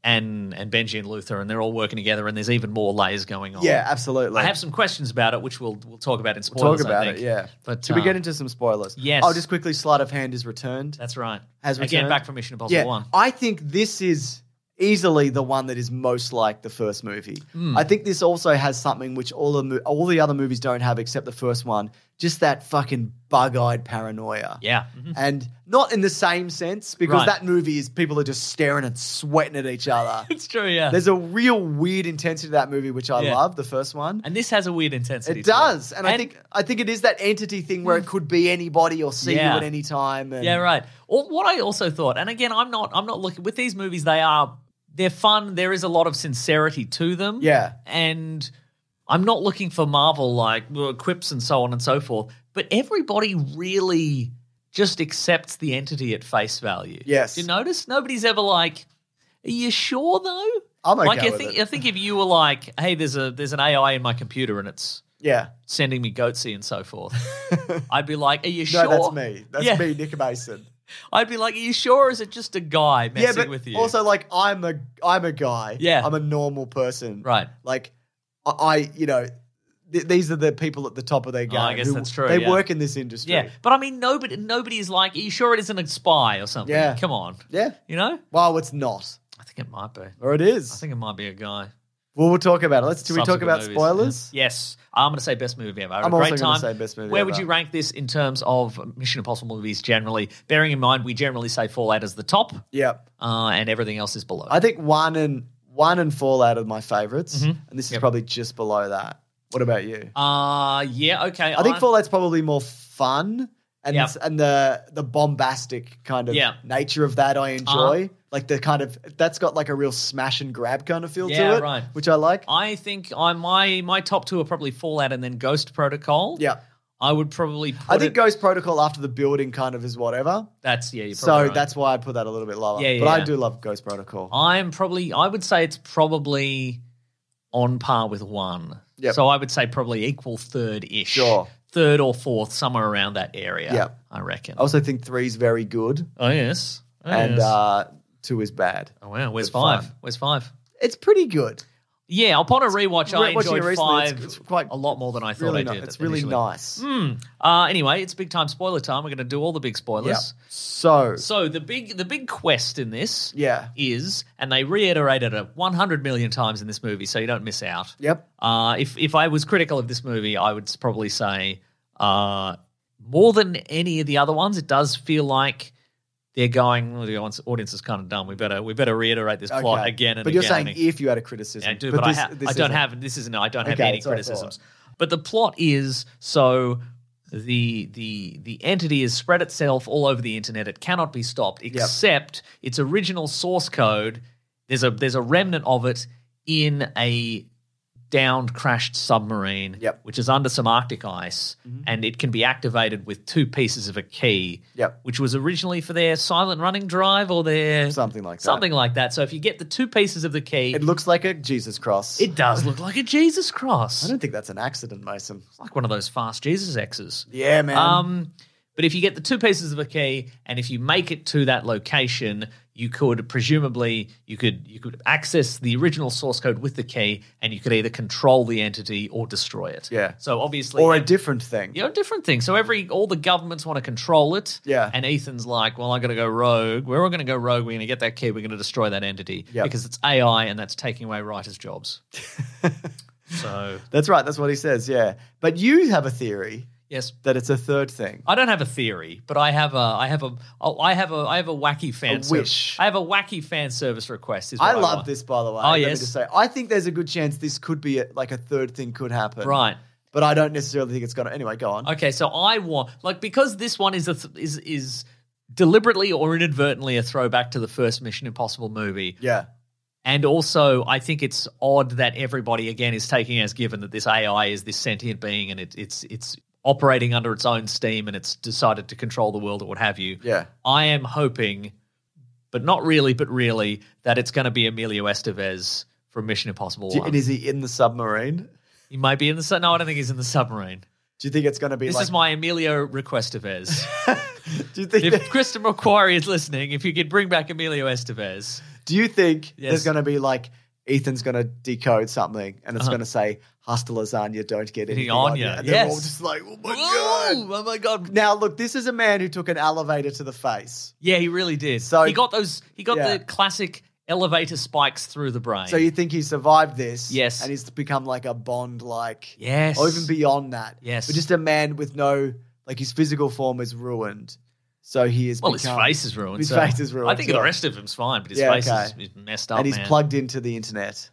and and Benji and Luther, and they're all working together. And there's even more layers going on.
Yeah, absolutely.
I have some questions about it, which we'll we'll talk about in
We'll
spoilers.
talk about
I think.
it. Yeah,
but
should we
uh,
get into some spoilers?
yes.
I'll just quickly. Sleight of hand is returned.
That's right.
Has
Again,
returned.
back from Mission Impossible
yeah,
One.
I think this is easily the one that is most like the first movie.
Hmm.
I think this also has something which all the mo- all the other movies don't have except the first one. Just that fucking bug-eyed paranoia.
Yeah. Mhm.
And not in the same sense because
Right.
that movie is people are just staring and sweating at each other.
It's true, yeah.
There's a real weird intensity to that movie, which I
Yeah.
love. The first one,
and this has a weird intensity.
It
to
does, and, I think I think it is that entity thing where it could be anybody or see
Hmm. Yeah.
you at any time. And
Yeah, right. Or what I also thought, and again, I'm not, I'm not looking with these movies. They are, they're fun. There is a lot of sincerity to them.
Yeah.
and I'm not looking for Marvel like well, quips and so on and so forth. But everybody really just accepts the entity at face value.
Yes.
you notice nobody's ever like, "Are you sure though?"
I'm okay
like I
with
think
it.
I think if you were like, "Hey, there's a there's an AI in my computer and it's
Yeah,
sending me goatsy and so forth," I'd be like, "Are you
no,
sure?"
that's me. That's
Yeah.
me, Nick Mason.
I'd be like, "Are you sure? Or is it just a guy messing
yeah, but
with you?"
also like I'm a I'm a guy.
Yeah.
I'm a normal person.
right?
Like I, I you know, th- these are the people at the top of their
Oh,
game.
I guess
who-
that's true,
They
yeah.
work in this industry.
Yeah, but I mean, nobody nobody is like, "Are you sure it isn't a spy or something?"
Yeah.
come on,
yeah.
you know.
Well, it's not,
I think it might be.
or it is.
I think it might be a guy.
well, we'll talk about it. Let's. Do we talk
Subsequent
about
movies.
spoilers?
Yes, I'm going to say best movie ever. I had
I'm
a
also
great
gonna
time.
say best movie
Where would
ever.
you rank this in terms of Mission Impossible movies generally? Bearing in mind, we generally say Fallout is the top,
Yeah.
uh, and everything else is below.
I think one and one and Fallout are my favorites, and this is
Mm-hmm. Yep.
probably just below that. What about you?
uh yeah, okay.
I think
I'm-
Fallout's probably more fun, and
Yeah.
s- and the the bombastic kind of
Yeah. Uh-huh.
nature of that I enjoy. Like the kind of that's got like a real smash and grab kind of feel
Yeah,
to it,
right.
which I like.
I think I my my top two are probably Fallout and then Ghost Protocol.
yeah,
I would probably. Put
I think
it-
Ghost Protocol after the building kind of is whatever.
that's yeah. You're
So
probably right.
that's why I put that a little bit lower.
Yeah, yeah,
but I
yeah. Uh-huh.
do love Ghost Protocol.
I'm probably I would say it's probably on par with one.
Yep.
So I would say probably equal third ish.
Sure.
Third or fourth, somewhere around that area.
Yep.
I reckon.
I also think three's very good,
oh yes. Oh,
and
yes.
uh, two is bad.
oh wow, where's
but
five?
fun.
Where's five?
It's pretty good.
Yeah, upon a rewatch, I
Re- watching
enjoyed
it recently,
five
it's- it's quite-
a lot more than I thought
Really
I
ni-
did.
it's really
initially.
nice.
Hmm. Uh, anyway, it's big time spoiler time. We're going to do all the big
Yeah.
spoilers.
So
So the big the big quest in this
yeah.
is, and they reiterated it 100 million times in this movie, so you don't miss out.
Yep.
Uh, if if I was critical of this movie, I would probably say uh, more than any of the other ones, it does feel like they're going. Well, the audience- audience is kind of dumb. We better we better reiterate this plot
Okay.
again and
but you're
again and
saying
again.
if you had a criticism,
Yeah, I do, but,
this-
I, ha-
this
I don't
isn't.
have this. Isn't I don't have
Okay,
any
that's what I thought.
criticisms. But the plot is so the the the entity has spread itself all over the internet. It cannot be stopped, except its original source code. There's a there's a remnant of it in a downed crashed submarine,
Yep. Mm-hmm.
which is under some Arctic ice, and it can be activated with two pieces of a key,
Yep.
which was originally for their silent running drive or their
Something like that.
something like that. So if you get the two pieces of the key,
It
it,
looks like a Jesus cross.
does look like a Jesus
I
cross,
don't think that's an accident, Mason.
like one of those fast Jesus X's.
Yeah, man.
Um, but if you get the two pieces of a key, and if you make it to that location, you could presumably you could you could access the original source code with the key, and you could either control the entity or destroy it.
Yeah.
So obviously,
or a different thing.
you know, different things. So every all the governments want to control it.
Yeah.
And Ethan's like, well, I'm going to go rogue. We're all going to go rogue. We're going to get that key. We're going to destroy that entity
Yeah.
because it's AI, and that's taking away writers' jobs. so
That's right. That's what he says. Yeah. But you have a theory
yes,
that it's a third thing.
I don't have a theory, but I have a I have a oh, I have a I have a wacky fan
A
service.
wish.
I have a wacky fan service request. Is what
I
I,
love
want.
this, by the way.
Oh,
Let me
yes.
just say, I think there's a good chance this could be a, like a third thing could happen.
Right.
But I don't necessarily think it's going to. Anyway, go on.
Okay. So I want like because this one is a th- is is deliberately or inadvertently a throwback to the first Mission Impossible movie,
Yeah.
and also I think it's odd that everybody again is taking as given that this AI is this sentient being and it, it's it's operating under its own steam and it's decided to control the world or what have you.
Yeah.
I am hoping, but not really, but really, that it's going to be Emilio Estevez from Mission Impossible.
Do,
1.
and is he in the submarine?
he might be in the sub. No, I don't think he's in the submarine.
Do you think it's going to be
This
like?
is my Emilio Requestevez.
do you think?
if Krista McQuarrie is listening, if you could bring back Emilio Estevez,
do you think
Yes.
there's going to be like Ethan's going to decode something and it's
Uh-huh.
going to say "Hasta lasagna, don't get anything
Anything
on
on
you."
ya,
And they're all
yes.
just like, "Oh my
Ooh,
god!"
oh my god!
Now look, this is a man who took an elevator to the face.
Yeah, he really did.
So-
So he got those. He got
Yeah.
the classic elevator spikes through the brain.
So you think he survived this?
Yes.
And he's become like a Bond, like
yes,
or even beyond that.
Yes.
But just a man with no like his physical form is ruined. So he is
Well,
become,
his face is ruined.
his
so-
face is ruined,
I think
so-
the rest of him's fine, but his
Yeah,
face
okay.
is, is messed up.
and he's
man.
plugged into the internet,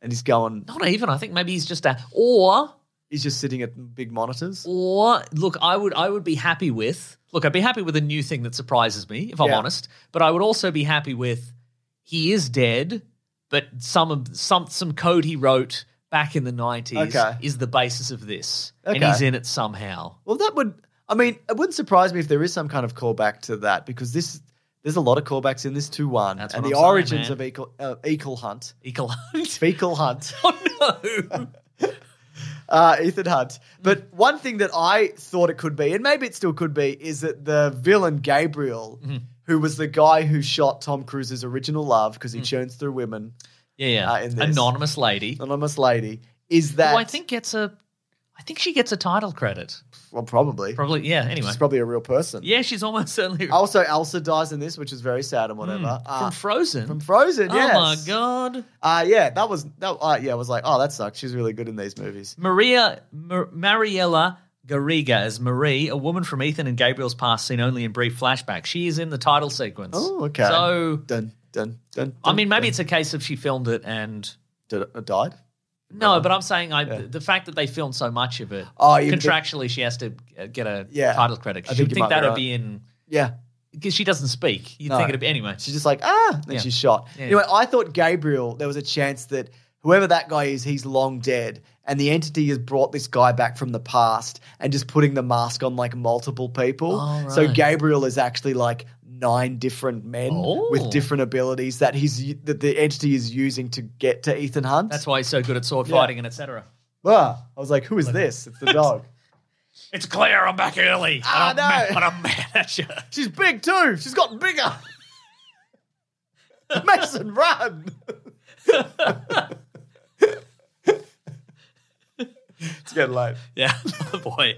and he's going.
Not even. I think maybe he's just a or
He's just sitting at big monitors.
or look. I would I would be happy with look. I'd be happy with a new thing that surprises me if I'm
Yeah.
honest. But I would also be happy with he is dead, but some of some some code he wrote back in the nineties
Okay.
is the basis of this, and
Okay.
he's in it somehow.
Well, that would. I mean, it wouldn't surprise me if there is some kind of callback to that because this. There's a lot of callbacks in this two one, and
That's
the
what I'm saying,
origins
man.
of Equal uh, Equal Hunt,
Equal Hunt.
Fecal Hunt,
oh no!
uh, Ethan Hunt.
Mm.
But one thing that I thought it could be, and maybe it still could be, is that the villain Gabriel,
Mm-hmm.
who was the guy who shot Tom Cruise's original love because
Mm.
he churns through women,
Yeah, yeah.
Uh, in this.
Anonymous lady.
anonymous lady, is that?
Who I think gets a. I think she gets a title credit.
Well, probably.
Probably. Yeah. Anyway.
She's Oh, probably a real person.
yeah, she's almost certainly
Also, Elsa dies in this, which is very sad and whatever. Uh,
Mm. from Frozen.
from Frozen, yes.
Oh my god,
Uh, yeah, that was that. Uh, yeah, I was like, oh, that sucks. She's really good in these movies.
Maria Mar- Mariella Garriga as Marie, a woman from Ethan and Gabriel's past, seen only in brief flashback. She is in the title sequence.
Oh, okay.
So
Dun dun dun. dun
I mean, maybe it's a case of she filmed it and.
dun. Did- uh, died.
No, but I'm saying I, the fact that they filmed so much of it,
Oh, you-
contractually she has to uh, get a
Yeah.
title credit.
I
You
think
would
you
think
might be
that'd
right.
be in
Yeah,
because she doesn't speak. You'd
No.
think it'd be anyway.
she's just like ah, and then
Yeah.
she's shot.
Yeah.
Anyway, I thought Gabriel. There was a chance that whoever that guy is, he's long dead, and the entity has brought this guy back from the past and just putting the mask on like multiple people.
Oh,
So
right.
Gabriel is actually like nine different men with
Oh.
different abilities that he's u- that the entity is using to get to Ethan Hunt.
That's why he's so good at sword
Yeah.
fighting and etc.
Ah, I was like, who is this? It's the dog.
It's clear I'm back early.
Ah,
I'm mad-
no.
but I'm mad at you.
She's big too. She's gotten bigger. Mason, run. it's getting late.
Yeah, boy.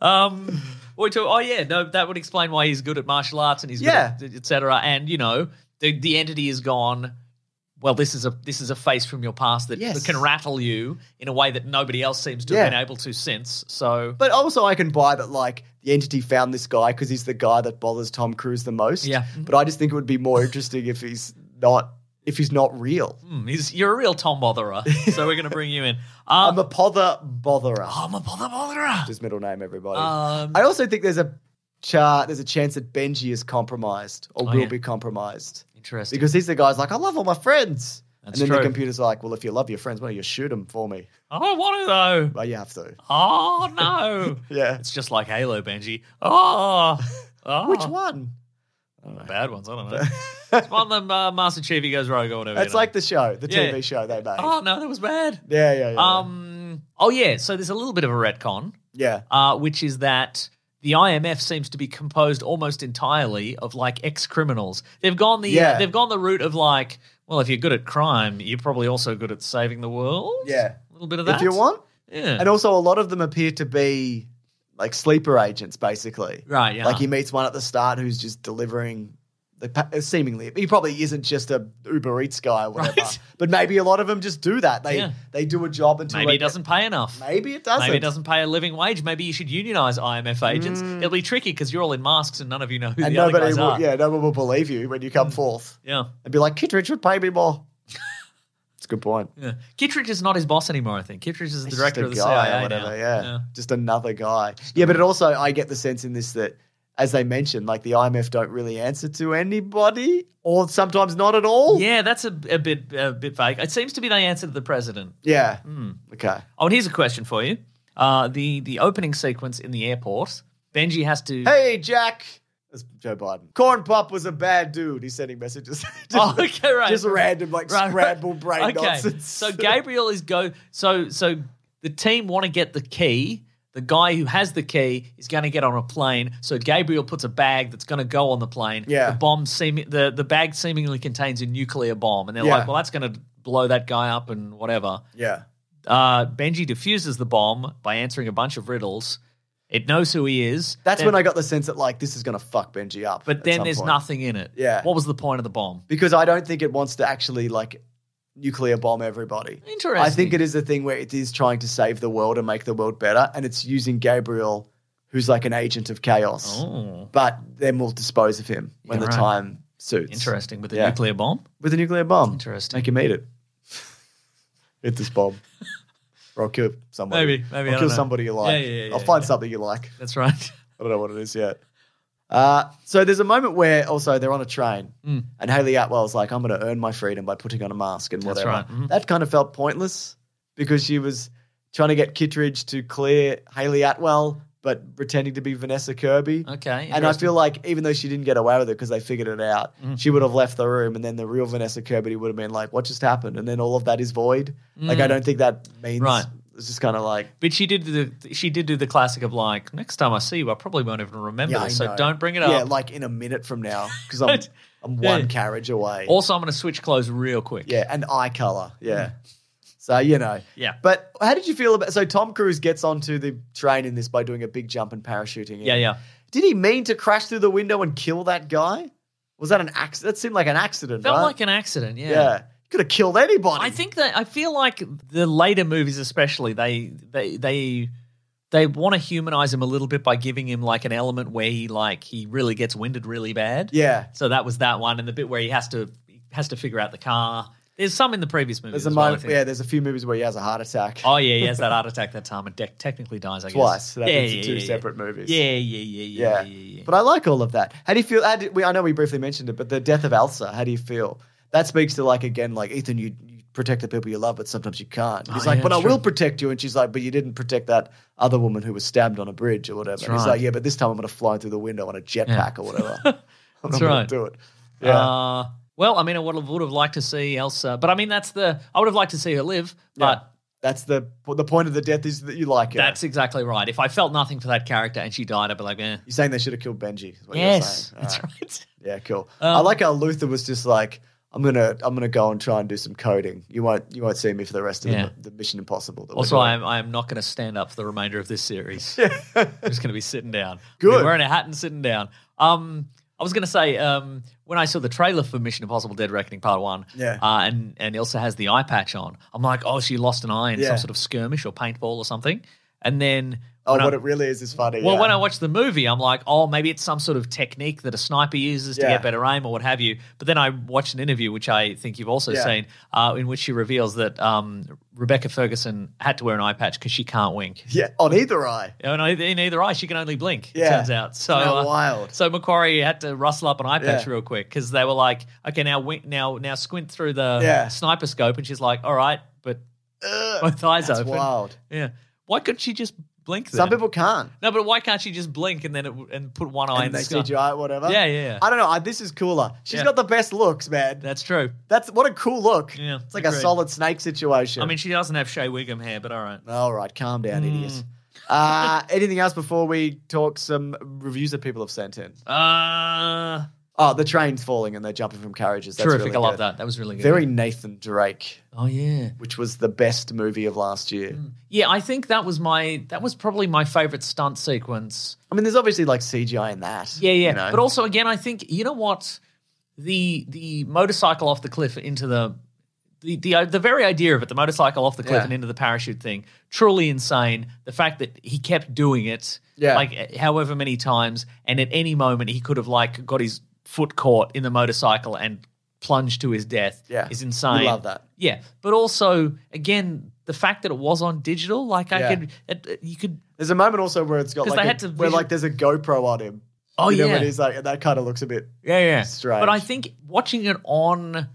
Um, we talk, oh yeah, no, that would explain why he's good at martial arts and he's
Yeah.
good at etc. And you know, the the entity is gone. Well, this is a this is a face from your past that,
Yes.
that can rattle you in a way that nobody else seems to
Yeah.
have been able to since. So
But also, I can buy that, like, the entity found this guy because he's the guy that bothers Tom Cruise the most.
Yeah.
But I just think it would be more interesting if he's not. If he's not real,
hmm, he's, you're a real Tom botherer. so we're going to bring you in.
I'm
Um,
a pother botherer.
Oh, I'm a bother botherer.
His middle name, everybody.
Um,
I also think there's a char- there's a chance that Benji is compromised or
Oh,
will
yeah.
be compromised
interesting.
because he's the guy's like, I love all my friends.
That's
and then
true.
the computer's like, well, if you love your friends, why don't you shoot them for me?
I don't want to though.
Well, you have to.
Oh no.
Yeah.
It's just like Halo, Benji. Oh, oh.
Which one?
The bad ones. I don't know. it's one of them uh, Master Chief he goes rogue or whatever.
That's
you know.
like the show, the
Yeah.
TV show they made.
Oh no, that was bad.
Yeah, yeah, yeah.
Um. Oh yeah. So there's a little bit of a retcon,
yeah.
uh, which is that the IMF seems to be composed almost entirely of like ex criminals. They've gone the uh,
Yeah.
they've gone the route of like, well, if you're good at crime, you're probably also good at saving the world.
Yeah.
A little bit of that.
If you want.
Yeah.
And also, a lot of them appear to be like sleeper agents, basically.
Right, yeah.
Like he meets one at the start who's just delivering. The pa- uh, seemingly, he probably isn't just a Uber Eats guy or whatever.
Right.
But maybe a lot of them just do that. They
Yeah.
they do a job until
Maybe
they-
it doesn't pay enough.
Maybe it doesn't. Mm.
Maybe it doesn't pay a living wage. Maybe you should unionize IMF agents. It'll be tricky because you're all in masks and none of you know who
And
the other
nobody
guys
will,
are.
yeah, no one will believe you when you come forth
yeah,
and be like, Kittredge would pay me more. It's a good point.
yeah. Kittredge is not his boss anymore. I think Kittredge is the
He's just
director
a
of the
guy
CIA
or whatever.
now.
Yeah. just another guy. Yeah, but it also I get the sense in this that, as they mentioned, like the IMF don't really answer to anybody, or sometimes not at all.
Yeah, that's a, a bit a bit vague. It seems to be they answer to the president.
Yeah. Okay.
Oh, and here's a question for you. Uh, the the opening sequence in the airport. Benji has to.
Hey, Jack. That's Joe Biden. Corn Pop was a bad dude. He's sending messages. just,
Oh, okay, right.
Just random, like
Right, right.
scramble brain nonsense.
So Gabriel is go. So so the team want to get the key. The guy who has the key is going to get on a plane. So Gabriel puts a bag that's going to go on the plane.
Yeah.
The bomb seem the the bag seemingly contains a nuclear bomb, and they're
Yeah.
like, well, that's going to blow that guy up and whatever.
yeah.
Uh, Benji defuses the bomb by answering a bunch of riddles. It knows who he is.
That's when I got the sense that like this is gonna fuck Benji up.
But
at
then
some
there's
point.
nothing in it.
Yeah.
What was the point of the bomb?
because I don't think it wants to actually like nuclear bomb everybody.
Interesting.
I think it is a thing where it is trying to save the world and make the world better, and it's using Gabriel, who's like an agent of chaos.
Oh,
But then we'll dispose of him when
Yeah,
the
right.
time suits.
interesting. With a
Yeah.
nuclear bomb.
With a nuclear bomb.
Interesting.
Make him eat it. eat this bomb. or I'll kill somebody.
Maybe, maybe, I
I'll
don't
kill
know.
somebody you like.
Yeah, yeah, yeah,
I'll find something you like.
That's right.
I don't know what it is yet. Uh, so there's a moment where also they're on a train
Mm.
and Haley Atwell's like, I'm going to earn my freedom by putting on a mask and whatever.
right, mhm.
That kind of felt pointless because she was trying to get Kittredge to clear Haley Atwell, but pretending to be Vanessa Kirby.
Okay.
And I feel like even though she didn't get away with it because they figured it out,
Mm-hmm.
she would have left the room and then the real Vanessa Kirby would have been like, what just happened? And then all of that is void. Like, I don't think that means.
Mm. Right.
It's just kind of like,
But she did the she did do the classic of like next time I see you I probably won't even remember
I
this so
know.
don't bring it
Yeah,
up.
like in a minute from now because I'm I'm one
Yeah.
carriage away.
also I'm going to switch clothes real quick.
yeah, and eye color. Yeah. So you know.
Hmm. Yeah.
But how did you feel about? So Tom Cruise gets onto the train in this by doing a big jump and parachuting. in.
Yeah, yeah.
Did he mean to crash through the window and kill that guy? Was that an accident? That seemed like an accident,
Felt
right?
like an accident, yeah.
yeah. Could have killed anybody.
I think that I feel like the later movies especially they they they they want to humanize him a little bit by giving him like an element where he like he really gets winded really bad.
Yeah.
So that was that one and the bit where he has to he has to figure out the car. There's some in the previous movies.
There's a
as well, I
moment.
think.
yeah. There's a few movies where he has a heart attack.
Oh yeah, he has that heart attack that time and de- technically dies. I guess
Twice. So that
yeah,
makes it
yeah,
two
yeah, yeah.
separate movies.
Yeah, yeah, yeah, yeah,
Yeah.
yeah, yeah. yeah.
But I like all of that. How do you feel? How did, we, I know we briefly mentioned it, but the death of Elsa, how do you feel? That speaks to, like, again, like, Ethan, you, you protect the people you love, but sometimes you can't. He's
Oh,
like,
yeah,
but I
true.
will protect you. And she's like, but you didn't protect that other woman who was stabbed on a bridge or whatever. And he's
right.
like, yeah, but this time I'm going to fly through the window on a jetpack or whatever. I'm not gonna
right.
do it. Yeah.
Uh, well, I mean, I would have, would have liked to see Elsa, but I mean, that's the I would have liked to see her live, but
That's the the point of the death is that you like her.
that's exactly right. If I felt nothing for that character and she died, I'd be like, eh.
you're saying they should have killed Benji. is what you're
yes,
saying. All
that's
right.
right.
Yeah, cool. I
Um,
like how Luther was just like, "I'm gonna, I'm gonna go and try and do some coding. You won't, you won't see me for the rest of
Yeah.
the, the Mission Impossible." that we're
Also,
doing."
I am I am not going to stand up for the remainder of this series. I'm just going to be sitting down.
Good.
Be wearing a hat and sitting down. Um, I was going to say um, when I saw the trailer for Mission Impossible: Dead Reckoning Part One,
Yeah.
uh, and and Elsa has the eye patch on. I'm like, oh, she lost an eye in
Yeah.
some sort of skirmish or paintball or something. And then
Oh,
No.
what it really is is funny.
Well,
yeah.
when I watch the movie, I'm like, oh, maybe it's some sort of technique that a sniper uses to
Yeah.
get better aim or what have you. But then I watched an interview, which I think you've also
Yeah.
seen, uh, in which she reveals that um, Rebecca Ferguson had to wear an eye patch because she can't wink.
yeah, on either eye.
You know, in either eye, she can only blink. It
Yeah.
turns out. So
Isn't that
uh,
wild?
So Macquarie had to rustle up an eye patch
Yeah.
real quick because they were like, okay, now wink, now now squint through the
Yeah.
sniper scope, and she's like, all right, but both eyes
That's
open.
wild.
Yeah. Why couldn't she just blink? Then?
Some people can't.
No, but why can't she just blink and then it, w- and put one eye in
and
the
they
sky?
CGI, whatever.
Yeah, yeah, yeah.
I don't know. I, this is cooler. She's
Yeah.
got the best looks, man.
That's true.
That's what a cool look.
Yeah,
it's like a
agreed.
solid snake situation.
I mean, she doesn't have Shea Wiggum hair, but all right.
all right, calm down,
Hmm.
idiots. Uh, anything else before we talk some reviews that people have sent in?
Uh,
Oh, the train's falling and they're jumping from carriages. That's
terrific.
really
I love
good.
that. That was really good.
Very Nathan Drake,
Oh yeah.
which was the best movie of last year.
Yeah, I think that was my that was probably my favorite stunt sequence.
I mean, there's obviously like CGI in that.
Yeah, yeah.
you know?
But also, again, I think you know what the the motorcycle off the cliff into the the uh, the, the very idea of it, the motorcycle off the cliff
Yeah.
and into the parachute thing, truly insane. The fact that he kept doing it,
Yeah.
like eh, however many times, and at any moment he could have like got his foot caught in the motorcycle and plunged to his death.
Yeah.
is insane.
We love that.
Yeah, but also again. The fact that it was on digital, like I
Yeah.
could, it, it- you could
There's a moment also where it's got
'Cause
like
they
a-
had to
where
visu-
like there's a GoPro on him.
Oh,
you know,
yeah.
when he's like and that kind of looks a bit.
Yeah, yeah.
Strange.
But I think watching it on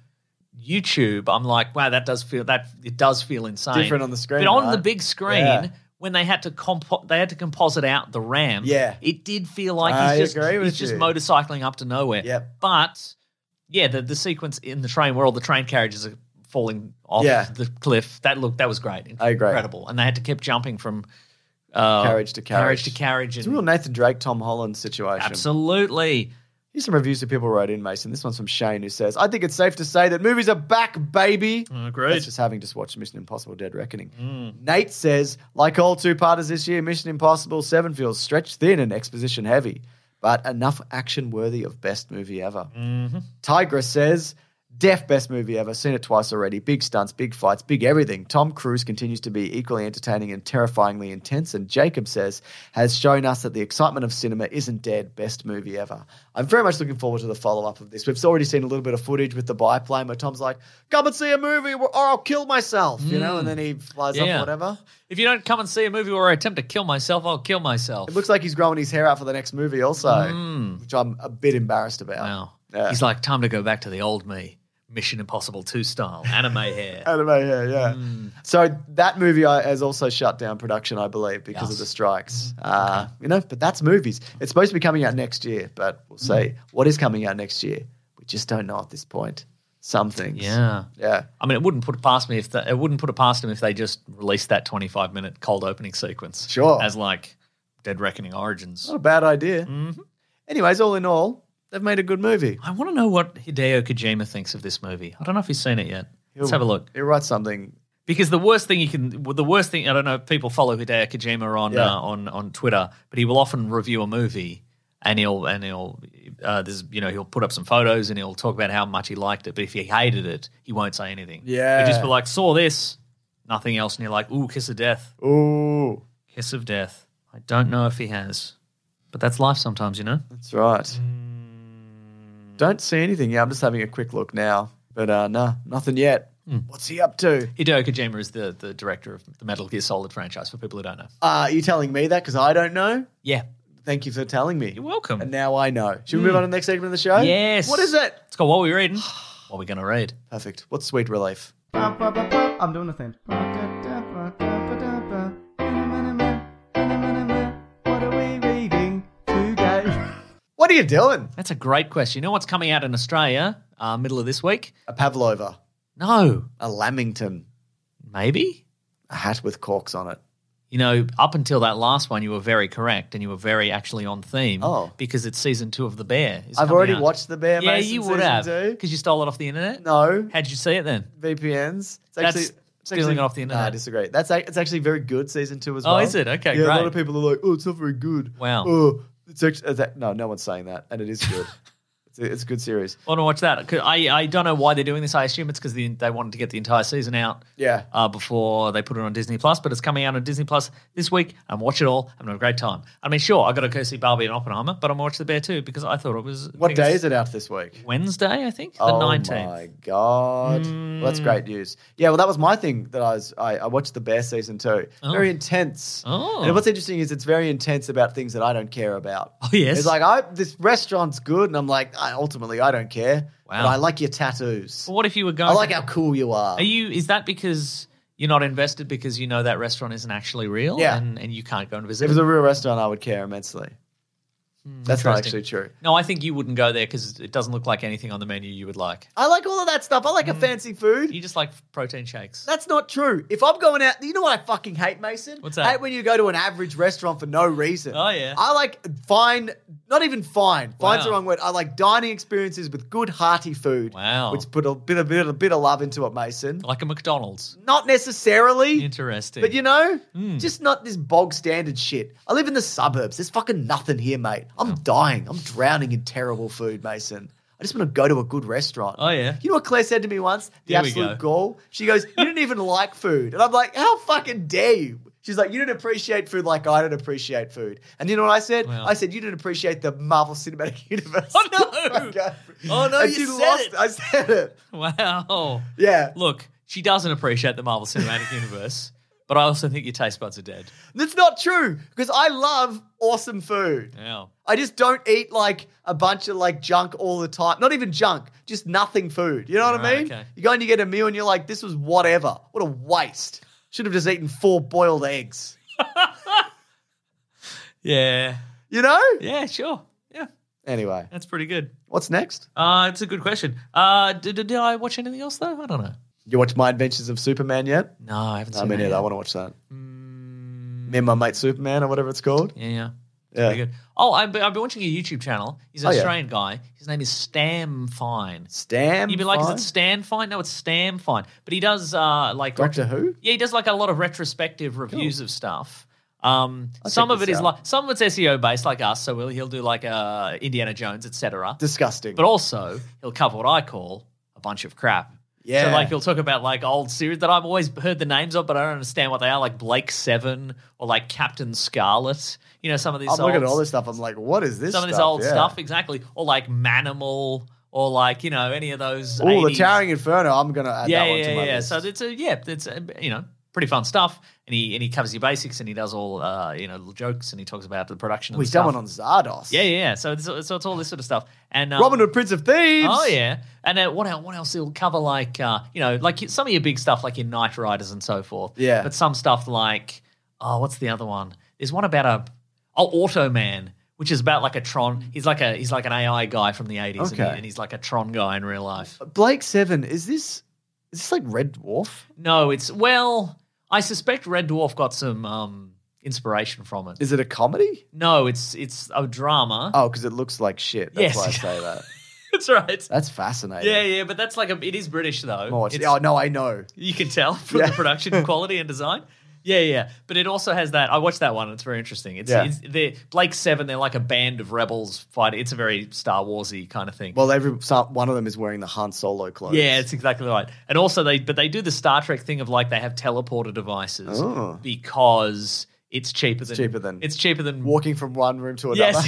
YouTube, I'm like, wow, that does feel that it does feel insane.
Different on the screen,
But on
right?
the big screen,
Yeah.
when they had to compo- they had to composite out the ramp.
Yeah.
it did feel like
I
he's just
agree with
he's just
you.
motorcycling up to nowhere.
Yep.
But yeah, the the sequence in the train where all the train carriages are falling off
Yeah.
the cliff that looked that was great.
I agree.
Incredible, and they had to keep jumping from. Uh,
Carriage to
carriage
carriage.
to carriage,
It's a real
and
Nathan Drake, Tom Holland situation.
absolutely.
Here's some reviews that people wrote in, Mason. This one's from Shane, who says, "I think it's safe to say that movies are back, baby."
Agreed.
That's just having just watched Mission Impossible: Dead Reckoning. Nate says, "Like all two parters this year, Mission Impossible Seven feels stretched thin and exposition heavy, but enough action worthy of best movie ever." Tigra says, "Deaf best movie ever. Seen it twice already. Big stunts, big fights, big everything. Tom Cruise continues to be equally entertaining and terrifyingly intense." And Jacob says, "Has shown us that the excitement of cinema isn't dead. Best movie ever." I'm very much looking forward to the follow up of this. We've already seen a little bit of footage with the biplane where Tom's like, "Come and see a movie, or I'll kill myself," you know, and then he flies up,
Mm. Yeah.
or whatever.
If you don't come and see a movie where I attempt to kill myself, I'll kill myself.
It looks like he's growing his hair out for the next movie, also, which I'm a bit embarrassed about.
Mm. wow.
Yeah.
He's like, time to go back to the old me, Mission Impossible 2 style, anime hair.
Anime hair, yeah.
Hmm.
So that movie I, has also shut down production, I believe, because of
Yes. Hmm.
the strikes. Uh, You know, but that's movies. It's supposed to be coming out next year, but
Hmm.
we'll see what is coming out next year. We just don't know at this point. Some things.
Yeah.
Yeah.
I mean, it wouldn't put it past me if the, it wouldn't put it past him if they just released that 25 minute cold opening sequence.
Sure.
As like Dead Reckoning Origins.
Not a bad idea.
Mm-hmm.
Anyways, all in all, they've made a good movie.
I want to know what Hideo Kojima thinks of this movie. I don't know if he's seen it yet. Let's have a look.
He writes something.
Because the worst thing you can, well, the worst thing, I don't know if people follow Hideo Kojima on
Yeah.
uh, on on Twitter, but he will often review a movie and he'll and he'll uh, there's you know he'll put up some photos and he'll talk about how much he liked it, but if he hated it, he won't say anything.
Yeah.
he just be like, saw this, nothing else, and you're like, ooh, kiss of death,
Ooh,
kiss of death. I don't know if he has, but that's life sometimes, you know.
that's right.
Mm.
Don't see anything. Yeah, I'm just having a quick look now. But uh, no, nothing yet.
Hmm.
What's he up to?
Hideo Kojima is the the director of the Metal Gear Solid franchise. For people who don't know,
Uh, are you telling me that? Because I don't know.
yeah,
Thank you for telling me.
you're welcome. Hmm.
And now I know. Should we move on to the next segment of the show?
Yes.
What is it?
Let's go. What are we reading? What are we gonna read?
Perfect. What's sweet relief?
I'm doing the thing. What are we reading today?
What are you doing?
That's a great question. You know what's coming out in Australia, uh, middle of this week?
A pavlova,
No,
a lamington,
maybe.
a hat with corks on it.
You know, up until that last one, you were very correct and you were very actually on theme.
Oh.
because it's season two of The Bear. is
I've
coming
already
out.
watched the Bear
Yeah,
Mason
you would
season
have
two.
because you stole it off the internet.
No
how'd you see it then?
VPNs. It's
That's
it's
stealing it off the internet.
Nah, I disagree. That's ac- it's actually very good season two as
Oh,
well.
is it? Okay,
yeah, A
great.
lot of people are like, oh, it's not very good.
Wow.
Oh, it's actually, that, no, no one's saying that, and it is good. it's It's a, it's a good series.
I want to watch that. 'Cause I, I don't know why they're doing this. I assume it's because the, they wanted to get the entire season out
Yeah.
uh, before they put it on Disney Plus, but it's coming out on Disney Plus this week. I'm watch it all. I'm having a great time. I mean, sure, I got to go see Barbie and Oppenheimer, but I'm gonna watch The Bear too because I thought it was I
What
think
day
it's
is it out this week?
Wednesday, I think the
oh
19th.
my god, well, that's great news. Yeah, well, that was my thing that I was. I, I watched the Bear season too. Very intense.
Oh.
And what's interesting is it's very intense about things that I don't care about.
Oh, yes.
It's like I this restaurant's good, and I'm like, I, ultimately, I don't care.
Wow.
But I like your tattoos.
But what if you were going?
I like how cool you are.
Are you? Is that because you're not invested because you know that restaurant isn't actually real?
Yeah.
and, and you can't go and
if it
visit.
was
it?
a real restaurant, I would care immensely. That's not
Hmm, interesting.
actually true.
no, I think you wouldn't go there because it doesn't look like anything on the menu you would like.
I like all of that stuff. I like a fancy food.
Hmm. You just like protein shakes.
That's not true. If I'm going out, you know what I fucking hate, Mason?
What's that?
I hate when you go to an average restaurant for no reason.
Oh, yeah.
I like fine, not even fine. Fine's the
Wow.
wrong word. I like dining experiences with good, hearty food.
Wow.
Which put a bit, a bit, a bit of love into it, Mason.
Like a McDonald's.
Not necessarily.
Interesting. Hmm.
But you know, just not this bog standard shit. I live in the suburbs. There's fucking nothing here, mate. I'm
Oh.
dying. I'm drowning in terrible food, Mason. I just want to go to a good restaurant.
Oh, yeah.
You know what Claire said to me once? The
Here we
absolute
go.
goal. She goes, "You didn't even like food," and I'm like, "How fucking dare you?" She's like, "You didn't appreciate food like I don't appreciate food." And you know what I said?
Wow.
I said, "You didn't appreciate the Marvel Cinematic Universe."
Oh, no.
Okay.
Oh, no,
And
you
she
said
lost
it.
I said it.
wow.
Yeah.
Look, she doesn't appreciate the Marvel Cinematic Universe, but I also think your taste buds are dead.
That's not true because I love awesome food.
Yeah.
I just don't eat like a bunch of like junk all the time. Not even junk, just nothing food. You know what I
Right,
mean?
okay.
You go and you get a meal and you're like, this was whatever. What a waste. Should have just eaten four boiled eggs.
Yeah.
You know?
Yeah, sure. Yeah.
Anyway,
That's pretty good.
what's next?
Uh, it's a good question. Uh, did, did I watch anything else though? I don't know.
You watch My Adventures of Superman yet?
No, I haven't
No,
seen.
me
that
neither.
yet. Mm.
I want to watch that. Me and my mate Superman or whatever it's called.
Yeah, yeah. It's
Yeah.
Pretty good. Oh, I've been, I've been watching a YouTube channel. He's an
Oh, yeah.
Australian guy. His name is Stam Fine.
Stam.
You'd be like, is
Fine?
it Stan Fine? No, it's Stam Fine. But he does uh, like
Doctor Who?
Yeah, he does like a lot of retrospective reviews of stuff. Um,
I'll
some
check
of it
this
is
out.
like some of it's SEO based, like us. So he'll, he'll do like uh, Indiana Jones, etc.
Disgusting.
But also he'll cover what I call a bunch of crap.
Yeah.
So like he'll talk about like old series that I've always heard the names of, but I don't understand what they are, like Blake Seven or like Captain Scarlet. You know, some of these.
I'm
old,
looking Oh, at all this stuff. I'm like, what is this?
Some of this old stuff, exactly, or like Manimal, or like you know any of those.
Oh, the
80s
Towering Inferno. I'm gonna add
yeah,
that one
yeah,
to my
yeah.
list.
So it's a yeah, it's a, you know pretty fun stuff. And he and he covers your basics and he does all uh, you know little jokes and he talks about the production. and
We've
stuff.
Oh, done one on Zardos.
Yeah, yeah, yeah. So it's, so it's all this sort of stuff. And um,
Robin Hood, Prince of Thieves.
Oh yeah, and uh, what else? What else? He'll cover like uh, you know like some of your big stuff like your Knight Riders and so forth.
Yeah.
But some stuff like oh, what's the other one? There's one about a oh Automan. Which is about like a Tron. He's like a he's like an AI guy from the eighties, and,
Okay.
he, and he's like a Tron guy in real life.
Blake Seven. Is this is this like Red Dwarf?
No, it's well, I suspect Red Dwarf got some um, inspiration from it.
Is it a comedy?
No, it's it's a drama.
Oh, because it looks like shit. That's
Yes.
why I say that.
That's right.
That's fascinating.
Yeah, yeah, but that's like a. It is British though.
Oh, it's-
It's-
oh no, I know.
You can tell from the production quality and design. Yeah, yeah, but it also has that. I watched that one. It's very interesting. It's,
Yeah.
it's they're, Blake Seven. They're like a band of rebels fighting. It's a very Star Warsy kind of thing.
Well, every some, one of them is wearing the Han Solo clothes.
Yeah, it's exactly right. And also they but they do the Star Trek thing of like they have teleporter devices
Oh.
because it's cheaper than
cheaper than-
it's cheaper than
walking from one room to another.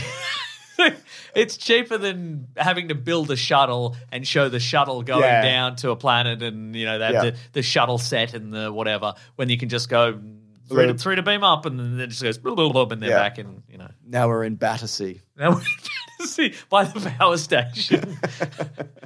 Yes. it's cheaper than having to build a shuttle and show the shuttle going
Yeah.
down to a planet and you know they have
Yeah.
the, the shuttle set and the whatever when you can just go three
Little-
to, three to beam up and then it just goes blah, blah, blah, and they're
Yeah.
back in you know
Now we're in Battersea.
now we're in Tennessee by the power station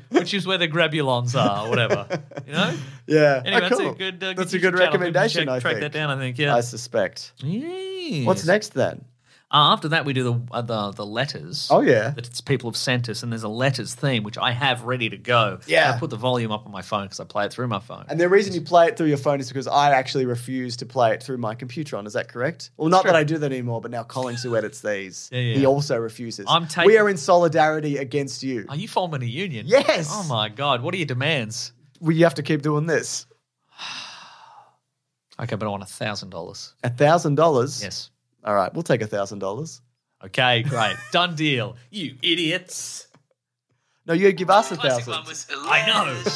which is where the grabulons are or whatever you know
Yeah.
Anyway,
Oh,
that's
cool.
a good, uh,
That's a
good
good
YouTube channel. People
recommendation.
Check,
I
track
think.
that down. I think. Yeah.
I suspect.
Yes.
What's next then?
Uh, after that, we do the uh, the, the letters.
Oh yeah.
That it's people have sent us, and there's a letters theme which I have ready to go.
Yeah.
And I put the volume up on my phone because I play it through my phone.
And the reason you play it through your phone is because I actually refuse to play it through my computer on. Is that correct? Well, not that I do that anymore, but now Collins, who edits these,
Yeah, yeah.
he also refuses.
I'm taking-
we are in solidarity against you.
Are you forming a union?
Yes.
Oh my god, what are your demands?
We have to keep doing this.
Okay, but I want a thousand dollars.
A thousand dollars.
Yes.
All right, we'll take a thousand dollars.
Okay, great, done deal. You idiots.
No, you give us a
Classic
thousand.
one was
I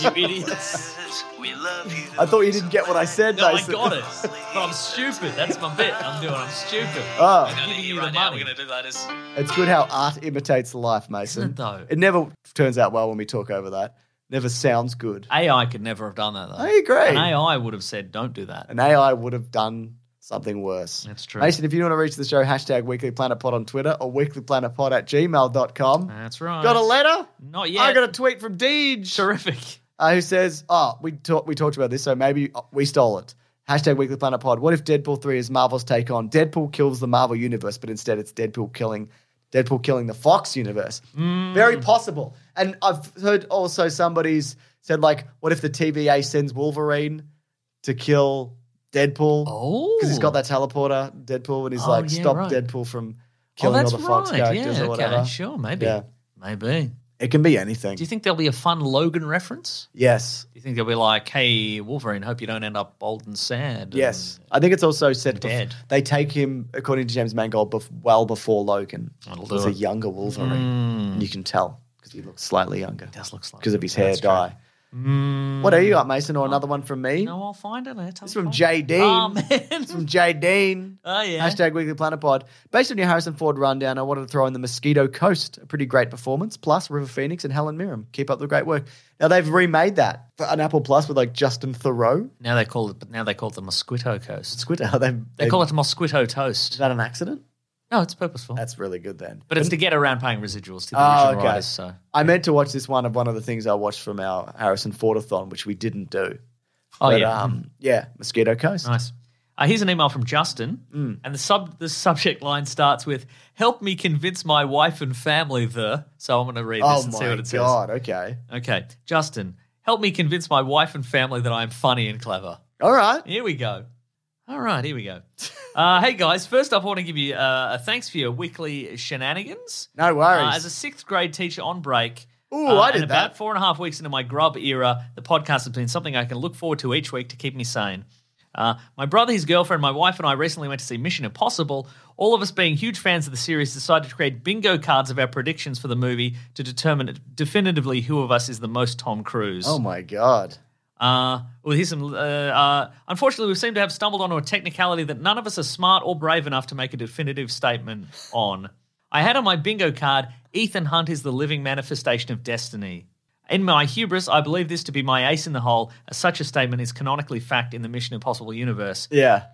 know, you idiots.
Elias, We love you.
I thought you didn't get what I said,
No, I
Mason.
got it. But I'm stupid. That's my bit. I'm doing. I'm stupid.
Oh.
I
Give
think
you
you
the
right now
money.
we're going to do that as
It's good how art imitates life, Mason.
Isn't it though?
It never turns out well when we talk over that. Never sounds good.
AI could never have done that though.
I agree.
An AI would have said, "Don't do that."
An AI would have done something worse.
That's true.
Mason, if you want to reach the show, hashtag weeklyplanetpod on Twitter or weeklyplanetpod at gmail.com.
That's right.
Got a letter?
Not yet.
I got a tweet from Deej.
terrific.
uh, who says, "Oh, we talked we talked about this, so maybe uh, we stole it." Hashtag Weekly Planet Pod. What if Deadpool three is Marvel's take on Deadpool kills the Marvel universe, but instead it's Deadpool killing Deadpool killing the Fox universe?
Mm.
Very possible. And I've heard also somebody's said like, "What if the TVA sends Wolverine to kill Deadpool?"
Oh,
because he's got that teleporter, Deadpool, and he's
Oh,
like,
yeah,
"Stop
right.
Deadpool from
Oh,
killing all
that's
the Fox
right.
characters
yeah,
or whatever."
Okay, sure, maybe.
Yeah.
Maybe.
It can be anything.
Do you think there'll be a fun Logan reference?
yes.
Do you think they'll be like, "Hey, Wolverine, hope you don't end up old and sad"? and-
Yes, I think it's also set.
Dead.
Bef- they take him, according to James Mangold, bef- well before Logan.
That'll do
He's a
it. Mm.
younger Wolverine. You can tell because he looks slightly younger
does look like
because of his
Yeah,
hair
that's Mm. Oh. true.
dye. What are you got, Mason? Or another one from me?
No, I'll find it. later.
It's from
I'll find
Jay
it.
Dean.
Oh man.
It's from Jay Dean.
oh yeah.
Hashtag Weekly Planet Pod. Based on your Harrison Ford rundown, I wanted to throw in the Mosquito Coast, a pretty great performance, plus River Phoenix and Helen Mirren. Keep up the great work. Now they've remade that for an Apple Plus with like Justin Thoreau.
Now they call it, but now they call it the Mosquito Coast.
Squid. They, they,
They call it the Mosquito Toast.
Is that an accident?
No, it's purposeful.
That's really good then.
but it's to get around paying residuals to the
Oh,
original
okay.
writers. So
I meant to watch this one of one of the things I watched from our Harrison Fordathon, which we didn't do.
Oh,
But,
yeah.
um, yeah, Mosquito Coast.
Nice. Uh, here's an email from Justin,
Mm.
and the sub the subject line starts with "Help me convince my wife and family the." So I'm going to read this
Oh
and see
my
what it
god! Okay,
says. Okay, Justin, help me convince my wife and family that I'm funny and clever.
all right.
Here we go. All right, here we go. Uh, hey guys, first up, I want to give you uh, a thanks for your weekly shenanigans.
No worries.
Uh, as a sixth grade teacher on break.
Ooh,
uh,
I did
and about
that.
four and a half weeks into my grub era, the podcast has been something I can look forward to each week to keep me sane. Uh, my brother, his girlfriend, my wife, and I recently went to see Mission Impossible. All of us, being huge fans of the series, decided to create bingo cards of our predictions for the movie to determine definitively who of us is the most Tom Cruise.
oh my god!
Uh, well, here's some. Uh, uh, unfortunately, we seem to have stumbled onto a technicality that none of us are smart or brave enough to make a definitive statement on. I had on my bingo card Ethan Hunt is the living manifestation of destiny. In my hubris, I believe this to be my ace in the hole, as such a statement is canonically fact in the Mission Impossible universe.
Yeah,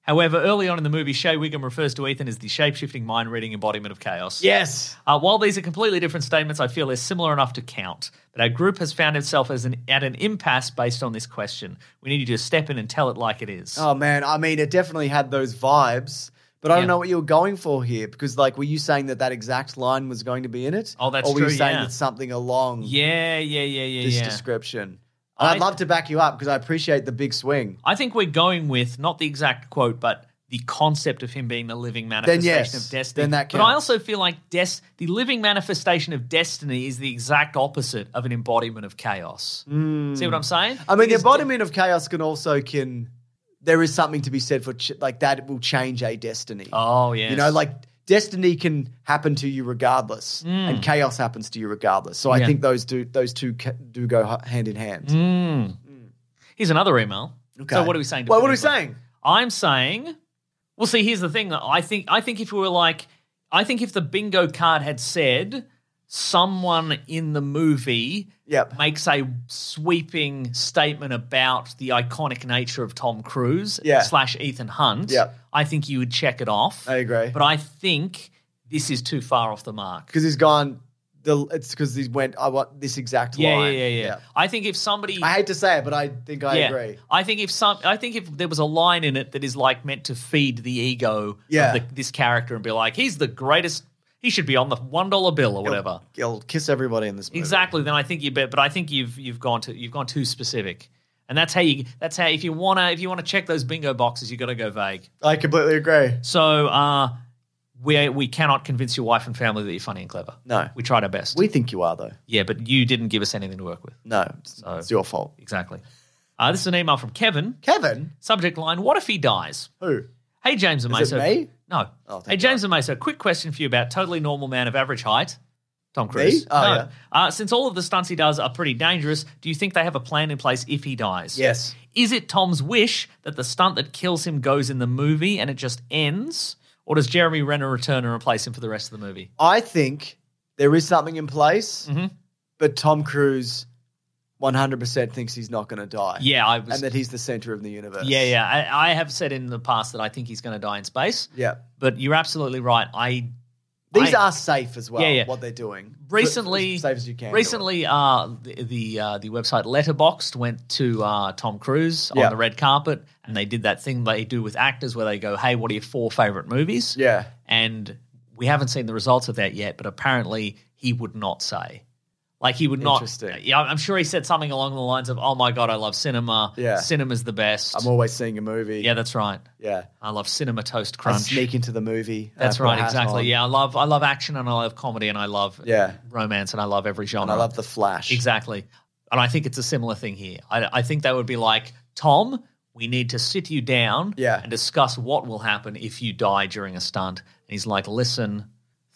However, early on in the movie, Shay Wiggum refers to Ethan as the shape shifting, mind reading embodiment of chaos.
yes.
Uh, while these are completely different statements, I feel they're similar enough to count. But our group has found itself as an, at an impasse based on this question. We need you to step in and tell it like it is.
Oh man, I mean, it definitely had those vibes, but I
Yeah.
don't know what you were going for here because, like, were you saying that that exact line was going to be in it?
Oh, that's
Or were
true,
you saying
yeah.
that something along
yeah, yeah, yeah, yeah,
this
yeah.
description? And I'd
I-
love to back you up because I appreciate the big swing.
I think we're going with not the exact quote, but the concept of him being the living manifestation
yes.
of destiny.
Then that
but I
counts.
also feel like des- the living manifestation of destiny is the exact opposite of an embodiment of chaos. See what I'm saying?
Hmm. I mean, the
Because-
embodiment of chaos can also can. There is something to be said for ch- like that will change a destiny.
Oh, yeah.
You know, like destiny can happen to you regardless, and chaos happens to you regardless. So
Mm. Yeah.
I think those do those two ca- do go h- hand in hand.
Here's another email.
Okay.
So what are we saying?
Well, what are we
definitively?
saying?
I'm saying, well, see, here's the thing. that I think I think if we were like, I think if the bingo card had said someone in the movie
Yep.
makes a sweeping statement about the iconic nature of Tom Cruise
Yeah.
slash Ethan Hunt,
Yep.
I think you would check it off.
I agree.
But I think this is too far off the mark.
Because he's gone. The it's because he went. I want this exact
Yeah, yeah,
line.
yeah, yeah, I think if somebody
I hate to say it, but I think I agree.
I think if some, I think if there was a line in it that is like meant to feed the ego
Yeah.
of the, this character and be like, he's the greatest. He should be on the one dollar bill or whatever.
He'll kiss everybody in this movie.
Exactly. Then I think you bet, but I think you've you've gone to you've gone too specific, and that's how you. That's how if you wanna if you wanna check those bingo boxes, you got to go vague.
I completely agree.
So uh, we we cannot convince your wife and family that you're funny and clever.
No.
we tried our best.
We think you are though.
yeah, but you didn't give us anything to work with.
No, it's,
So-
it's your fault.
Exactly. Uh, this is an email from Kevin.
Kevin,
Subject line: What if he dies?
who?
Hey James and
Is it
Mesa.
me?
No.
Oh, thank
hey James and Mesa. Quick question for you about totally normal man of average height. Tom Cruise.
Oh,
No.
yeah.
Uh, since all of the stunts he does are pretty dangerous, do you think they have a plan in place if he dies?
Yes.
Is it Tom's wish that the stunt that kills him goes in the movie and it just ends? Or does Jeremy Renner return and replace him for the rest of the movie?
I think there is something in place,
Mm-hmm.
but Tom Cruise 100% thinks he's not going to die.
Yeah, I was.
And that he's the center of the universe.
yeah, yeah. I, I have said in the past that I think he's going to die in space,
Yeah.
but you're absolutely right. I
These
I-
are safe as well,
Yeah, yeah.
what they're doing.
recently
As safe as you can. do it.
recently uh the the, uh, the website letterboxed went to uh, tom cruise
Yeah.
on the red carpet and they did that thing they do with actors where they go hey what are your four favorite movies
Yeah.
and we haven't seen the results of that yet but apparently he would not say like he would not
Interesting.
yeah i'm sure he said something along the lines of oh my god i love cinema
Yeah.
cinema's the best
I'm always seeing a movie.
yeah that's right
Yeah.
i love cinema toast
I
crunch
sneak into the movie.
that's
I put a
right
hat
exactly
on,
yeah i love i love action and i love comedy and i love
Yeah.
romance and i love every genre
And I love the flash.
Exactly. And I think it's a similar thing here. I, I think they would be like, Tom, we need to sit you down
Yeah.
and discuss what will happen if you die during a stunt. And he's like, listen,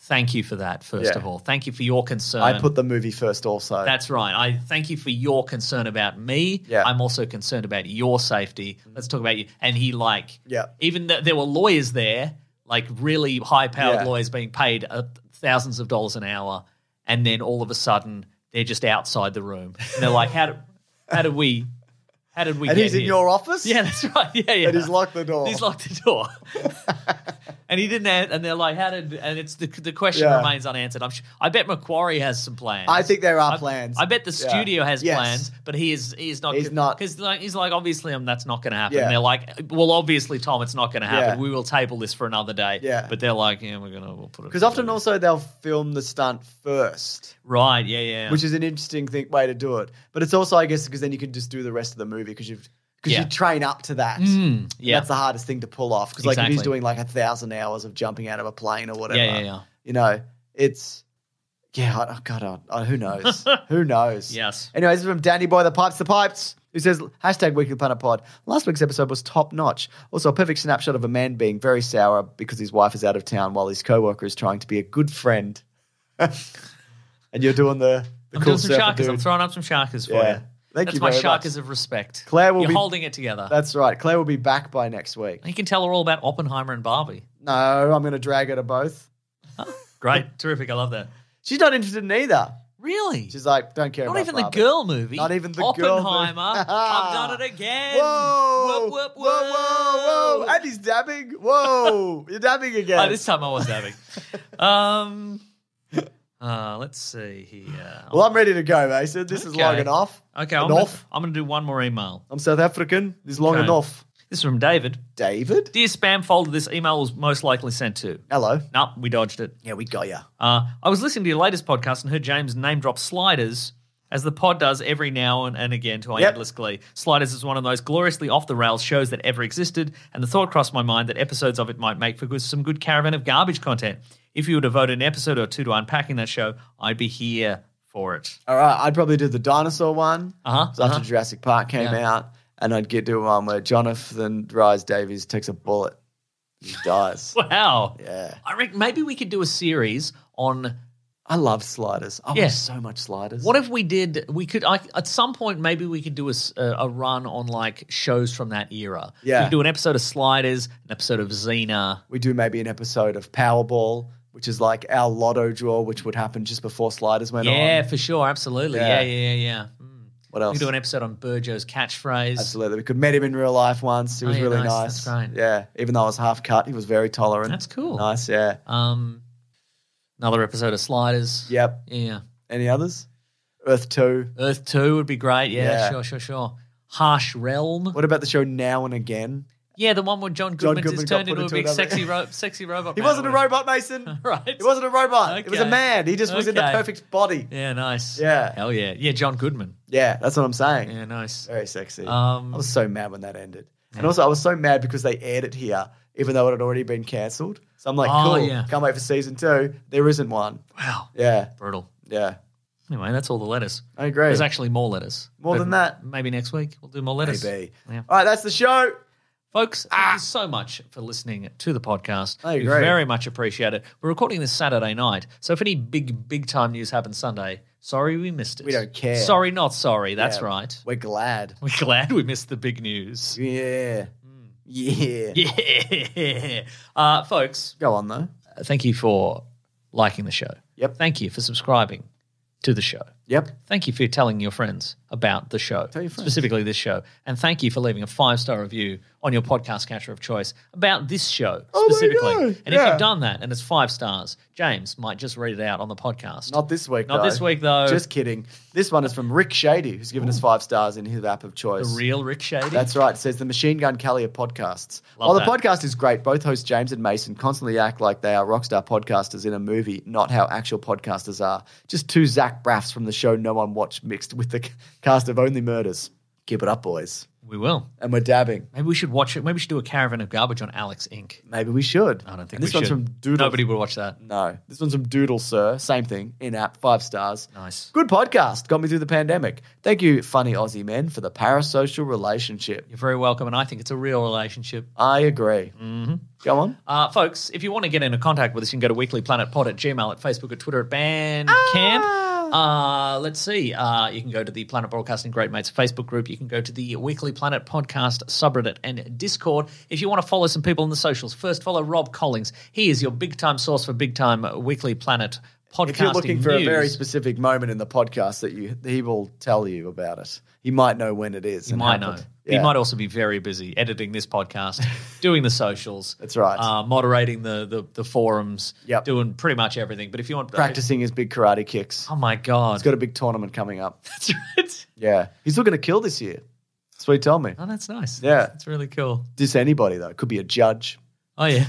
thank you for that, first
Yeah.
of all. Thank you for your concern.
I put the movie first also.
That's right. I thank you for your concern about me.
Yeah. Mm-hmm.
I'm also concerned about your safety. Let's talk about you. And he like,
Yeah.
even though there were lawyers there, like really high powered
Yeah.
lawyers being paid uh, thousands of dollars an hour, and then all of a sudden they're just outside the room and they're like, how did, how did we, how did we?
and
get
he's in
here?
your office?
Yeah, that's right. Yeah, yeah.
And he's locked the door.
He's locked the door. and he didn't. an- And they're like, "How did?" And it's the the question
Yeah.
remains unanswered. I'm. Sure, I bet Macquarie has some plans.
I think there are
I-
plans.
I bet the
Yeah.
studio has
Yes.
plans, but he is he is not.
He's not-
because like, he's like obviously um, that's not going to happen.
Yeah.
And they're like, well, obviously Tom, it's not going to happen.
Yeah.
We will table this for another day.
Yeah.
but they're like, yeah, we're gonna we'll put it
Because often also they'll film the stunt first.
right. Yeah, yeah.
which is an interesting thing, way to do it. But it's also, I guess, because then you can just do the rest of the movie because you've because
Yeah.
you train up to that.
Mm, yeah.
that's the hardest thing to pull off because like if he's
Exactly.
doing like a thousand hours of jumping out of a plane or whatever,
yeah, yeah, yeah.
you know, it's yeah. I, oh God, I, I, who knows? who knows?
Yes.
Anyway, this is from Danny Boy, the Pipes, the Pipes, who says hashtag Weekly Planet Pod. Last week's episode was top notch. Also, a perfect snapshot of a man being very sour because his wife is out of town while his coworker is trying to be a good friend. and you're doing the, the
I'm
cool
doing some
surfer
sharkers.
dude.
I'm throwing up some sharkers for
Yeah.
you.
Thank
That's
you
my
very much.
sharkers of respect.
Claire will
You're
be-
holding it together.
That's right. Claire will be back by next week.
You can tell her all about Oppenheimer and Barbie.
No, I'm going to drag her to both.
Great, terrific. I love that.
She's not interested in either.
Really?
She's like, don't care
Not
about
even the
Barbie.
girl movie.
Not even the girl movie.
Oppenheimer. I've done it again.
Whoa!
Whoop, whoop,
Whoa, whoa, whoa! And he's dabbing. Whoa! You're dabbing again.
Oh, this time I was having. um, uh, let's see here.
well, I'm ready to go, Mason. This is
Okay.
long enough.
okay, I'm gonna,
enough.
I'm gonna do one more email.
I'm South African. This is long
Okay.
enough.
This is from David.
David?
Dear spam folder, this email was most likely sent to.
Hello.
Nope, we dodged it.
Yeah, we got ya.
Uh, I was listening to your latest podcast and heard James name drop Sliders, as the pod does every now and, and again to our
Yep.
endless glee. Sliders is one of those gloriously off the rails shows that ever existed, and the thought crossed my mind that episodes of it might make for good, some good caravan of garbage content. If you were to vote an episode or two to unpacking that show, I'd be here for it.
All right, I'd probably do the dinosaur one.
Uh-huh,
So after Jurassic Park came out, and I'd get to one where Jonathan Rhys Davies takes a bullet. He dies.
Wow.
Yeah.
I reckon maybe we could do a series on
I love sliders. I
Yeah.
want so much sliders.
What if we did? We could I, at some point maybe we could do a, s- a- a run on like shows from that era.
Yeah.
we could do an episode of Sliders, an episode of Xena.
we do maybe an episode of Powerball, which is like our lotto draw, which would happen just before sliders went
yeah,
on.
for sure, absolutely.
Yeah.
Yeah, yeah, yeah. yeah. Mm.
What
We
else?
could do an episode on Burjo's catchphrase.
Absolutely. We could met him in real life once. He was
Oh, yeah,
really nice.
nice. That's great.
Yeah. Even though I was half cut, he was very tolerant.
That's cool.
Nice, yeah.
Um, another episode of Sliders.
Yep.
yeah.
Any others? Earth 2.
Earth Two would be great. Yeah,
Yeah.
sure, sure, sure. Harsh Realm.
What about the show Now and Again?
Yeah, the one where John
John
Goodman,
Goodman
is
got
turned
put
into a
into
big
another-
sexy, ro- sexy robot.
He
man.
wasn't a robot, Mason.
right?
He wasn't a robot. It was a
Okay.
man. He just was in the
Okay.
perfect body.
Yeah, nice.
Yeah.
Hell yeah. Yeah, John Goodman.
Yeah, that's what I'm saying.
Yeah, nice.
Very sexy.
Um,
I was so mad when that ended. And also, I was so mad because they aired it here, even though it had already been cancelled. So I'm like,
Oh,
cool.
yeah.
Can't wait for season two. There isn't one.
Wow.
Yeah,
Brutal.
yeah.
Anyway, that's all the letters.
I agree.
There's actually more letters.
More
But
than that.
Maybe next week we'll do more letters.
Maybe. Ah!
Yeah.
All right, that's the show.
Folks, thank you so much for listening to the podcast.
I
We
agree.
very much appreciate it. We're recording this Saturday night, so if any big, big time news happens Sunday, sorry we missed it.
We don't care.
Sorry, not sorry. That's
Yeah.
right.
We're glad.
We're glad we missed the big news.
Yeah.
Hmm.
Yeah.
Yeah. Uh, folks,
Go on though.
uh, thank you for liking the show.
Yep.
Thank you for subscribing to the show.
Yep.
Thank you for telling your friends about the show,
your friends.
specifically this show. And thank you for leaving a five star review on your podcast catcher of choice about this show
Oh my
specifically.
God,
And if
yeah.
you've done that and it's five stars, James might just read it out on the podcast.
Not this week.
Not
though.
this week, though.
Just kidding. This one is from Rick Shady, who's given us five stars in his app of
the
choice.
real Rick Shady.
That's right. It says the Machine Gun Kelly of podcasts.
Love
While the
that.
podcast is great, both hosts James and Mason constantly act like they are rock star podcasters in a movie, not how actual podcasters are. Just two Zach Braffs from the show No One Watched mixed with the cast of Only Murders. Keep it up, boys.
we will.
And we're dabbing.
Maybe we should watch it. Maybe we should do a caravan of garbage on Alex Inc.
Maybe we should.
I don't think
And this
we
one's
should.
from Doodle.
Nobody would watch that.
No, this one's from Doodle Sir. Same thing in app, five stars.
Nice.
Good podcast. Got me through the pandemic. Thank you, funny Aussie men, for the parasocial relationship.
You're very welcome. And I think it's a real relationship.
I agree. Mm-hmm. Go on.
Uh, folks, if you want to get into contact with us, you can go to weeklyplanetpod at Gmail, at Facebook, at Twitter, at Bandcamp. Uh, let's see. Uh, you can go to the Planet Broadcasting Great Mates Facebook group. You can go to the Weekly Planet Podcast subreddit and Discord. If you want to follow some people in the socials, first follow Rob Collings. He is your big time source for big time Weekly Planet podcasting
If you're looking for a very
news.
specific moment in the podcast that you, he will tell you about it. He might know when it is.
He might know. He might also be very busy editing this podcast, doing the socials.
That's right.
Uh, moderating the, the the forums.
Yep.
Doing pretty much everything. But if you want uh,
practicing his big karate kicks.
oh my god,
He's got a big tournament coming up.
that's right.
Yeah, he's looking to kill this year. That's what he told me.
Oh, that's nice.
Yeah.
that's really cool.
Diss anybody though. Could be a judge.
Oh yeah,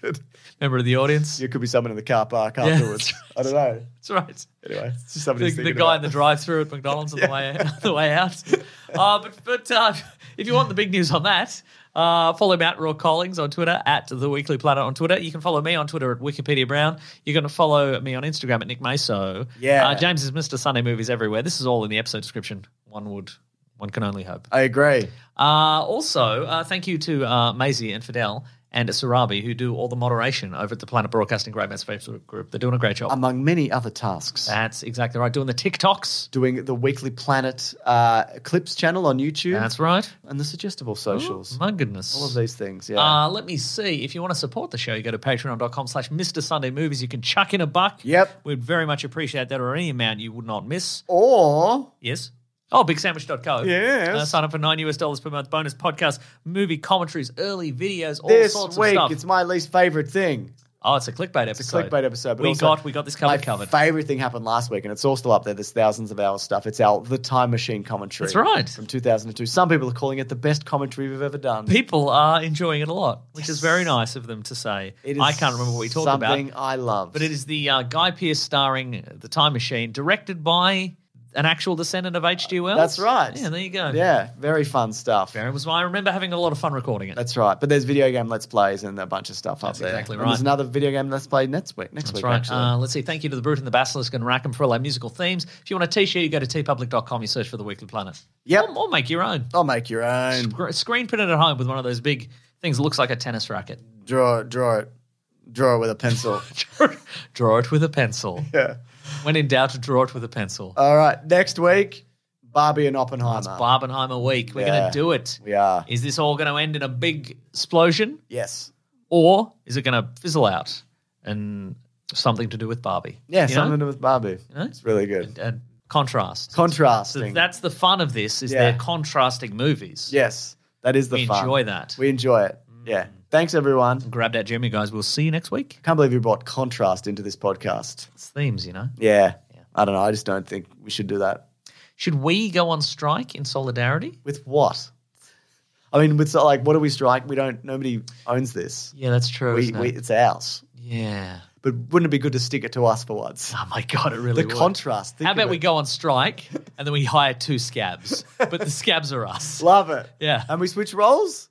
Could-
member of the audience.
it could be someone in the car park
Yeah.
afterwards. I don't know.
That's right.
Anyway, it's just
The,
somebody.
the guy in the drive-through at McDonald's on the way on the way out. Uh, but but uh, if you want the big news on that, uh, follow Matt Raw Collings on Twitter at the Weekly Planet on Twitter. You can follow me on Twitter at Wikipedia Brown. You're going to follow me on Instagram at Nick Maso.
Yeah.
uh, James is Mr. Sunday Movies everywhere. This is all in the episode description. One would, one can only hope.
I agree.
Uh, also, uh, thank you to uh, Maisie and Fidel and Sarabi who do all the moderation over at the Planet Broadcasting Great Mates Facebook group. They're doing a great job.
Among many other tasks,
That's exactly right. Doing the TikToks.
doing the Weekly Planet uh, Clips channel on YouTube
That's right.
and the suggestible socials.
My goodness.
All of these things. Yeah.
Uh, let me see. If you want to support the show, you go to patreon.com slash Mr. Sunday Movies. You can chuck in a buck.
Yep.
We'd very much appreciate that or any amount you would not miss.
or
Yes. Oh, bigsandwich.co.
Yes.
Uh, sign up for nine US dollars per month. Bonus podcasts, movie commentaries, early videos, all
this
sorts
week,
of stuff.
it's my least favorite thing.
Oh, it's a clickbait episode.
It's a clickbait episode. But
we
also,
got we got this covered
My
covered.
favorite thing happened last week, and it's all still up there. There's thousands of hours stuff. It's our the time machine commentary.
That's right.
From 2002. Some people are calling it the best commentary we've ever done.
People are enjoying it a lot, which is very nice of them to say.
It is
I can't remember what we talked about,
Something I love.
but it is the uh, Guy Pearce starring The Time Machine, directed by an actual descendant of H.G. Wells.
Uh, That's right.
Yeah, there you go.
Yeah, very fun stuff.
Baron was. I remember having a lot of fun recording it.
That's right. But there's video game let's plays and a bunch of stuff up
That's
there.
exactly
And
right.
there's another video game let's play next week. Next
That's
week,
right.
actually.
Uh, let's see. Thank you to the Brute and the Basilisk and Rackham for all our musical themes. If you want a t-shirt, you go to tpublic.com. You search for the Weekly Planet.
Yep.
Or, or make your own.
I'll make your own.
Gr- Screen printed at home with one of those big things that looks like a tennis racket.
Draw it, draw it. Draw it with a pencil.
draw it with a pencil.
yeah.
When in doubt, draw it with a pencil.
All right. Next week, Barbie and Oppenheimer.
it's Barbenheimer week. We're
yeah.
going to do it.
we are.
Is this all going to end in a big explosion,
Yes.
or is it going to fizzle out and something to do with Barbie?
Yeah,
You know?
something to do with Barbie.
know?
It's really good.
And contrast. So
Contrasting.
that's the fun of this. Is
Yeah.
they're contrasting movies.
yes, that is the
we
fun.
enjoy that. Mm.
We enjoy it. Yeah. Thanks, everyone.
Grab that gem, you guys. We'll see you next week.
Can't believe you brought contrast into this podcast.
It's themes, you know.
Yeah. I don't know. I just don't think we should do that.
Should we go on strike in solidarity?
With what? I mean, with so- like, what do we strike? We don't. Nobody owns this.
Yeah, that's true.
We,
isn't it?
we, it's ours.
yeah.
But wouldn't it be good to stick it to us for once?
Oh my god, it really
The
would.
contrast. Think
How
of
about we
it.
go on strike and then we hire two scabs, but the scabs are us.
Love it.
Yeah.
And we switch roles.